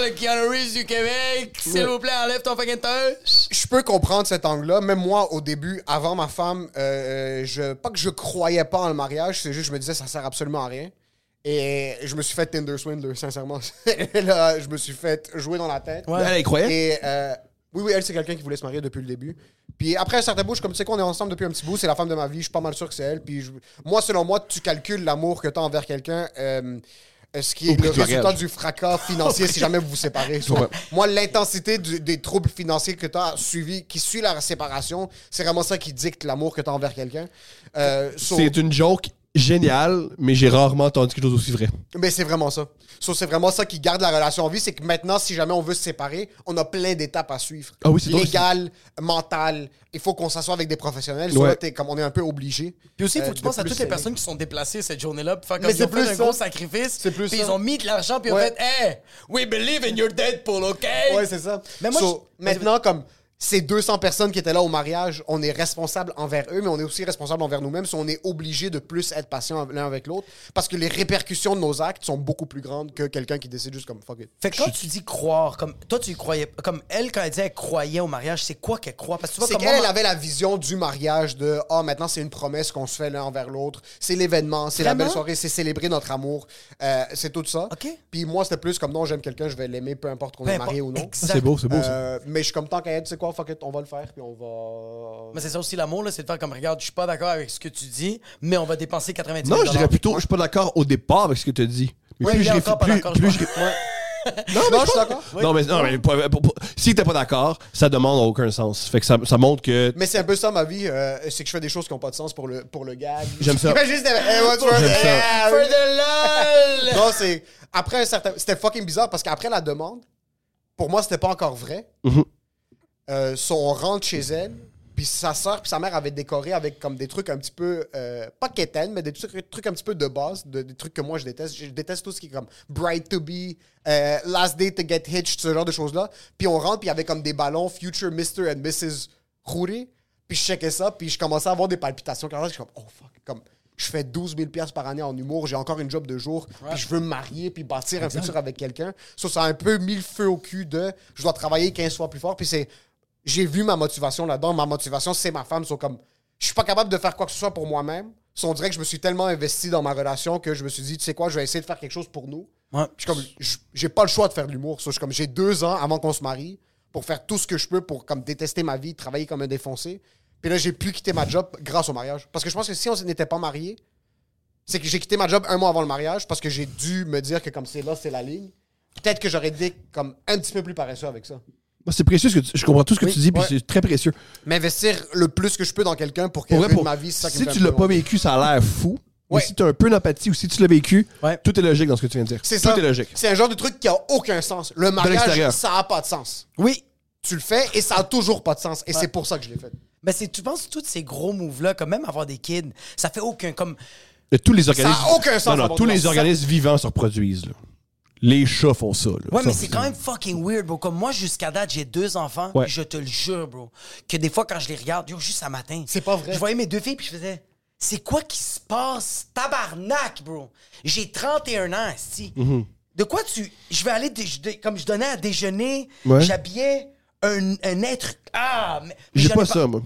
[SPEAKER 2] le Keanu Reeves du Québec, s'il vous plaît, enlève ton fucking touche.
[SPEAKER 3] je peux comprendre cet angle-là. Même moi, au début, avant ma femme, euh, je, pas que je croyais pas en le mariage, c'est juste que je me disais ça sert absolument à rien. Et je me suis fait Tinder Swindler, sincèrement. là, je me suis fait jouer dans la tête.
[SPEAKER 2] Ouais.
[SPEAKER 4] Elle y croyait?
[SPEAKER 3] Et euh, oui, oui, elle, c'est quelqu'un qui voulait se marier depuis le début. Puis après un certain bout, je suis comme tu sais qu'on est ensemble depuis un petit bout, c'est la femme de ma vie, je suis pas mal sûr que c'est elle. Puis je- moi, selon moi, tu calcules l'amour que tu as envers quelqu'un. euh, euh, ce qui est
[SPEAKER 4] prix
[SPEAKER 3] le
[SPEAKER 4] du
[SPEAKER 3] résultat
[SPEAKER 4] mariage.
[SPEAKER 3] du fracas financier si jamais vous vous séparez. Moi, l'intensité du- des troubles financiers que tu as suivi, qui suit la séparation, c'est vraiment ça qui dicte l'amour que tu as envers quelqu'un. Euh, so-
[SPEAKER 4] C'est une joke géniale, mais j'ai rarement entendu quelque chose aussi vrai.
[SPEAKER 3] mais Ben, c'est vraiment ça. So, c'est vraiment ça qui garde la relation en vie. C'est que maintenant, si jamais on veut se séparer, on a plein d'étapes à suivre.
[SPEAKER 4] Ah oui, c'est drôle,
[SPEAKER 3] Légal, mental. Il faut qu'on s'assoie avec des professionnels. So,
[SPEAKER 4] Ouais.
[SPEAKER 3] là, t'es comme on est un peu obligé.
[SPEAKER 2] Puis aussi, il faut
[SPEAKER 3] Euh,
[SPEAKER 2] que tu
[SPEAKER 3] de
[SPEAKER 2] penses à
[SPEAKER 3] plus
[SPEAKER 2] toutes les
[SPEAKER 3] serrer.
[SPEAKER 2] personnes qui sont déplacées cette journée-là, puis faire comme
[SPEAKER 3] Mais
[SPEAKER 2] ils
[SPEAKER 3] c'est
[SPEAKER 2] ont
[SPEAKER 3] plus
[SPEAKER 2] fait un
[SPEAKER 3] ça.
[SPEAKER 2] gros sacrifice.
[SPEAKER 3] C'est plus
[SPEAKER 2] Puis
[SPEAKER 3] ça.
[SPEAKER 2] ils ont mis de l'argent, puis ils ont
[SPEAKER 3] Ouais.
[SPEAKER 2] fait, hey, we believe in your Deadpool, OK?
[SPEAKER 3] Ouais, c'est ça.
[SPEAKER 2] Mais moi,
[SPEAKER 3] So,
[SPEAKER 2] je-
[SPEAKER 3] maintenant, comme ces 200 personnes qui étaient là au mariage, on est responsable envers eux, mais on est aussi responsable envers nous-mêmes. So, on est obligé de plus être patient l'un avec l'autre parce que les répercussions de nos actes sont beaucoup plus grandes que quelqu'un qui décide juste comme fuck it.
[SPEAKER 2] Fait que quand tu dis croire, comme toi tu y croyais, comme elle quand elle disait elle croyait au mariage, c'est quoi qu'elle croit Parce que tu vois
[SPEAKER 3] C'est
[SPEAKER 2] comme
[SPEAKER 3] qu'elle
[SPEAKER 2] moi,
[SPEAKER 3] elle avait la vision du mariage de ah maintenant c'est une promesse qu'on se fait l'un envers l'autre, c'est l'événement, c'est la
[SPEAKER 2] Vraiment?
[SPEAKER 3] belle soirée, c'est célébrer notre amour, Euh, c'est tout ça.
[SPEAKER 2] Ok.
[SPEAKER 3] Puis moi c'était plus comme non j'aime quelqu'un, je vais l'aimer peu importe qu'on
[SPEAKER 2] Peu
[SPEAKER 3] est marié ou
[SPEAKER 2] importe. ben,
[SPEAKER 3] non.
[SPEAKER 2] Exact.
[SPEAKER 4] C'est beau, c'est beau, ça.
[SPEAKER 3] Euh, mais je suis comme tant qu'à être, tu sais quoi, fuck it, on va le faire puis on va.
[SPEAKER 2] Mais c'est ça aussi l'amour là, c'est de faire comme regarde, je suis pas d'accord avec ce que tu dis, mais on va dépenser 90
[SPEAKER 4] Non, je dirais plutôt, je suis pas d'accord au départ avec ce que tu as dit. Mais
[SPEAKER 2] Ouais,
[SPEAKER 4] plus
[SPEAKER 2] il est
[SPEAKER 4] je réfl-
[SPEAKER 2] encore pas
[SPEAKER 4] plus-
[SPEAKER 2] d'accord,
[SPEAKER 4] plus
[SPEAKER 2] je
[SPEAKER 4] je-
[SPEAKER 2] crois.
[SPEAKER 4] Non, mais
[SPEAKER 3] Non, je
[SPEAKER 4] je
[SPEAKER 3] suis
[SPEAKER 4] pense-
[SPEAKER 3] d'accord.
[SPEAKER 4] Non, mais, non, mais pas- pas- pas- si t'es pas d'accord, ça demande aucun sens. Fait que ça, ça montre que.
[SPEAKER 3] Mais c'est un peu ça ma vie, euh, c'est que je fais des choses qui n'ont pas de sens pour le, pour le gag.
[SPEAKER 4] J'aime ça.
[SPEAKER 3] Juste, hey, what's wrong?
[SPEAKER 4] J'aime ça.
[SPEAKER 3] Yeah,
[SPEAKER 2] For the lol
[SPEAKER 3] Non, c'est. Après un certain. C'était fucking bizarre parce qu'après la demande, pour moi, c'était pas encore vrai. Euh, so, on rentre chez elle. Puis sa sœur puis sa mère avaient décoré avec comme des trucs un petit peu, euh, pas quétaines, mais des trucs, trucs un petit peu de base, de- des trucs que moi je déteste. Je déteste tout ce qui est comme Bright to Be, euh, Last Day to Get Hitched, ce genre de choses-là. Puis on rentre, puis il y avait comme des ballons Future Mr. and Mrs. Rouri. Puis je checkais ça, puis je commençais à avoir des palpitations. Quand je suis comme, oh fuck, comme, je fais 12 000 piastres par année en humour, j'ai encore une job de jour, puis je veux me marier, puis bâtir un futur avec quelqu'un. Ça, ça a un peu mis le feu au cul de, je dois travailler 15 fois plus fort, puis c'est j'ai vu ma motivation là-dedans. Ma motivation, c'est ma femme. So, comme, je suis pas capable de faire quoi que ce soit pour moi-même. So, on dirait que je me suis tellement investi dans ma relation que je me suis dit, tu sais quoi, je vais essayer de faire quelque chose pour nous.
[SPEAKER 5] Ouais.
[SPEAKER 3] Je suis comme, je- j'ai pas le choix de faire de l'humour. So, je suis comme, j'ai deux ans avant qu'on se marie pour faire tout ce que je peux pour comme détester ma vie, travailler comme un défoncé. Puis là, j'ai pu quitter ma job grâce au mariage. Parce que je pense que si on n'était pas mariés, c'est que j'ai quitté ma job un mois avant le mariage parce que j'ai dû me dire que comme c'est là, c'est la ligne. Peut-être que j'aurais été comme un petit peu plus paresseux avec ça.
[SPEAKER 4] Moi, c'est précieux ce que tu- je comprends tout ce que tu dis, puis
[SPEAKER 3] ouais.
[SPEAKER 4] c'est très précieux.
[SPEAKER 3] M'investir le plus que je peux dans quelqu'un pour
[SPEAKER 4] Pour
[SPEAKER 3] qu'elle
[SPEAKER 4] vrai,
[SPEAKER 3] ruine
[SPEAKER 4] pour-
[SPEAKER 3] ma vie, c'est ça qui me
[SPEAKER 4] si
[SPEAKER 3] fait
[SPEAKER 4] tu
[SPEAKER 3] un peu
[SPEAKER 4] l'as pas
[SPEAKER 3] honte.
[SPEAKER 4] vécu, ça a l'air fou.
[SPEAKER 3] Ouais.
[SPEAKER 4] Mais si tu as un peu d'empathie ou si tu l'as vécu,
[SPEAKER 3] Ouais.
[SPEAKER 4] tout est logique dans ce que tu viens de dire.
[SPEAKER 3] C'est
[SPEAKER 4] tout
[SPEAKER 3] ça.
[SPEAKER 4] est logique.
[SPEAKER 3] C'est un genre de truc qui a aucun sens. Le mariage,
[SPEAKER 4] l'extérieur.
[SPEAKER 3] ça a pas de sens.
[SPEAKER 2] Oui.
[SPEAKER 3] Tu le fais et ça a toujours pas de sens. Et c'est pour ça que je l'ai fait.
[SPEAKER 2] Mais c'est, tu penses tous ces gros moves-là, comme même avoir des kids, ça fait aucun. Comme,
[SPEAKER 4] Et tous les organismes.
[SPEAKER 3] aucun sens,
[SPEAKER 4] Non, non,
[SPEAKER 3] ça va
[SPEAKER 4] tous
[SPEAKER 3] dans
[SPEAKER 4] les
[SPEAKER 3] ça.
[SPEAKER 4] organismes vivants se reproduisent. là. Les chats font ça. là.
[SPEAKER 2] Ouais,
[SPEAKER 4] Ça,
[SPEAKER 2] mais c'est quand même fucking weird, bro. Comme moi, jusqu'à date, j'ai deux enfants.
[SPEAKER 4] Ouais.
[SPEAKER 2] puis Je te le jure, bro. Que des fois, quand je les regarde, yo, juste ce matin.
[SPEAKER 3] C'est pas vrai.
[SPEAKER 2] Je voyais mes deux filles, puis je faisais. C'est quoi qui se passe? Tabarnak, bro. J'ai 31 ans, si.
[SPEAKER 4] Mhm.
[SPEAKER 2] De quoi tu. Je vais aller. dé- je dé- Comme je donnais à déjeuner,
[SPEAKER 4] Ouais.
[SPEAKER 2] j'habillais un, un être. Ah, mais. mais
[SPEAKER 4] J'ai
[SPEAKER 2] j'en ai
[SPEAKER 4] pas ça, moi.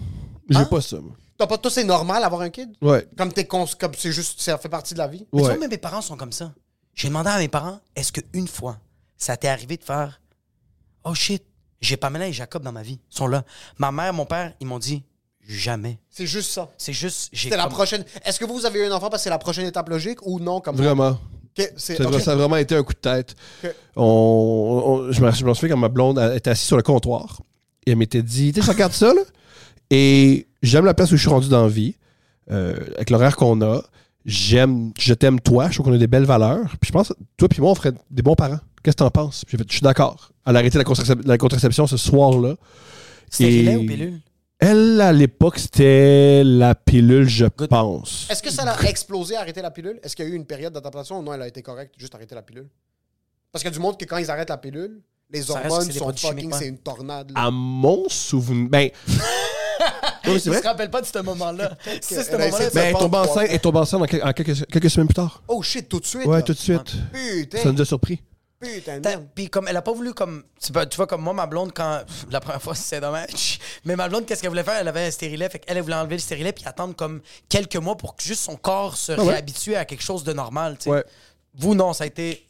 [SPEAKER 4] J'ai pas ça, moi.
[SPEAKER 3] T'as pas tout, c'est normal avoir un kid?
[SPEAKER 4] Ouais.
[SPEAKER 3] Comme t'es cons- comme c'est juste, ça fait partie de la vie.
[SPEAKER 2] Mais tu
[SPEAKER 4] Ouais.
[SPEAKER 2] vois, même mes parents sont comme ça. J'ai demandé à mes parents, est-ce qu'une fois, ça t'est arrivé de faire Oh shit, j'ai Pamela et Jacob dans ma vie. Ils sont là. Ma mère, mon père, ils m'ont dit Jamais.
[SPEAKER 3] C'est juste ça.
[SPEAKER 2] C'est juste. j'ai
[SPEAKER 3] C'était la
[SPEAKER 2] comme-
[SPEAKER 3] prochaine. Est-ce que vous avez eu un enfant parce que c'est la prochaine étape logique ou non? Comme
[SPEAKER 4] Vraiment.
[SPEAKER 3] Ok, c'est-
[SPEAKER 4] Ça,
[SPEAKER 3] ok.
[SPEAKER 4] ça a vraiment été un coup de tête.
[SPEAKER 3] Ok.
[SPEAKER 4] On, on- je me je me souviens quand ma blonde elle était assise sur le comptoir et elle m'était dit Tu sais, je regarde ça, là. Et j'aime la place où je suis rendu dans la vie, euh, avec l'horaire qu'on a. J'aime, je t'aime toi, je trouve qu'on a des belles valeurs. Puis je pense, toi puis moi, on ferait des bons parents. Qu'est-ce que t'en penses? Puis j'ai fait, je suis d'accord. Elle a arrêté la, contracep- la contraception ce soir-là.
[SPEAKER 2] C'était
[SPEAKER 4] Et-
[SPEAKER 2] relais ou pilule
[SPEAKER 4] Elle, à l'époque, c'était la pilule, je pense.
[SPEAKER 3] Est-ce que ça l'a explosé, arrêter la pilule? Est-ce qu'il y a eu une période d'adaptation ou non, elle a été correcte, juste arrêter la pilule? Parce qu'il y a du monde que quand ils arrêtent la pilule, les
[SPEAKER 2] Ça reste que
[SPEAKER 3] hormones
[SPEAKER 2] c'est des
[SPEAKER 3] sont
[SPEAKER 2] produits chimiques,
[SPEAKER 3] fucking,
[SPEAKER 2] ouais.
[SPEAKER 3] c'est une tornade. là.
[SPEAKER 4] À mon souvenir. Ben. Oui, c'est vrai.
[SPEAKER 2] rappelle pas de ce moment-là.
[SPEAKER 3] C'est ce moment-là,
[SPEAKER 4] Ben, elle
[SPEAKER 3] Ça
[SPEAKER 4] tombe
[SPEAKER 3] passe
[SPEAKER 4] enceinte,
[SPEAKER 3] trois
[SPEAKER 4] elle tombe enceinte en quel- en quelques, quelques semaines plus tard.
[SPEAKER 3] Oh shit, tout de suite.
[SPEAKER 4] Ouais,
[SPEAKER 3] là.
[SPEAKER 4] tout de suite.
[SPEAKER 3] Putain,
[SPEAKER 4] Ça nous a surpris.
[SPEAKER 3] putain,
[SPEAKER 2] T'as-
[SPEAKER 3] merde.
[SPEAKER 2] Puis comme elle a pas voulu comme tu vois, tu vois, comme moi ma blonde quand pff, la première fois c'est dommage mais ma blonde qu'est-ce qu'elle voulait faire elle avait un stérilet fait qu'elle elle voulait enlever le stérilet puis attendre comme quelques mois pour que juste son corps se
[SPEAKER 4] Ah ouais.
[SPEAKER 2] réhabitue à quelque chose de normal tu sais.
[SPEAKER 4] Ouais.
[SPEAKER 2] vous non ça a été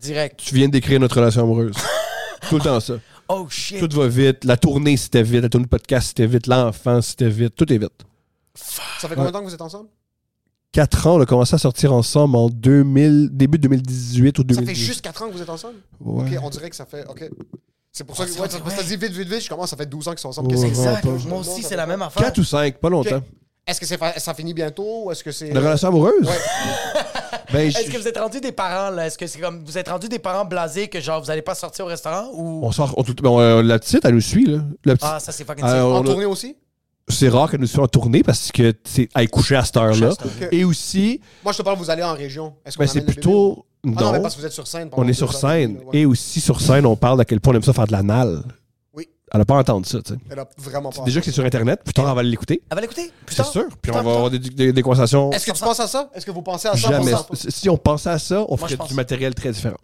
[SPEAKER 2] direct
[SPEAKER 4] Tu viens de décrire notre relation amoureuse. Tout le temps ça.
[SPEAKER 2] oh shit
[SPEAKER 4] Tout va vite. La tournée, c'était vite. La tournée de podcast, c'était vite. L'enfant, c'était vite. Tout est vite.
[SPEAKER 3] Ça fait combien de temps que vous êtes ensemble?
[SPEAKER 4] Quatre ans, on a commencé à sortir ensemble en 2000, début 2018 ou
[SPEAKER 3] Ça
[SPEAKER 4] 2019.
[SPEAKER 3] fait juste 4 ans que vous êtes ensemble?
[SPEAKER 4] Ouais.
[SPEAKER 3] Ok, on dirait que ça fait. Ok. C'est pour ça que.
[SPEAKER 2] Ah, c'est
[SPEAKER 3] Ouais,
[SPEAKER 2] vrai,
[SPEAKER 3] ça, ça
[SPEAKER 2] ouais.
[SPEAKER 3] dit vite, vite, vite, je commence, ça fait 12 ans qu'ils sont ensemble.
[SPEAKER 4] Ouais,
[SPEAKER 3] Qu'est-ce que c'est
[SPEAKER 2] Exact.
[SPEAKER 3] ça?
[SPEAKER 4] Ouais,
[SPEAKER 2] moi aussi c'est la même affaire
[SPEAKER 4] Quatre ou cinq, pas longtemps.
[SPEAKER 3] Est-ce que c'est fa- ça finit bientôt ou est-ce que c'est.
[SPEAKER 4] La relation amoureuse? Ben, je-
[SPEAKER 2] est-ce que vous êtes rendu des parents là est-ce que c'est comme vous êtes rendu des parents blasés que genre vous allez pas sortir au restaurant ou
[SPEAKER 4] on sort. on tout- ben, on- la petite, elle nous suit, là. La petite,
[SPEAKER 2] ah ça c'est fucking
[SPEAKER 4] elle-
[SPEAKER 2] sick.
[SPEAKER 4] on
[SPEAKER 3] En
[SPEAKER 4] a-
[SPEAKER 3] tournée aussi?
[SPEAKER 4] c'est rare qu'elle nous suive en tournée parce que c'est elle est couchée à cette heure-là. Et aussi,
[SPEAKER 3] Moi, je te parle, vous allez en région. Est-ce qu'on
[SPEAKER 4] ben, c'est
[SPEAKER 3] amène le bébé?
[SPEAKER 4] plutôt.
[SPEAKER 3] Ah non, mais
[SPEAKER 4] non,
[SPEAKER 3] parce que vous êtes sur scène. pendant
[SPEAKER 4] on est
[SPEAKER 3] deux
[SPEAKER 4] sur
[SPEAKER 3] heures
[SPEAKER 4] scène.
[SPEAKER 3] demie, là, ouais.
[SPEAKER 4] Et aussi, sur scène, on parle à quel point on aime ça faire de l'anal.
[SPEAKER 3] Oui.
[SPEAKER 4] Elle n'a pas entendu ça, tu sais.
[SPEAKER 3] Elle a vraiment pas.
[SPEAKER 4] Déjà que c'est sur Internet, plus tard, on va l'écouter.
[SPEAKER 2] elle Ah, va l'écouter plus
[SPEAKER 4] C'est
[SPEAKER 2] tard
[SPEAKER 4] sûr. Puis
[SPEAKER 2] Plus
[SPEAKER 4] on
[SPEAKER 2] tard,
[SPEAKER 4] va
[SPEAKER 2] plus
[SPEAKER 4] avoir des, des- des conversations.
[SPEAKER 3] Est-ce que tu penses à ça? Est-ce que vous pensez à ça?
[SPEAKER 4] Jamais.
[SPEAKER 3] Pensez à ça?
[SPEAKER 4] Si on pensait à ça, on
[SPEAKER 2] je
[SPEAKER 4] ferait
[SPEAKER 2] pense.
[SPEAKER 4] du matériel très différent.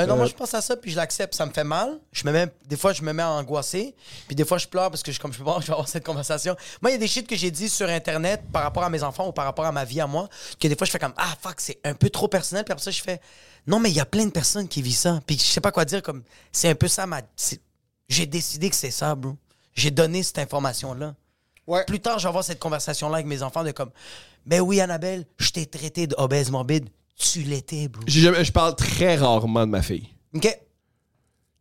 [SPEAKER 2] Euh, non, moi, je pense à ça, puis je l'accepte. Ça me fait mal. Je me mets, des fois, je me mets à angoisser. Puis des fois, je pleure parce que je, comme je peux pas, je vais avoir cette conversation. Moi, il y a des shit que j'ai dit sur Internet par rapport à mes enfants ou par rapport à ma vie à moi, que des fois, je fais comme, ah, fuck, c'est un peu trop personnel. Puis après ça, je fais, non, mais il y a plein de personnes qui vivent ça. Puis je sais pas quoi dire, comme, c'est un peu ça, ma. c'est- J'ai décidé que c'est ça, bro. J'ai donné cette information-là.
[SPEAKER 3] Ouais.
[SPEAKER 2] Plus tard, je vais avoir cette conversation-là avec mes enfants de comme, ben oui, Annabelle, je t'ai traité d'obèse morbide. Tu l'étais, bro.
[SPEAKER 4] J'ai jamais- je parle très rarement de ma fille.
[SPEAKER 2] OK?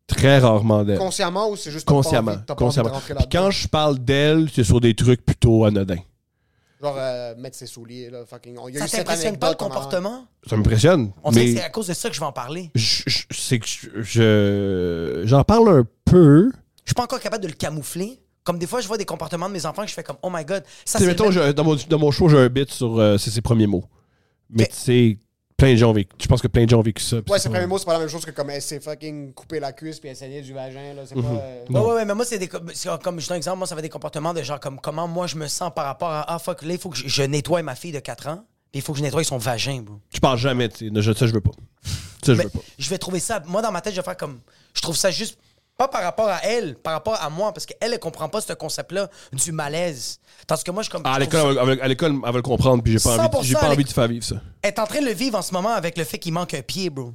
[SPEAKER 4] Très rarement d'elle.
[SPEAKER 3] Consciemment ou c'est juste. t'as pas
[SPEAKER 4] Consciemment.
[SPEAKER 3] envie- t'as pas envie de
[SPEAKER 4] Consciemment.
[SPEAKER 3] rentrer
[SPEAKER 4] Puis
[SPEAKER 3] là-dedans?
[SPEAKER 4] quand je parle d'elle, c'est sur des trucs plutôt anodins.
[SPEAKER 3] Genre, euh, mettre ses souliers, là, fucking. Il y a
[SPEAKER 2] Ça
[SPEAKER 3] eu cette
[SPEAKER 2] t'impressionne pas le
[SPEAKER 3] anecdote en avant.
[SPEAKER 2] comportement?
[SPEAKER 4] Ça m'impressionne.
[SPEAKER 2] On dirait
[SPEAKER 4] mais...
[SPEAKER 2] que c'est à cause de ça que je vais en parler.
[SPEAKER 4] je, je- c'est que je- je- j'en parle un peu.
[SPEAKER 2] Je suis pas encore capable de le camoufler Comme des fois, je vois des comportements de mes enfants que je fais comme, oh my god, ça
[SPEAKER 4] Tu sais,
[SPEAKER 2] c'est.
[SPEAKER 4] mettons,
[SPEAKER 2] le-
[SPEAKER 4] j'ai- dans, mon, dans mon show, j'ai un bit sur euh, c'est ses premiers mots. Mais
[SPEAKER 2] Ok.
[SPEAKER 4] tu sais, plein de gens ont vécu. Je pense que plein de gens ont vécu ça. puis
[SPEAKER 3] Ouais,
[SPEAKER 4] c'est
[SPEAKER 3] ses
[SPEAKER 4] pas-
[SPEAKER 3] premiers mots, c'est pas la même chose que comme elle s'est fucking coupé la cuisse puis elle saignait du vagin, là. C'est pas. euh,
[SPEAKER 2] Ouais, ouais, ouais, mais moi, c'est des. com- c'est Comme, comme je donne un exemple, moi, ça fait des comportements de genre, comme comment moi je me sens par rapport à, ah fuck, là, il faut que je, je nettoie ma fille de 4 ans, puis il faut que je nettoie son vagin, bro.
[SPEAKER 4] Tu parles jamais, tu sais. ne- je- Ça, je veux pas. Ça, je
[SPEAKER 2] Mais
[SPEAKER 4] veux pas.
[SPEAKER 2] je vais trouver ça. Moi, dans ma tête, je vais faire comme. Je trouve ça juste. Pas par rapport à elle, par rapport à moi, parce qu'elle, elle comprend pas ce concept-là du malaise. Tandis que moi, je suis comme.
[SPEAKER 4] Ah, À
[SPEAKER 2] je trouve
[SPEAKER 4] l'école,
[SPEAKER 2] ça-
[SPEAKER 4] elle, va- elle- à l'école, elle va le comprendre, puis j'ai pas envie, de-
[SPEAKER 2] 100%
[SPEAKER 4] j'ai pas
[SPEAKER 2] à
[SPEAKER 4] envie
[SPEAKER 2] l'éc-
[SPEAKER 4] de te faire vivre ça.
[SPEAKER 2] Elle est en train de le vivre en ce moment avec le fait qu'il manque un pied, bro.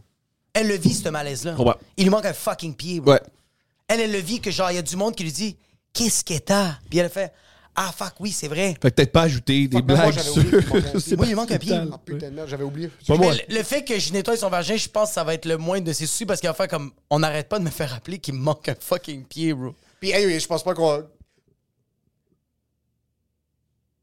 [SPEAKER 2] Elle le vit, ce malaise-là.
[SPEAKER 4] Comprends.
[SPEAKER 2] Il lui manque un fucking pied, bro.
[SPEAKER 4] Ouais.
[SPEAKER 2] Elle, elle le vit que genre, il y a du monde qui lui dit Qu'est-ce que t'as Puis elle fait Ah, fuck, oui, c'est vrai.
[SPEAKER 4] Fait que peut-être pas ajouter des
[SPEAKER 3] Fuck, même moi,
[SPEAKER 4] blagues
[SPEAKER 3] j'avais oublié qu'il manquait un
[SPEAKER 4] sur.
[SPEAKER 3] pied.
[SPEAKER 4] Sébastien
[SPEAKER 2] Oui, il manque un pied.
[SPEAKER 4] Tal.
[SPEAKER 3] Ah, putain de merde, j'avais oublié.
[SPEAKER 4] Pas moi.
[SPEAKER 2] Mais le, le fait que je nettoie son vagin, je pense que ça va être le moins de ses soucis parce qu'il va faire comme On n'arrête pas de me faire rappeler qu'il me manque un fucking pied, bro.
[SPEAKER 3] Puis, anyway, je pense pas qu'on.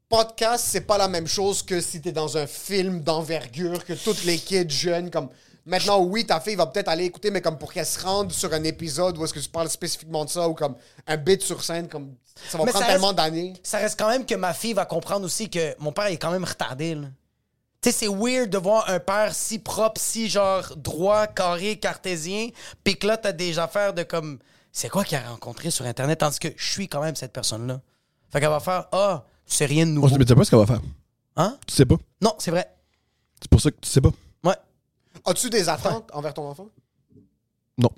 [SPEAKER 3] Podcast, c'est pas la même chose que si t'es dans un film d'envergure, que toutes les kids jeunes, comme. Maintenant, oui, ta fille va peut-être aller écouter, mais comme pour qu'elle se rende sur un épisode où est-ce que tu parles spécifiquement de ça, ou comme un bit sur scène, comme. Ça va
[SPEAKER 2] Mais
[SPEAKER 3] prendre
[SPEAKER 2] ça
[SPEAKER 3] tellement
[SPEAKER 2] reste-
[SPEAKER 3] d'années.
[SPEAKER 2] ça reste quand même que ma fille va comprendre aussi que mon père est quand même retardé. là. Tu sais, c'est weird de voir un père si propre, si genre droit, carré, cartésien, puis que là, t'as des affaires de comme, c'est quoi qu'il a rencontré sur Internet, tandis que je suis quand même cette personne-là. Fait qu'elle va faire, ah, tu sais rien de
[SPEAKER 4] On
[SPEAKER 2] nouveau.
[SPEAKER 4] se dit, mais tu sais pas ce qu'elle va faire.
[SPEAKER 2] Hein?
[SPEAKER 4] Tu sais pas.
[SPEAKER 2] Non, c'est vrai.
[SPEAKER 4] C'est pour ça que tu sais pas.
[SPEAKER 2] Ouais.
[SPEAKER 3] As-tu des attentes envers ton enfant?
[SPEAKER 4] Non.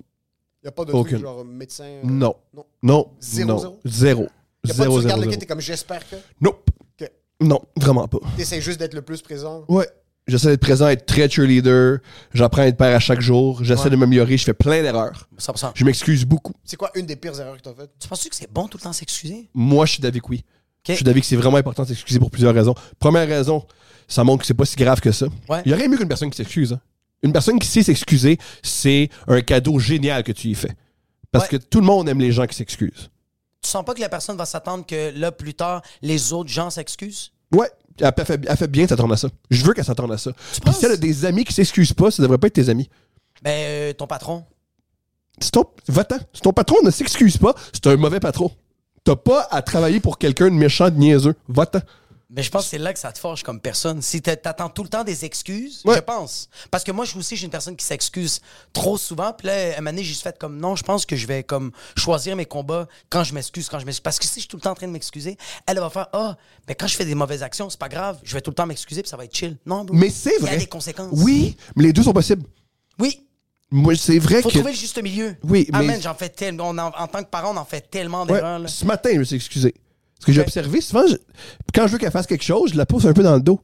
[SPEAKER 3] Y a pas de
[SPEAKER 4] Aucune.
[SPEAKER 3] truc genre médecin. euh,
[SPEAKER 4] Non.
[SPEAKER 3] Non.
[SPEAKER 4] Non.
[SPEAKER 3] Zéro,
[SPEAKER 4] non.
[SPEAKER 3] zéro?
[SPEAKER 4] Zéro.
[SPEAKER 3] Y a pas de tu
[SPEAKER 4] Zéro,
[SPEAKER 3] regardes
[SPEAKER 4] zéro,
[SPEAKER 3] le
[SPEAKER 4] zéro.
[SPEAKER 3] kid, t'es comme j'espère que.
[SPEAKER 4] Nope.
[SPEAKER 3] Ok.
[SPEAKER 4] Non, vraiment pas.
[SPEAKER 3] T'essayes juste d'être le plus présent.
[SPEAKER 4] Ouais. J'essaie d'être présent, être très cheerleader. J'apprends à être père à chaque jour. J'essaie de m'améliorer. Je fais plein d'erreurs.
[SPEAKER 2] 100%.
[SPEAKER 4] Je m'excuse beaucoup.
[SPEAKER 3] C'est quoi une des pires erreurs que t'as faites?
[SPEAKER 2] Tu penses-tu que c'est bon tout le temps s'excuser?
[SPEAKER 4] Moi, je suis d'avis que oui. Je suis d'avis que c'est vraiment important de s'excuser pour plusieurs raisons. Première raison, ça montre que c'est pas si grave que ça.
[SPEAKER 2] Ouais.
[SPEAKER 4] Il y aurait mieux qu'une personne qui s'excuse. hein. Une personne qui sait s'excuser, c'est un cadeau génial que tu y fais. Parce
[SPEAKER 2] Ouais.
[SPEAKER 4] que tout le monde aime les gens qui s'excusent.
[SPEAKER 2] Tu sens pas que la personne va s'attendre que là, plus tard, les autres gens s'excusent?
[SPEAKER 4] Ouais, elle elle fait, elle fait bien de s'attendre à ça. Je veux qu'elle s'attende à ça. Puis
[SPEAKER 2] penses?
[SPEAKER 4] si elle a des amis qui s'excusent pas, ça devrait pas être tes amis.
[SPEAKER 2] Ben, euh, ton patron.
[SPEAKER 4] Si ton, va-t'en. Si ton patron ne s'excuse pas, c'est un mauvais patron. T'as pas à travailler pour quelqu'un de méchant, de niaiseux. Va-t'en.
[SPEAKER 2] Mais je pense que c'est là que ça te forge comme personne. Si t'a- t'attends tout le temps des excuses,
[SPEAKER 4] Ouais.
[SPEAKER 2] je pense. Parce que moi, je aussi, j'ai une personne qui s'excuse trop souvent. Puis là, à un moment donné, j'ai juste fait comme non, je pense que je vais comme choisir mes combats quand je m'excuse, quand je m'excuse. Parce que si je suis tout le temps en train de m'excuser, elle va faire ah, mais quand je fais des mauvaises actions, c'est pas grave, je vais tout le temps m'excuser, puis ça va être chill. Non, bro.
[SPEAKER 4] Mais c'est vrai.
[SPEAKER 2] Il y a des conséquences.
[SPEAKER 4] Oui, mais les deux sont possibles.
[SPEAKER 2] Oui.
[SPEAKER 4] Moi, c'est vrai
[SPEAKER 2] Faut
[SPEAKER 4] que.
[SPEAKER 2] trouver le juste milieu.
[SPEAKER 4] Oui, mais-
[SPEAKER 2] Amen, j'en fais tellement. on en, en tant que parent, on en fait tellement
[SPEAKER 4] Ouais,
[SPEAKER 2] d'erreurs. là.
[SPEAKER 4] ce matin, je me suis excusé. Ce que j'ai
[SPEAKER 2] Ouais.
[SPEAKER 4] observé, souvent, je- quand je veux qu'elle fasse quelque chose, je la pousse un peu dans le dos.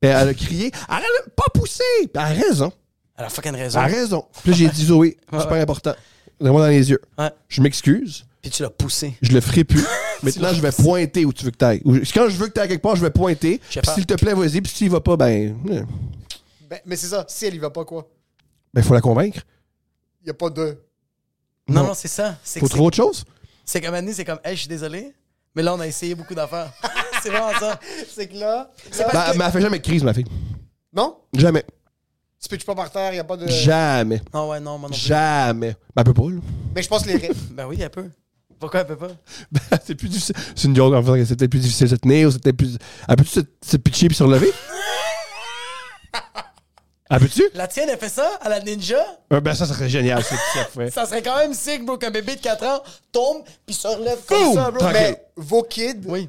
[SPEAKER 4] Et elle a crié Arrête de pas pousser Puis Elle a raison.
[SPEAKER 2] Elle a fucking
[SPEAKER 4] Elle
[SPEAKER 2] raison.
[SPEAKER 4] a raison. Puis là, j'ai dit Zoé, super important. Regarde-moi dans les yeux.
[SPEAKER 2] Ouais.
[SPEAKER 4] Je m'excuse.
[SPEAKER 2] Puis tu l'as poussé.
[SPEAKER 4] Je le ferai plus. Maintenant, je vais pointer où tu veux que t'ailles. Ou- Quand je veux que t'ailles à quelque part, je vais pointer.
[SPEAKER 2] Je sais
[SPEAKER 4] Puis
[SPEAKER 2] pas.
[SPEAKER 4] s'il te plaît, vas-y. Puis s'il va pas, ben. euh,
[SPEAKER 3] Ben, mais c'est ça, si elle y va pas, quoi.
[SPEAKER 4] Ben, faut la convaincre.
[SPEAKER 3] Y a pas de.
[SPEAKER 2] Non, non, c'est ça. C'est que
[SPEAKER 4] Faut
[SPEAKER 2] c'est-
[SPEAKER 4] trouver autre chose.
[SPEAKER 2] C'est qu'à un moment donné, c'est comme, hey, je suis désolé, mais là, on a essayé beaucoup d'affaires. c'est vraiment ça.
[SPEAKER 3] C'est que là. là-
[SPEAKER 4] Ben, mais elle fait jamais de crise, ma fille.
[SPEAKER 3] Non?
[SPEAKER 4] Jamais.
[SPEAKER 3] Tu pitches pas par terre, y a pas
[SPEAKER 2] Euh,
[SPEAKER 3] de.
[SPEAKER 4] Jamais.
[SPEAKER 2] Non, ouais, non, moi non plus.
[SPEAKER 4] Jamais. Ben, elle peut pas, là.
[SPEAKER 3] Mais je pense les. ré-
[SPEAKER 2] Ben oui, un peu. Pourquoi elle peut pas?
[SPEAKER 4] Ben, c'est plus difficile. C'est une joke en faisant que c'est peut-être plus difficile de se tenir ou c'est peut-être plus. Elle peut-tu se, se pitcher puis se relever? Elle peut-tu?
[SPEAKER 2] La tienne, elle fait ça à la ninja?
[SPEAKER 4] Euh, ben, ça, ça serait génial, c'est ça ferait.
[SPEAKER 2] Ça serait quand même sick, bro, qu'un bébé de 4 ans tombe puis se relève comme
[SPEAKER 4] Boum!
[SPEAKER 2] ça, bro.
[SPEAKER 4] Tranquille.
[SPEAKER 2] Mais
[SPEAKER 3] Mais vos kids
[SPEAKER 2] Oui.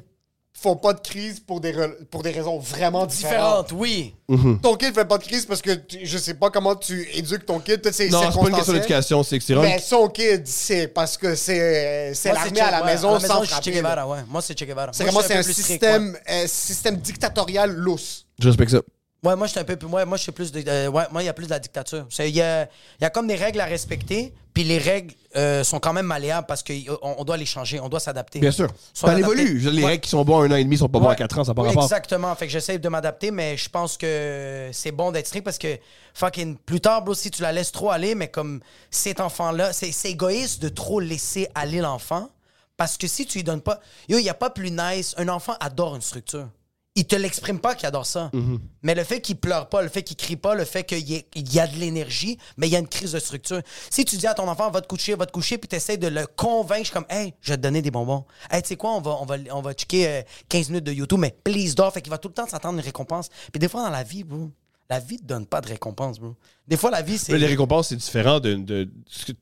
[SPEAKER 3] font pas de crise pour des, re- pour des raisons vraiment différentes.
[SPEAKER 2] différente, oui.
[SPEAKER 3] Ton kid fait pas de crise parce que tu- je sais pas comment tu éduques ton kid. Peut-être c'est
[SPEAKER 4] Non, c'est pas une question
[SPEAKER 3] circonstanciel.
[SPEAKER 4] d'éducation, c'est que
[SPEAKER 2] Ben,
[SPEAKER 4] c'est vraiment.
[SPEAKER 3] Mais Ben, son kid, c'est parce que c'est euh, c'est
[SPEAKER 2] Moi,
[SPEAKER 3] l'armée
[SPEAKER 2] Che-
[SPEAKER 3] à la
[SPEAKER 2] ouais,
[SPEAKER 3] maison sans
[SPEAKER 2] je suis Che
[SPEAKER 3] frapper. là.
[SPEAKER 2] Guevara, ouais. Moi, c'est Che Guevara.
[SPEAKER 3] C'est
[SPEAKER 2] Moi,
[SPEAKER 3] vraiment
[SPEAKER 2] je
[SPEAKER 3] c'est
[SPEAKER 2] suis peu
[SPEAKER 3] un
[SPEAKER 2] plus strict,
[SPEAKER 3] système, euh, système dictatorial lousse.
[SPEAKER 4] Je respecte ça.
[SPEAKER 2] Ouais, moi, je suis un peu plus. Moi, moi je suis plus. de- euh, ouais, moi, il y a plus de la dictature. C'est- Il y a, il y a comme des règles à respecter, puis les règles euh, sont quand même malléables parce qu'on on doit les changer, on doit s'adapter.
[SPEAKER 4] Bien sûr.
[SPEAKER 2] Soit
[SPEAKER 4] Ça
[SPEAKER 2] adapté.
[SPEAKER 4] évolue. Je veux dire, Les
[SPEAKER 2] Ouais.
[SPEAKER 4] règles qui sont bons à un an et demi sont pas bons à
[SPEAKER 2] Ouais.
[SPEAKER 4] quatre ans, ça n'a pas
[SPEAKER 2] Oui,
[SPEAKER 4] rapport.
[SPEAKER 2] Exactement. Fait que j'essaie de m'adapter, mais je pense que c'est bon d'être strict parce que fucking plus tard, bro, si tu la laisses trop aller, mais comme cet enfant-là, c'est c'est égoïste de trop laisser aller l'enfant parce que si tu lui donnes pas. Yo, il n'y a pas plus nice. Un enfant adore une structure. il te l'exprime pas qu'il adore ça.
[SPEAKER 4] Mhm.
[SPEAKER 2] Mais le fait qu'il pleure pas, le fait qu'il crie pas, le fait qu'il y ait- il y a de l'énergie, mais il y a une crise de structure. Si tu dis à ton enfant, va te coucher, va te coucher, puis tu essaies de le convaincre, je suis comme, hey, je vais te donner des bonbons. Hey, tu sais quoi, on va, on va, on va checker euh, 15 minutes de YouTube, mais please dors. Fait qu'il va tout le temps s'attendre une récompense. Puis des fois, dans la vie, bro, la vie te donne pas de récompense, bro. Des fois, la vie, c'est.
[SPEAKER 4] Mais les récompenses, c'est différent de. de, de ce que-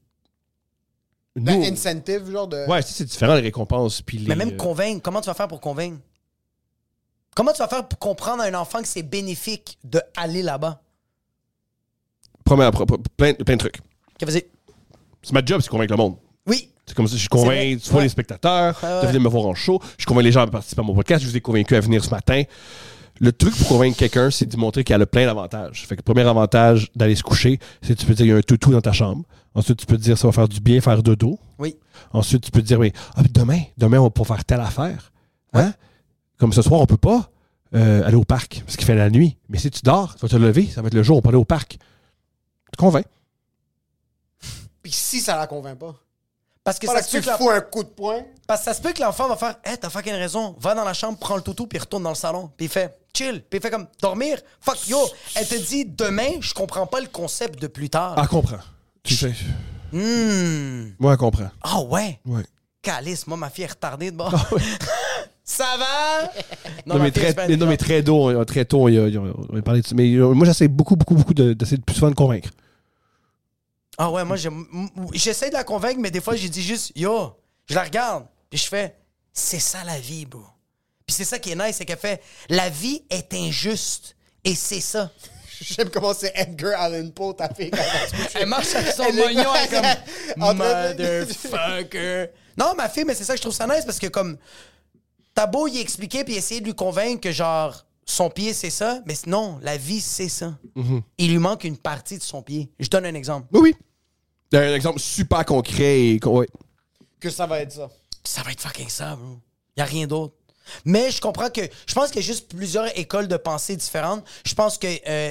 [SPEAKER 4] Nous,
[SPEAKER 3] Ben, incentive, genre de.
[SPEAKER 4] ouais, c'est c'est différent les récompenses. Puis les,
[SPEAKER 2] Mais même
[SPEAKER 4] euh,
[SPEAKER 2] convaincre, comment tu vas faire pour convaincre? Comment tu vas faire pour comprendre à un enfant que c'est bénéfique de aller là-bas?
[SPEAKER 4] première- pro- pro- plein, plein de trucs.
[SPEAKER 2] Que vas-y.
[SPEAKER 4] C'est ma job, c'est convaincre le monde.
[SPEAKER 2] Oui,
[SPEAKER 4] C'est comme ça, je
[SPEAKER 2] C'est
[SPEAKER 4] convainc
[SPEAKER 2] vrai.
[SPEAKER 4] tu vois
[SPEAKER 2] Ouais.
[SPEAKER 4] les spectateurs,
[SPEAKER 2] Ouais, ouais.
[SPEAKER 4] de venir me voir en show, je convainc les gens à participer à mon podcast, je vous ai convaincu à venir ce matin. Le truc pour convaincre quelqu'un, c'est de montrer qu'elle a plein d'avantages. Fait que le premier avantage d'aller se coucher, c'est que tu peux dire il y a un toutou dans ta chambre. Ensuite, tu peux dire ça va faire du bien faire dodo.
[SPEAKER 2] oui.
[SPEAKER 4] Ensuite, tu peux dire oui, ah, puis demain, demain, on va pouvoir faire telle affaire. Hein? Comme ce soir, on peut pas euh, aller au parc parce qu'il fait la nuit. Mais si tu dors, tu vas te lever, ça va être le jour, on peut aller au parc. Tu convaincs.
[SPEAKER 3] Puis si ça la convainc pas.
[SPEAKER 2] Parce que,
[SPEAKER 3] Pas là
[SPEAKER 2] ça
[SPEAKER 3] que
[SPEAKER 2] se
[SPEAKER 3] tu
[SPEAKER 2] peut
[SPEAKER 3] lui
[SPEAKER 2] que la-
[SPEAKER 3] fous un coup de poing.
[SPEAKER 2] parce que ça se peut que l'enfant va faire Hey, t'as fucking raison, va dans la chambre, prends le toutou, puis retourne dans le salon. Puis il fait chill, puis il fait comme dormir, fuck yo. Elle te dit demain, je comprends pas le concept de plus tard.
[SPEAKER 4] Ah, comprends. Tu sais.
[SPEAKER 2] Hmm.
[SPEAKER 4] Moi, je comprends.
[SPEAKER 2] Ah ouais,
[SPEAKER 4] Ouais.
[SPEAKER 2] calice, moi, ma fille est retardée de bord. ça va?
[SPEAKER 4] Ah Non,
[SPEAKER 2] ma
[SPEAKER 4] mais,
[SPEAKER 2] fille est
[SPEAKER 4] très,
[SPEAKER 2] super
[SPEAKER 4] mais non, mais
[SPEAKER 2] intelligente.
[SPEAKER 4] très tôt, on- très tôt, on y a- on a parlé de ça. Mais euh, moi, j'essaie beaucoup, beaucoup, beaucoup de- d'essayer de, plus souvent de convaincre.
[SPEAKER 2] Ah ouais, moi, j'ai- m- m- j'essaie de la convaincre, mais des fois, j'ai dit juste, yo, je la regarde, puis je fais, c'est ça la vie, bro. Puis c'est ça qui est nice, c'est qu'elle fait, la vie est injuste, et c'est ça.
[SPEAKER 3] J'aime comment c'est Edgar Allan Poe, ta fille. quand elle va se coucher.
[SPEAKER 2] Elle marche avec son
[SPEAKER 3] Elle est-
[SPEAKER 2] moignon, elle est
[SPEAKER 3] En
[SPEAKER 2] comme,
[SPEAKER 3] train de-
[SPEAKER 2] motherfucker. Non, ma fille, mais c'est ça que je trouve ça nice, parce que comme, t'as beau y expliquer, puis essayer de lui convaincre que genre, son pied, c'est ça, mais non, la vie, c'est ça. Il lui manque une partie de son pied. Je donne un exemple.
[SPEAKER 4] Oui, oui. Un exemple super concret. Et, con- ouais.
[SPEAKER 3] que ça va être ça.
[SPEAKER 2] ça va être fucking ça, bro. Y a rien d'autre. Mais je comprends que. Je pense qu'il y a juste plusieurs écoles de pensée différentes. Je pense qu'il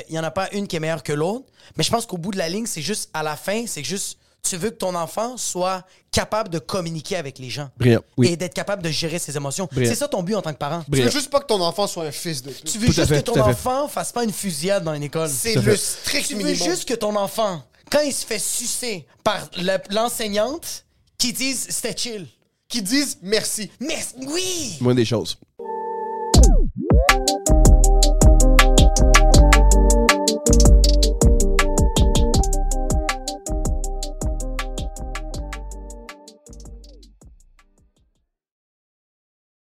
[SPEAKER 2] n'y y en a pas une qui est meilleure que l'autre. Mais je pense qu'au bout de la ligne, c'est juste à la fin, c'est juste. Tu veux que ton enfant soit capable de communiquer avec les gens.
[SPEAKER 4] Brillant, oui.
[SPEAKER 2] Et d'être capable de gérer ses émotions.
[SPEAKER 4] Brillant.
[SPEAKER 2] C'est ça ton but en tant que parent.
[SPEAKER 3] Tu veux
[SPEAKER 4] Brillant.
[SPEAKER 3] juste pas que ton enfant soit un fils de pute.
[SPEAKER 2] Tu veux
[SPEAKER 4] Tout à
[SPEAKER 2] juste
[SPEAKER 4] fait,
[SPEAKER 2] que
[SPEAKER 4] tout
[SPEAKER 2] ton
[SPEAKER 4] à fait.
[SPEAKER 2] enfant fasse pas une fusillade dans une école.
[SPEAKER 3] C'est
[SPEAKER 4] Tout à
[SPEAKER 3] le
[SPEAKER 4] fait.
[SPEAKER 3] strict
[SPEAKER 2] Tu veux
[SPEAKER 3] minimum.
[SPEAKER 2] juste que ton enfant, quand il se fait sucer par la- l'enseignante, qu'il dise c'était chill.
[SPEAKER 3] Qu'ils disent merci.
[SPEAKER 2] Mais oui!
[SPEAKER 4] Moins des choses.